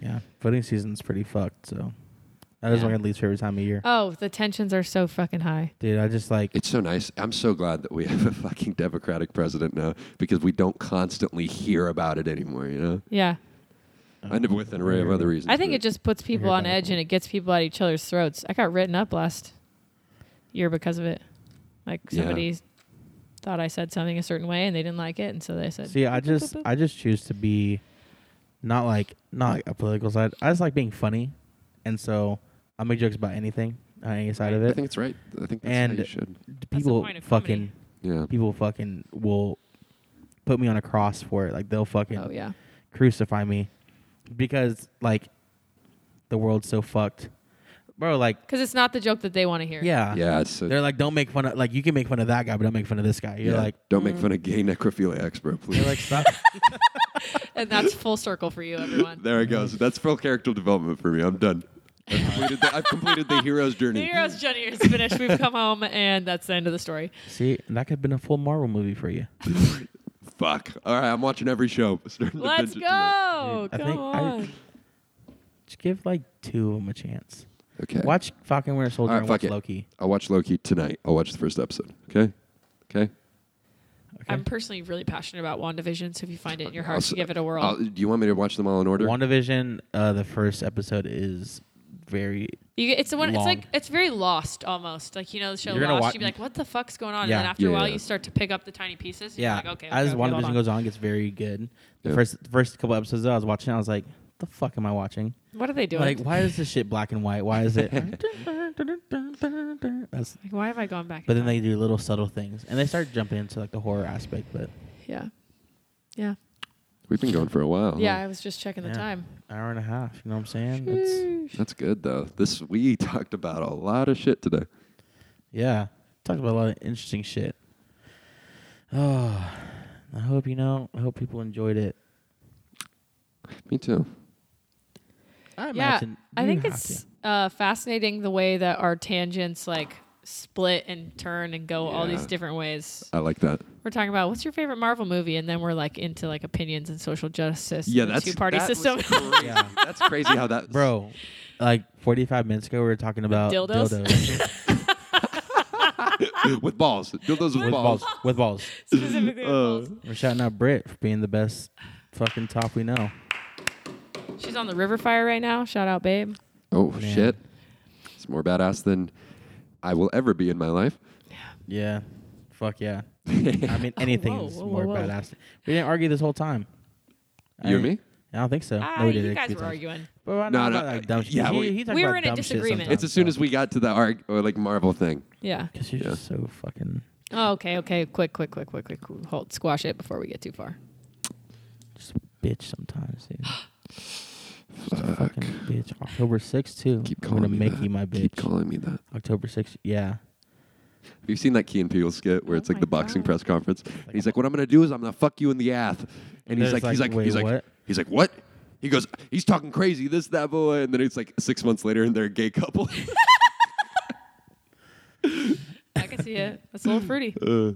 Yeah, voting season's pretty fucked. So that is Yeah. my least favorite time of year. Oh, the tensions are so fucking high. Dude, I just like It's so nice. I'm so glad that we have a fucking Democratic president now because we don't constantly hear about it anymore. You know, Yeah. Oh, I know with an array of other reasons. I think but it just puts people on about edge it. and it gets people at each other's throats. I got written up last year because of it. Like Yeah. somebody thought I said something a certain way and they didn't like it and so they said See, I boop, boop, just boop, boop. I just choose to be not like not like a political side. I just like being funny, and so I make jokes about anything on any side of I it. think it's right. I think that's how you and should. the people point of fucking Yeah. people fucking will put me on a cross for it. Like they'll fucking Oh yeah. crucify me because like the world's so fucked, bro. Like Cuz it's not the joke that they want to hear. yeah, Yeah. It's a, They're like, don't make fun of like you can make fun of that guy, but don't make fun of this guy. You're yeah. like, don't Mm. make fun of gay necrophiliacs, bro. Please. you're like stop. And that's full circle for you everyone. there it goes. That's full character development for me. I'm done. I've completed the, I've completed the hero's the journey. hero's journey is finished. We've come home and that's the end of the story. See, that could have been a full Marvel movie for you. Fuck. All right. I'm watching every show. Starting to Let's binge it tonight. go. Dude, I Come think I- on. Just give like two of them a chance. Okay. Watch Falcon Winter Soldier All right, and fuck watch it. Loki. I'll watch Loki tonight. I'll watch the first episode. Okay? Okay? I'm personally really passionate about WandaVision, so if you find it in your I'll heart s- to give it a whirl. I'll- Uh, do you want me to watch them all in order? WandaVision, uh, the first episode is very. You get, it's the one. It's Long. like it's very lost almost. Like you know the show You're gonna Lost. wa- You'd be like, what the fuck's going on? Yeah. And then after a Yeah, while, yeah. you start to pick up the tiny pieces. Yeah, You're like, okay, okay, as okay, hold WandaVision on. goes on, it gets very good. The Yeah. first first couple episodes that I was watching, I was like, "The fuck am I watching? what are they doing? Like, Like, why is this shit black and white? Why is it?" That's, why have I gone back? but in then they do little subtle things, and they start jumping into like the horror aspect. But time? yeah, yeah, We've been going for a while. yeah. I was just checking Yeah. the time. hour and a half, you know what I'm saying? It's That's good though. This we talked about a lot of shit today. yeah, talked about a lot of interesting shit. Oh, I hope you know. I hope people enjoyed it. Me too. I yeah, imagine I you think have it's to. uh, fascinating the way that our tangents like split and turn and go all these Yeah. different ways. I like that. We're talking about what's your favorite Marvel movie, and then we're like into like opinions and social justice. Yeah, and that's two party that was system. crazy. Yeah. That's crazy how that bro. Like 45 minutes ago, we were talking about dildos? dildos. with balls. Dildos with with balls. balls. With balls. Specifically, with Uh, balls. We're shouting out Britt for being the best fucking top we know. she's on the river fire right now. Shout out, babe. Oh Man. shit. It's more badass than I will ever be in my life. Yeah. Fuck yeah. I mean, anything's whoa, more whoa, whoa. badass. We didn't argue this whole time. I You and didn't- me? I don't think so. Ah, no, we didn't. you guys We were talked- arguing. But we're not No, about, no, like, uh, dumb yeah, shit. He- we- he talked We were about in a dumb shit disagreement. sometimes, It's as soon as we got to the arg- or like Marvel thing. Yeah. Because you're Yeah. just so fucking. Oh, okay. Okay. Quick. Quick. Quick. Quick. Quick. cool. Hold. Squash it before we get too far. Just a bitch sometimes, dude. Just a fucking bitch. October 6th, too. Keep I'm calling gonna me make that. you my bitch. Keep calling me that. October 6th. Yeah. Have you seen that Key and Peele skit where Oh it's like my the boxing God. press conference? And he's like, "What I'm gonna do is I'm gonna fuck you in the ass," and he's There's like, he's like, like, "Wait, he's like, what?" he's like, what? He goes, he's talking crazy, this that boy, and then it's like six months later, and they're a gay couple. I can see it. That's a little fruity. Uh,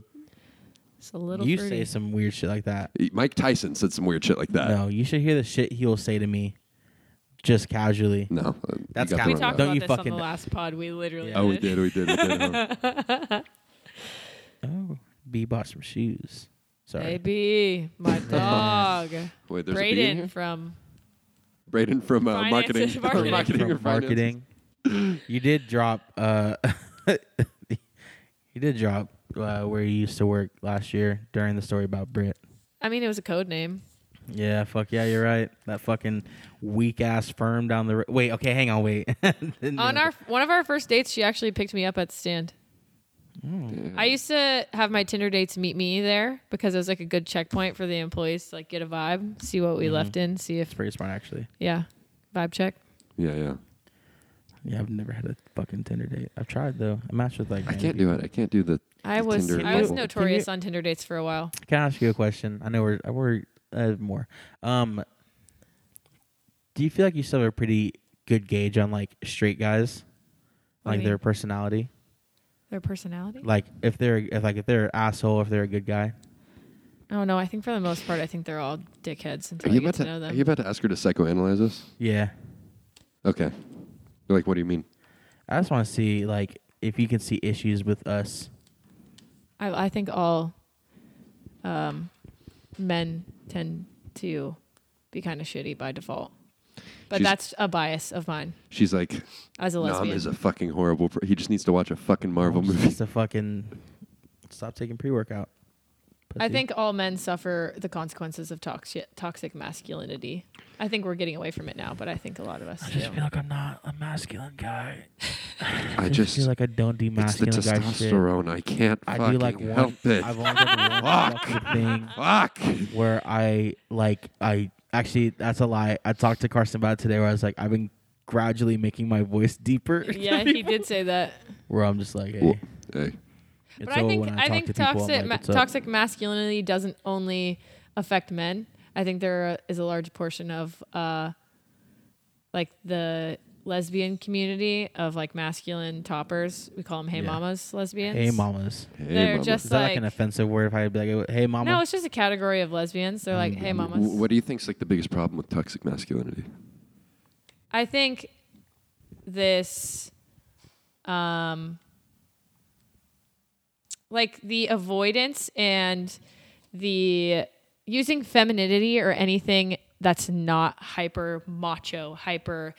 It's a little you fruity. say some weird shit like that. Mike Tyson said some weird shit like that. no, you should hear the shit he will say to me, just casually. no, uh, you That's got the kinda- we wrong talked guy. Don't about you this fucking- on the last pod. We literally. Oh, we did, we did, we did. Oh, B bought some shoes. Sorry. Baby, my dog, Wait, there's a bee in Braden here? from. Braden from uh, Finance marketing, and marketing. marketing, or From marketing. you did drop. Uh, you did drop uh, where you used to work last year during the story about Brit. I mean, it was a code name. Yeah, fuck yeah, you're right. That fucking weak ass firm down the ro- wait. Okay, hang on, wait. Didn't On know our one of our first dates, she actually picked me up at the stand. finance. I used to have my Tinder dates meet me there because it was like a good checkpoint for the employees to like get a vibe, see what we left in, see if It's pretty smart actually. yeah, vibe check. Yeah, yeah. Yeah, I've never had a fucking Tinder date. I've tried though. I matched with like. I can't do it. I can't do the. I the was Tinder I was level. notorious Tinder- on Tinder dates for a while. Can I ask you a question? I know we're I worry uh, more. Um, do you feel like you still have a pretty good gauge on like straight guys, What do you like their mean? personality? Their personality? Like if they're if like if they're an asshole, if they're a good guy. I don't know. Oh, I think for the most part, I think they're all dickheads Are until you you about to? get to, know Are them. you about to ask her to psychoanalyze us? Yeah, Okay. You're like, what do you mean? I just want to see like if you can see issues with us. I, I think all um, men tend to be kind of shitty by default, but She's- that's a bias of mine She's like, as a Nom lesbian. is a fucking horrible. Pr- he just needs to watch a fucking Marvel movie. Oh, Just to fucking stop taking pre workout. I think all men suffer the consequences of toxic toxic masculinity. I think we're getting away from it now, but I think a lot of us do. like I'm not a masculine guy. I just, feel like I don't do it's the masculine guy shit. testosterone. I can't I fucking do like one. help it. I've only done one Fuck. fucking thing Fuck. where I like I actually that's a lie. I talked to Carson about it today where I was like I've been gradually making my voice deeper. yeah, he did say that. Where I'm just like, hey, Well, hey, it's but I over think when I, I, talk think to people, I'm toxic like, ma- what's up? toxic masculinity doesn't only affect men. I think there uh, is a large portion of uh, like the lesbian community of like masculine toppers. We call them hey Yeah. mamas lesbians. Hey mamas. hey, They're mama. just Is that like, an Like- offensive word if I be like hey mama? No, it's just a category of lesbians. They're Um, like hey mamas. W- What do you think's like the biggest problem with toxic masculinity? I think this um like the avoidance and the using femininity or anything that's not hyper macho, hyper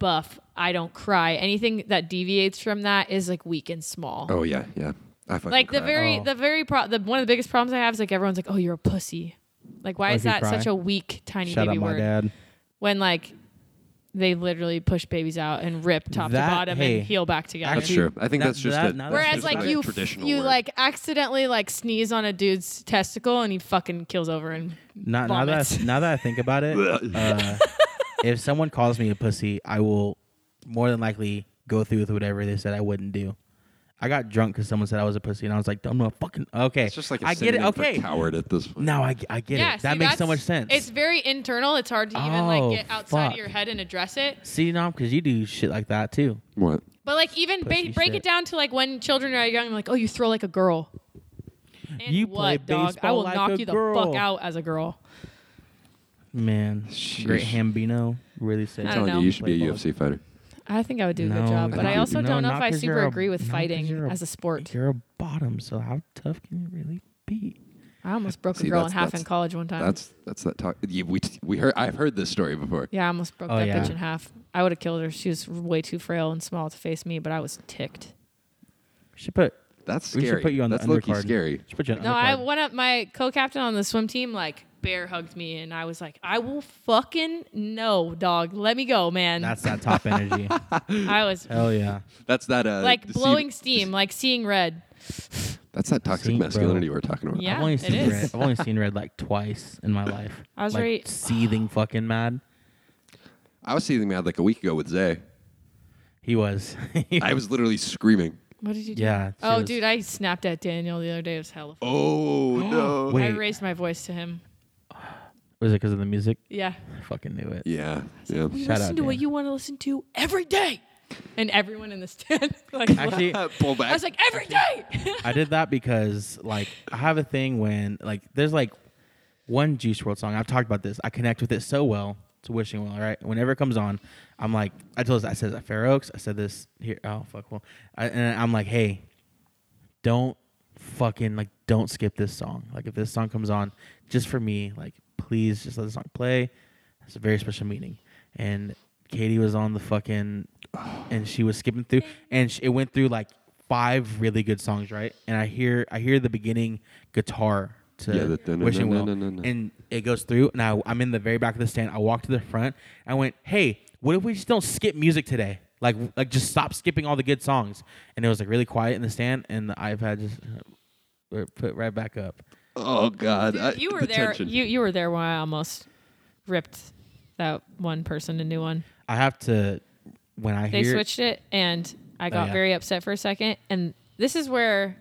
buff, I don't cry. Anything that deviates from that is like weak and small. Oh yeah, yeah. I fucking like the cry. very Oh. the very pro- the one of the biggest problems I have is like everyone's like, "Oh, you're a pussy." Like why Or is Oh, if you that cry. such a weak tiny Shout baby out my word? dad. When like they literally push babies out and rip top That- to bottom hey, and heel back together. That's Actually, true. I think that- that's just that- a, now that's that's Whereas just like a you traditional you word. like accidentally like sneeze on a dude's testicle and he fucking kills over and Now, now that Vomits. now that I think about it, uh, if someone calls me a pussy, I will more than likely go through with whatever they said I wouldn't do. I got drunk because someone said I was a pussy, and I was like, "I'm a fucking okay." it's just like a I get it. synonym for Okay, coward at this point. now I, I get yeah, it. see, That makes so much that's- sense. It's very internal. It's hard to even Oh, like get outside fuck. of your head and address it. see, no, because you do shit like that too. What? But like even ba- Pussy break shit. it down to like when children are young, like oh you throw like a girl. And You play what dog? I baseball will like a knock you the girl. fuck out as a girl. Man, great Sheesh. Hambino really said. I I'm don't telling know. you, you should be a Play ball. UFC fighter. I think I would do a No, good job, but not- I also no, don't know if not I 'cause super you're a- agree with not 'cause fighting you're a- as a sport. You're a bottom, so how tough can you really be? I almost broke See, a girl in that's- half that's- in college one time. That's that's that talk. You, we we heard. I've heard this story before. yeah, I almost broke Oh, that yeah. bitch in half. I would have killed her. She was way too frail and small to face me, but I was ticked. Should put That's we scary. should put you on that's the low-key undercard. scary. Should put you on No, I undercard. one of my co-captain on the swim team like bear hugged me, and I was like, I will fucking no, dog. Let me go, man. That's Uh, that top energy. I was Hell yeah. That's that. Uh, like deceit- blowing steam, like seeing red. That's that toxic Seeing, bro. masculinity we're talking about. Yeah, I've only it seen is. red. I've only seen red like twice in my life. I was like very- seething fucking mad. I was seeing mad like a week ago with Zay. He was. I was literally screaming. What did you do? Yeah. she Oh, was- dude, I snapped at Daniel the other day. It was hella. Fun. Oh no. Wait. I raised my voice to him. was it because of the music? Yeah. I fucking knew it. Yeah. Yeah. We Shout listen out, to what Dan. you want to listen to every day, and everyone in the stand. like, Actually, Pull back. I was like, every day. I did that because like I have a thing when like there's like one Juice World song. I've talked about this. I connect with it so well. It's wishing well, right? Whenever it comes on, I'm like, I told this. I said this at Fair Oaks. I said this here. Oh fuck, well, I, and I'm like, hey, don't fucking like, don't skip this song. Like, if this song comes on, just for me, like, please just let the song play. It's a very special meeting. And Katie was on the fucking, and she was skipping through, and sh- it went through like five really good songs, right? And I hear, I hear the beginning guitar to Yeah, the dun-dun-dun-dun-dun-dun. Wishing Well, and it goes through, and I, I'm in the very back of the stand. I walk to the front. I went, hey, what if we just don't skip music today? Like, like just stop skipping all the good songs. And it was like really quiet in the stand, and the iPad just uh, put right back up. oh god. I- you were the there. tension. You you were there when I almost ripped that one person a new one. I have to when I They hear switched it, and I got Oh, yeah. very upset for a second. And this is where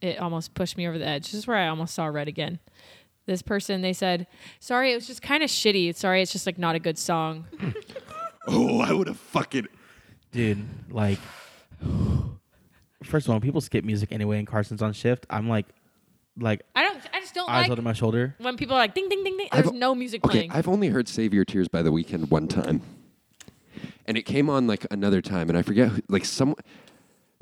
it almost pushed me over the edge. This is where I almost saw red again. This person, they said, "Sorry, it was just kind of shitty. Sorry, it's just like not a good song." Oh, I would have fucking. dude, like, first of all, people skip music anyway, and Carson's on shift. I'm like, like I don't. I just don't eyes like over my shoulder. when people are like ding ding ding ding. I've- There's no music Okay, playing. I've only heard "Save Your Tears" by The Weekend one time, and it came on like another time, and I forget. Who, like some,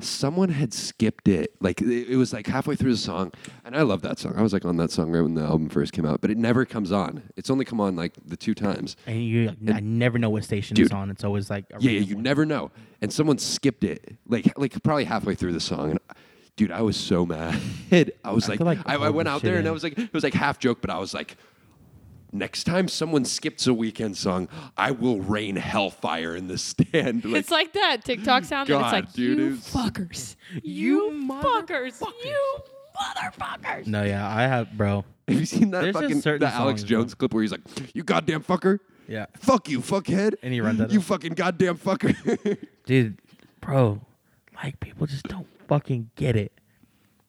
someone had skipped it. Like it, it was like halfway through the song, and I love that song. I was like on that song right when the album first came out, but it never comes on. It's only come on like the two times. And you, like, I never know what station Dude. it's on. It's always like, a Yeah, yeah, random you one. never know. And someone skipped it, like like probably halfway through the song. And dude, I was so mad. I was I like, feel like I, I all went the out shit there and I in- was like, it was like half joke, but I was like, next time someone skips a weekend song, I will rain hellfire in the stand. Like, it's like that TikTok mm, sound. that God, it's like dude, you it's- fuckers, You you fuckers, you motherfuckers. No, yeah, I have, bro. have you seen that There's just fucking the certain Alex songs, Jones clip where he's like, you goddamn fucker. Yeah. Fuck you, fuckhead. And he runs at You him. fucking goddamn fucker. dude, bro, like people just don't fucking get it.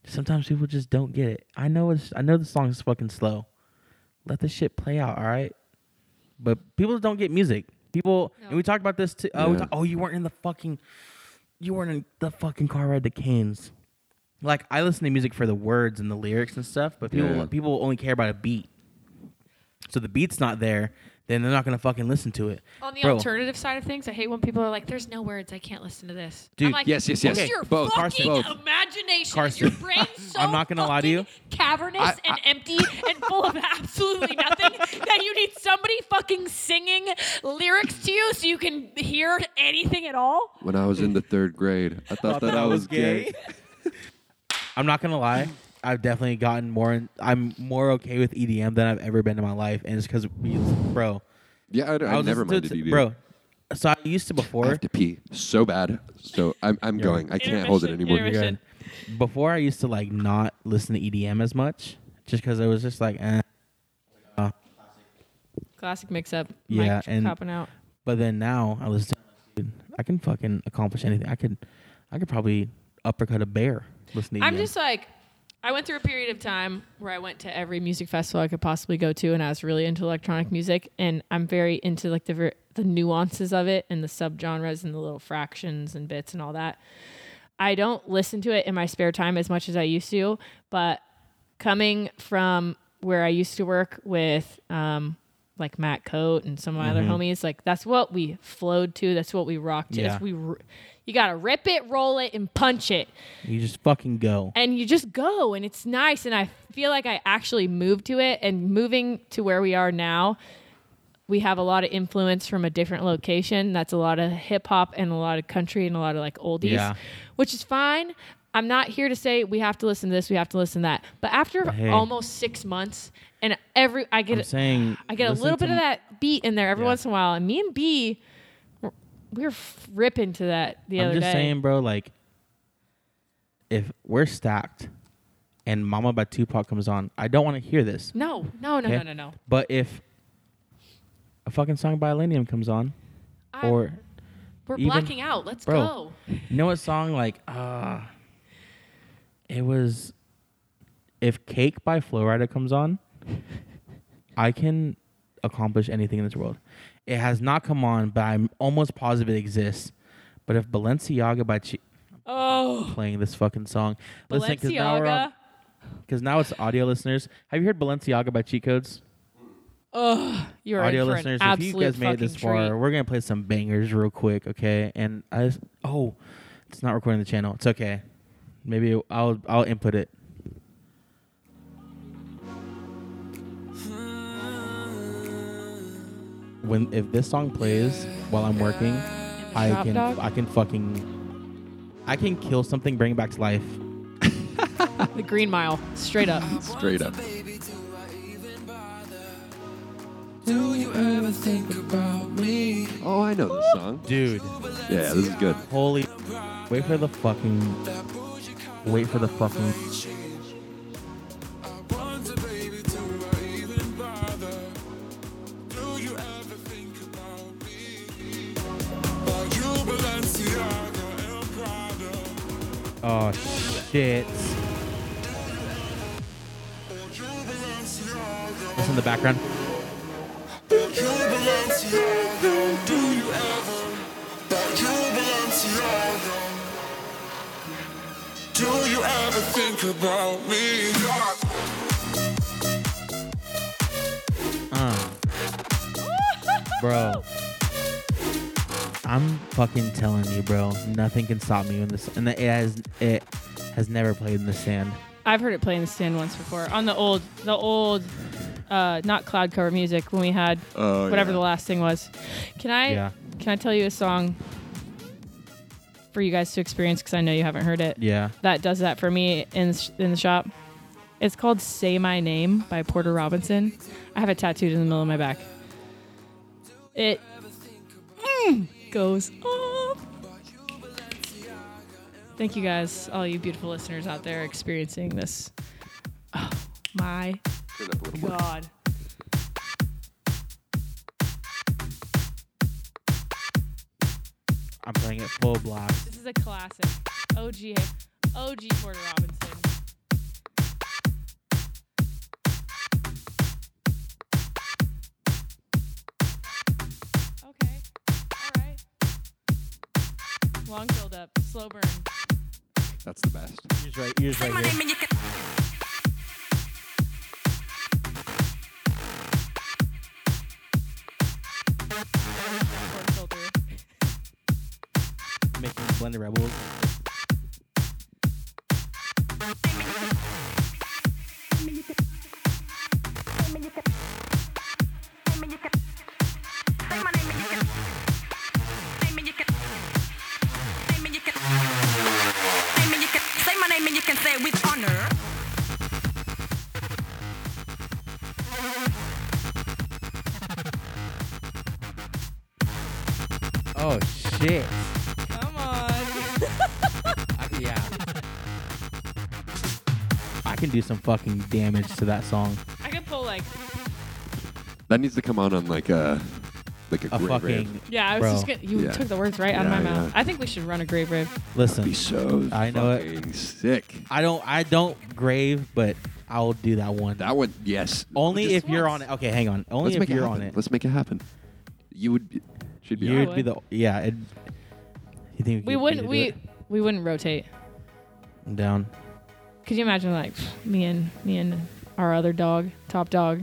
Sometimes people just don't get it. I know it's I know the song is fucking slow. Let the shit play out, all right? But people don't get music. People and we talked about this too. Oh, we Yeah. ta- oh, you weren't in the fucking you weren't in the fucking car ride the Canes. Like I listen to music for the words and the lyrics and stuff, but people Yeah. people only care about a beat. So the beat's not there. then they're not gonna fucking listen to it. On the Bro. alternative side of things, I hate when people are like, "There's no words. I can't listen to this." Dude, I'm like, yes, yes, yes. "Use Your Both. fucking Both. imagination. Carson. Your brain's so I'm not gonna lie to you. fucking cavernous I- and I- empty and full of absolutely nothing that you need somebody fucking singing lyrics to you so you can hear anything at all. When I was in the third grade, I thought, that, I was gay. I'm not gonna lie. I've definitely gotten more. In, I'm more okay with EDM than I've ever been in my life, and it's because we, bro. Yeah, I, I, was never listening minded to- EDM. bro. So I used to I before. have to pee so bad, so I'm, I'm going. I can't hold it Intermission, anymore. intermission. Good. Before I used to like not listen to EDM as much, just because it was just like, eh. Classic mix-up. Yeah, Mic and- popping out. But then now I listen. To, dude, I can fucking accomplish anything. I could, I could probably uppercut a bear. Listening. E I'm just like, I went through a period of time where I went to every music festival I could possibly go to, and I was really into electronic music, and I'm very into like the ver- the nuances of it and the subgenres and the little fractions and bits and all that. I don't listen to it in my spare time as much as I used to, but coming from where I used to work with um, like Matt Coat and some of my other homies, like that's what we flowed to. That's what we rocked to. Yeah. That's- We r- you gotta rip it, roll it, and punch it you just fucking go. and you just go and it's nice and i feel like i actually moved to it and moving to where we are now we have a lot of influence from a different location that's a lot of hip hop and a lot of country and a lot of like oldies Yeah. which is fine i'm not here to say we have to listen to this we have to listen to that but after Hey. almost 6 months and every i I'm get saying. I get a listen little bit to of that beat in there every Yeah. once in a while and me and B we're- we were f- ripping to that the I'm other just day saying, bro. Like, if we're stacked, and Mama by Tupac comes on, I don't want to hear this. no no no okay? no no no But if a fucking song by Illenium comes on, I'm- or we're even- blacking out let's Bro. go you know what song like ah, it was. If Cake by Flow Rider comes on, I can accomplish anything in this world. It has not come on, but I'm almost positive it exists. But if Balenciaga by Chi Oh, playing this fucking song. Listen, 'cause now we're Balenciaga. on- Because now it's audio listeners. Have you heard Balenciaga by Cheat Codes? You're audio in for listeners, an if absolute you guys made it this fucking far, treat. we're gonna play some bangers real quick, okay? And I just, oh, it's not recording the channel. It's okay. Maybe I'll I'll input it. When if this song plays while I'm working, I shop, can dog? I can fucking I can kill something, bring it back to life. the Green Mile, straight up. Straight up. Do you ever think about me? Oh, I know this song. Dude, Yeah, this is good. holy. Wait for the fucking. Wait for the fucking. Wonder, baby, do I even bother? Do you ever think about me? Are you Balenciaga and Prada? Oh, shit. Are you Balenciaga? That's in the background. Are you Balenciaga? Do you ever? Are you Balenciaga? Do you ever think about me? God. Uh. Bro. I'm fucking telling you, bro. Nothing can stop me in this. And it has, it has never played in the sand. I've heard it play in the stand once before on the old, the old, uh, not cloud cover music when we had Oh, whatever yeah. the last thing was. Can I? Yeah. Can I tell you a song for you guys to experience? Because I know you haven't heard it. Yeah. That does that for me in the sh- in the shop. It's called "Say My Name" by Porter Robinson. I have it tattooed in the middle of my back. It mm, goes off. Thank you guys, all you beautiful listeners out there experiencing this. Oh my Turn it up a little more. god. I'm playing it full blast. This is a classic. OG OG Porter Robinson. Okay. All right. Long build up, slow burn. That's the best. You're just right, you're just right here. Blended Rebels. Say my name and you can say it with honor. Oh shit! Come on. yeah. I can do some fucking damage to that song. I could pull like That needs to come on on like a like a, A grave rave. fucking yeah. I was Bro. just gonna you Yeah. took the words right out of Yeah, my mouth. yeah. I think we should run a grave rave. Be listen. so uh, I know it. fucking sick. I don't. I don't grave, but I'll do that one. That one, yes. Only Just if you're on once. it. Okay, hang on. Only Let's if make it you're happen. on it. Let's make it happen. You would be, should be. on Yeah. You'd be the yeah. It, you think We could- wouldn't could do we it? we wouldn't rotate. I'm down. Could you imagine like me and me and our other dog, top dog?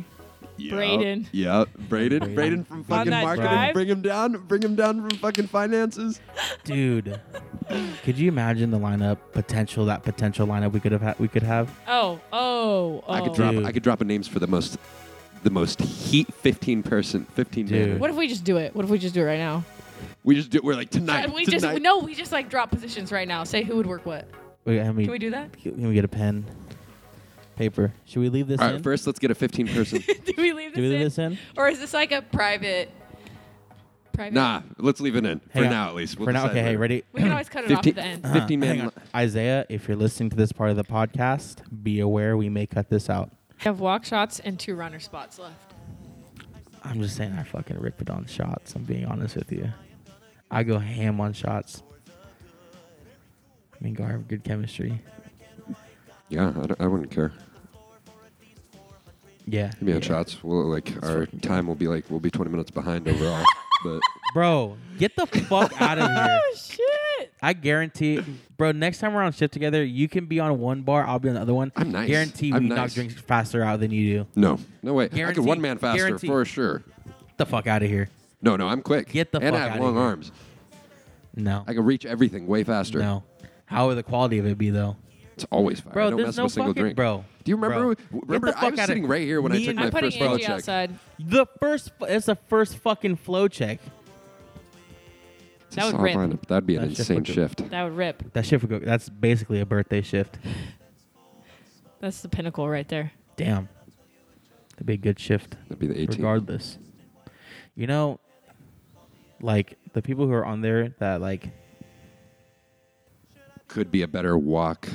Yep. Braden. Yep. Braden. Braden. Braden from fucking that marketing. drive? Bring him down. Bring him down from fucking finances. Dude, could you imagine the lineup potential? That potential lineup we could have. had we could have. Oh, oh, oh. I could drop. Dude. I could drop a names for the most, the most heat. Fifteen person. Fifteen. Dude. man. What if we just do it? What if we just do it right now? We just do. We're like tonight. we tonight. just no, we just like drop positions right now. Say who would work what. Wait, how many- Can we do that? Can we get a pen, paper? Should we leave this All in? right. First, let's get a fifteen person. do we leave this, do we leave in? this in? Or is this like a private private nah. Let's leave it in for Hang on. now at least. We'll For now, decide okay. Hey, later. ready? We can always cut it off at 15 the end. Uh-huh. 15 man Hang on. li- Isaiah, if you're listening to this part of the podcast, be aware we may cut this out. I have walk shots and two runner spots left. I'm just saying, I fucking rip it on shots. I'm being honest with you. I go ham on shots. I mean, go have good chemistry. Yeah. I, don't- I wouldn't care. Yeah. Give me yeah. on shots. We'll like our time will be like we'll be twenty minutes behind overall. but Bro, get the fuck out of here. Shit. I guarantee, bro. Next time we're on shift together, you can be on one bar, I'll be on the other one. I'm nice. Guarantee I'm we knock nice. drinks faster out than you do. no. No way. I could Guaranteed. one man faster Guaranteed. for sure. Get the fuck out of here. No, no, I'm quick. Get the and fuck I have outta long here. arms. No. I can reach everything way faster. No. How would the quality of it be though? It's always fire. I Bro, don't mess there's no with a single fucking drink. bro. Do you remember? Bro. Get Remember, the I fuck was outta- sitting right here when I Me took and- my I'm putting first flow Angie check. outside. The first it's the first fucking flow check. It's a That would solid rip. lineup. That'd be an That shift insane would go- shift. That would rip. That shift would go. That's basically a birthday shift. That's the pinnacle right there. Damn. That'd be a good shift. That'd be the 18. regardless. You know, like the people who are on there that like Could be a better walk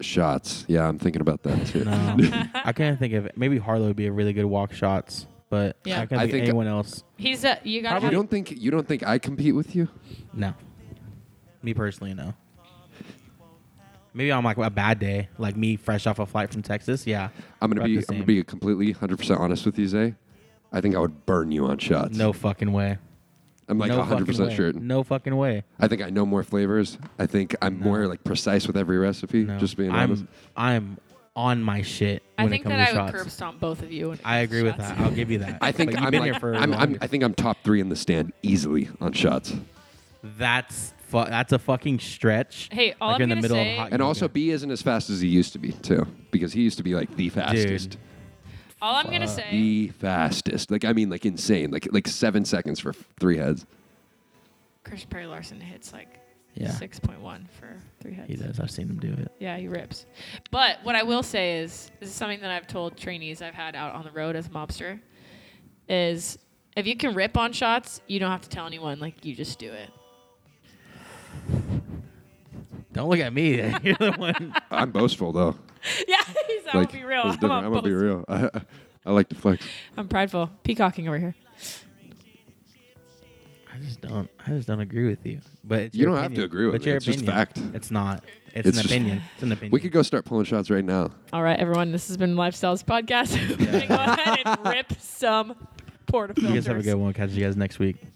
shots. Yeah, I'm thinking about that too. no, I can't think of maybe Harlow would be a really good walk shots, but Yeah. I can't I think, think- of anyone else. He's a you gotta You have, don't think you don't think I compete with you? No, me personally, no. Maybe on like a bad day, like me fresh off a flight from Texas. Yeah, I'm gonna About be the I'm gonna same. be completely 100 percent honest with you, Zay. I think I would burn you on shots. no fucking way. I'm like no 100 fucking percent way. sure. No fucking way. I think I know more flavors. I think I'm more like precise with every recipe. No. Just being honest. I'm I'm on my shit I when think it comes that I to would shots. curb stomp both of you. I agree with that. I'll give you that. I think But you've I'm been like, here for I'm, I'm, longer. I think I'm top three in the stand easily on shots. That's fu- that's a fucking stretch. Hey, all like I'm you're in the gonna middle say- of hot And yoga. also, B isn't as fast as he used to be too, because he used to be like the fastest, All I'm gonna say the fastest. Like I mean, like insane, like like seven seconds for f- three heads. Chris Perry Larson hits like Yeah. six point one for three heads. he does. I've seen him do it. Yeah, he rips. But what I will say is, this is something that I've told trainees I've had out on the road as a mobster, is if you can rip on shots, you don't have to tell anyone. Like you just do it. Don't look at me. You're the one. I'm boastful though. yeah, he's, I'm Like, gonna be real. it's different. on I'm gonna be both. real. I, I like to flex. I'm prideful, peacocking over here. I just don't. I just don't agree with you. But it's You your don't have to opinion. agree with But me. your It's just opinion. fact. It's not. It's, It's an just- opinion. It's an opinion. We could go start pulling shots right now. All right, everyone, this has been Lifestyles Podcast. We're gonna go ahead and rip You some guys have a portafilters. good one. Catch you guys next week.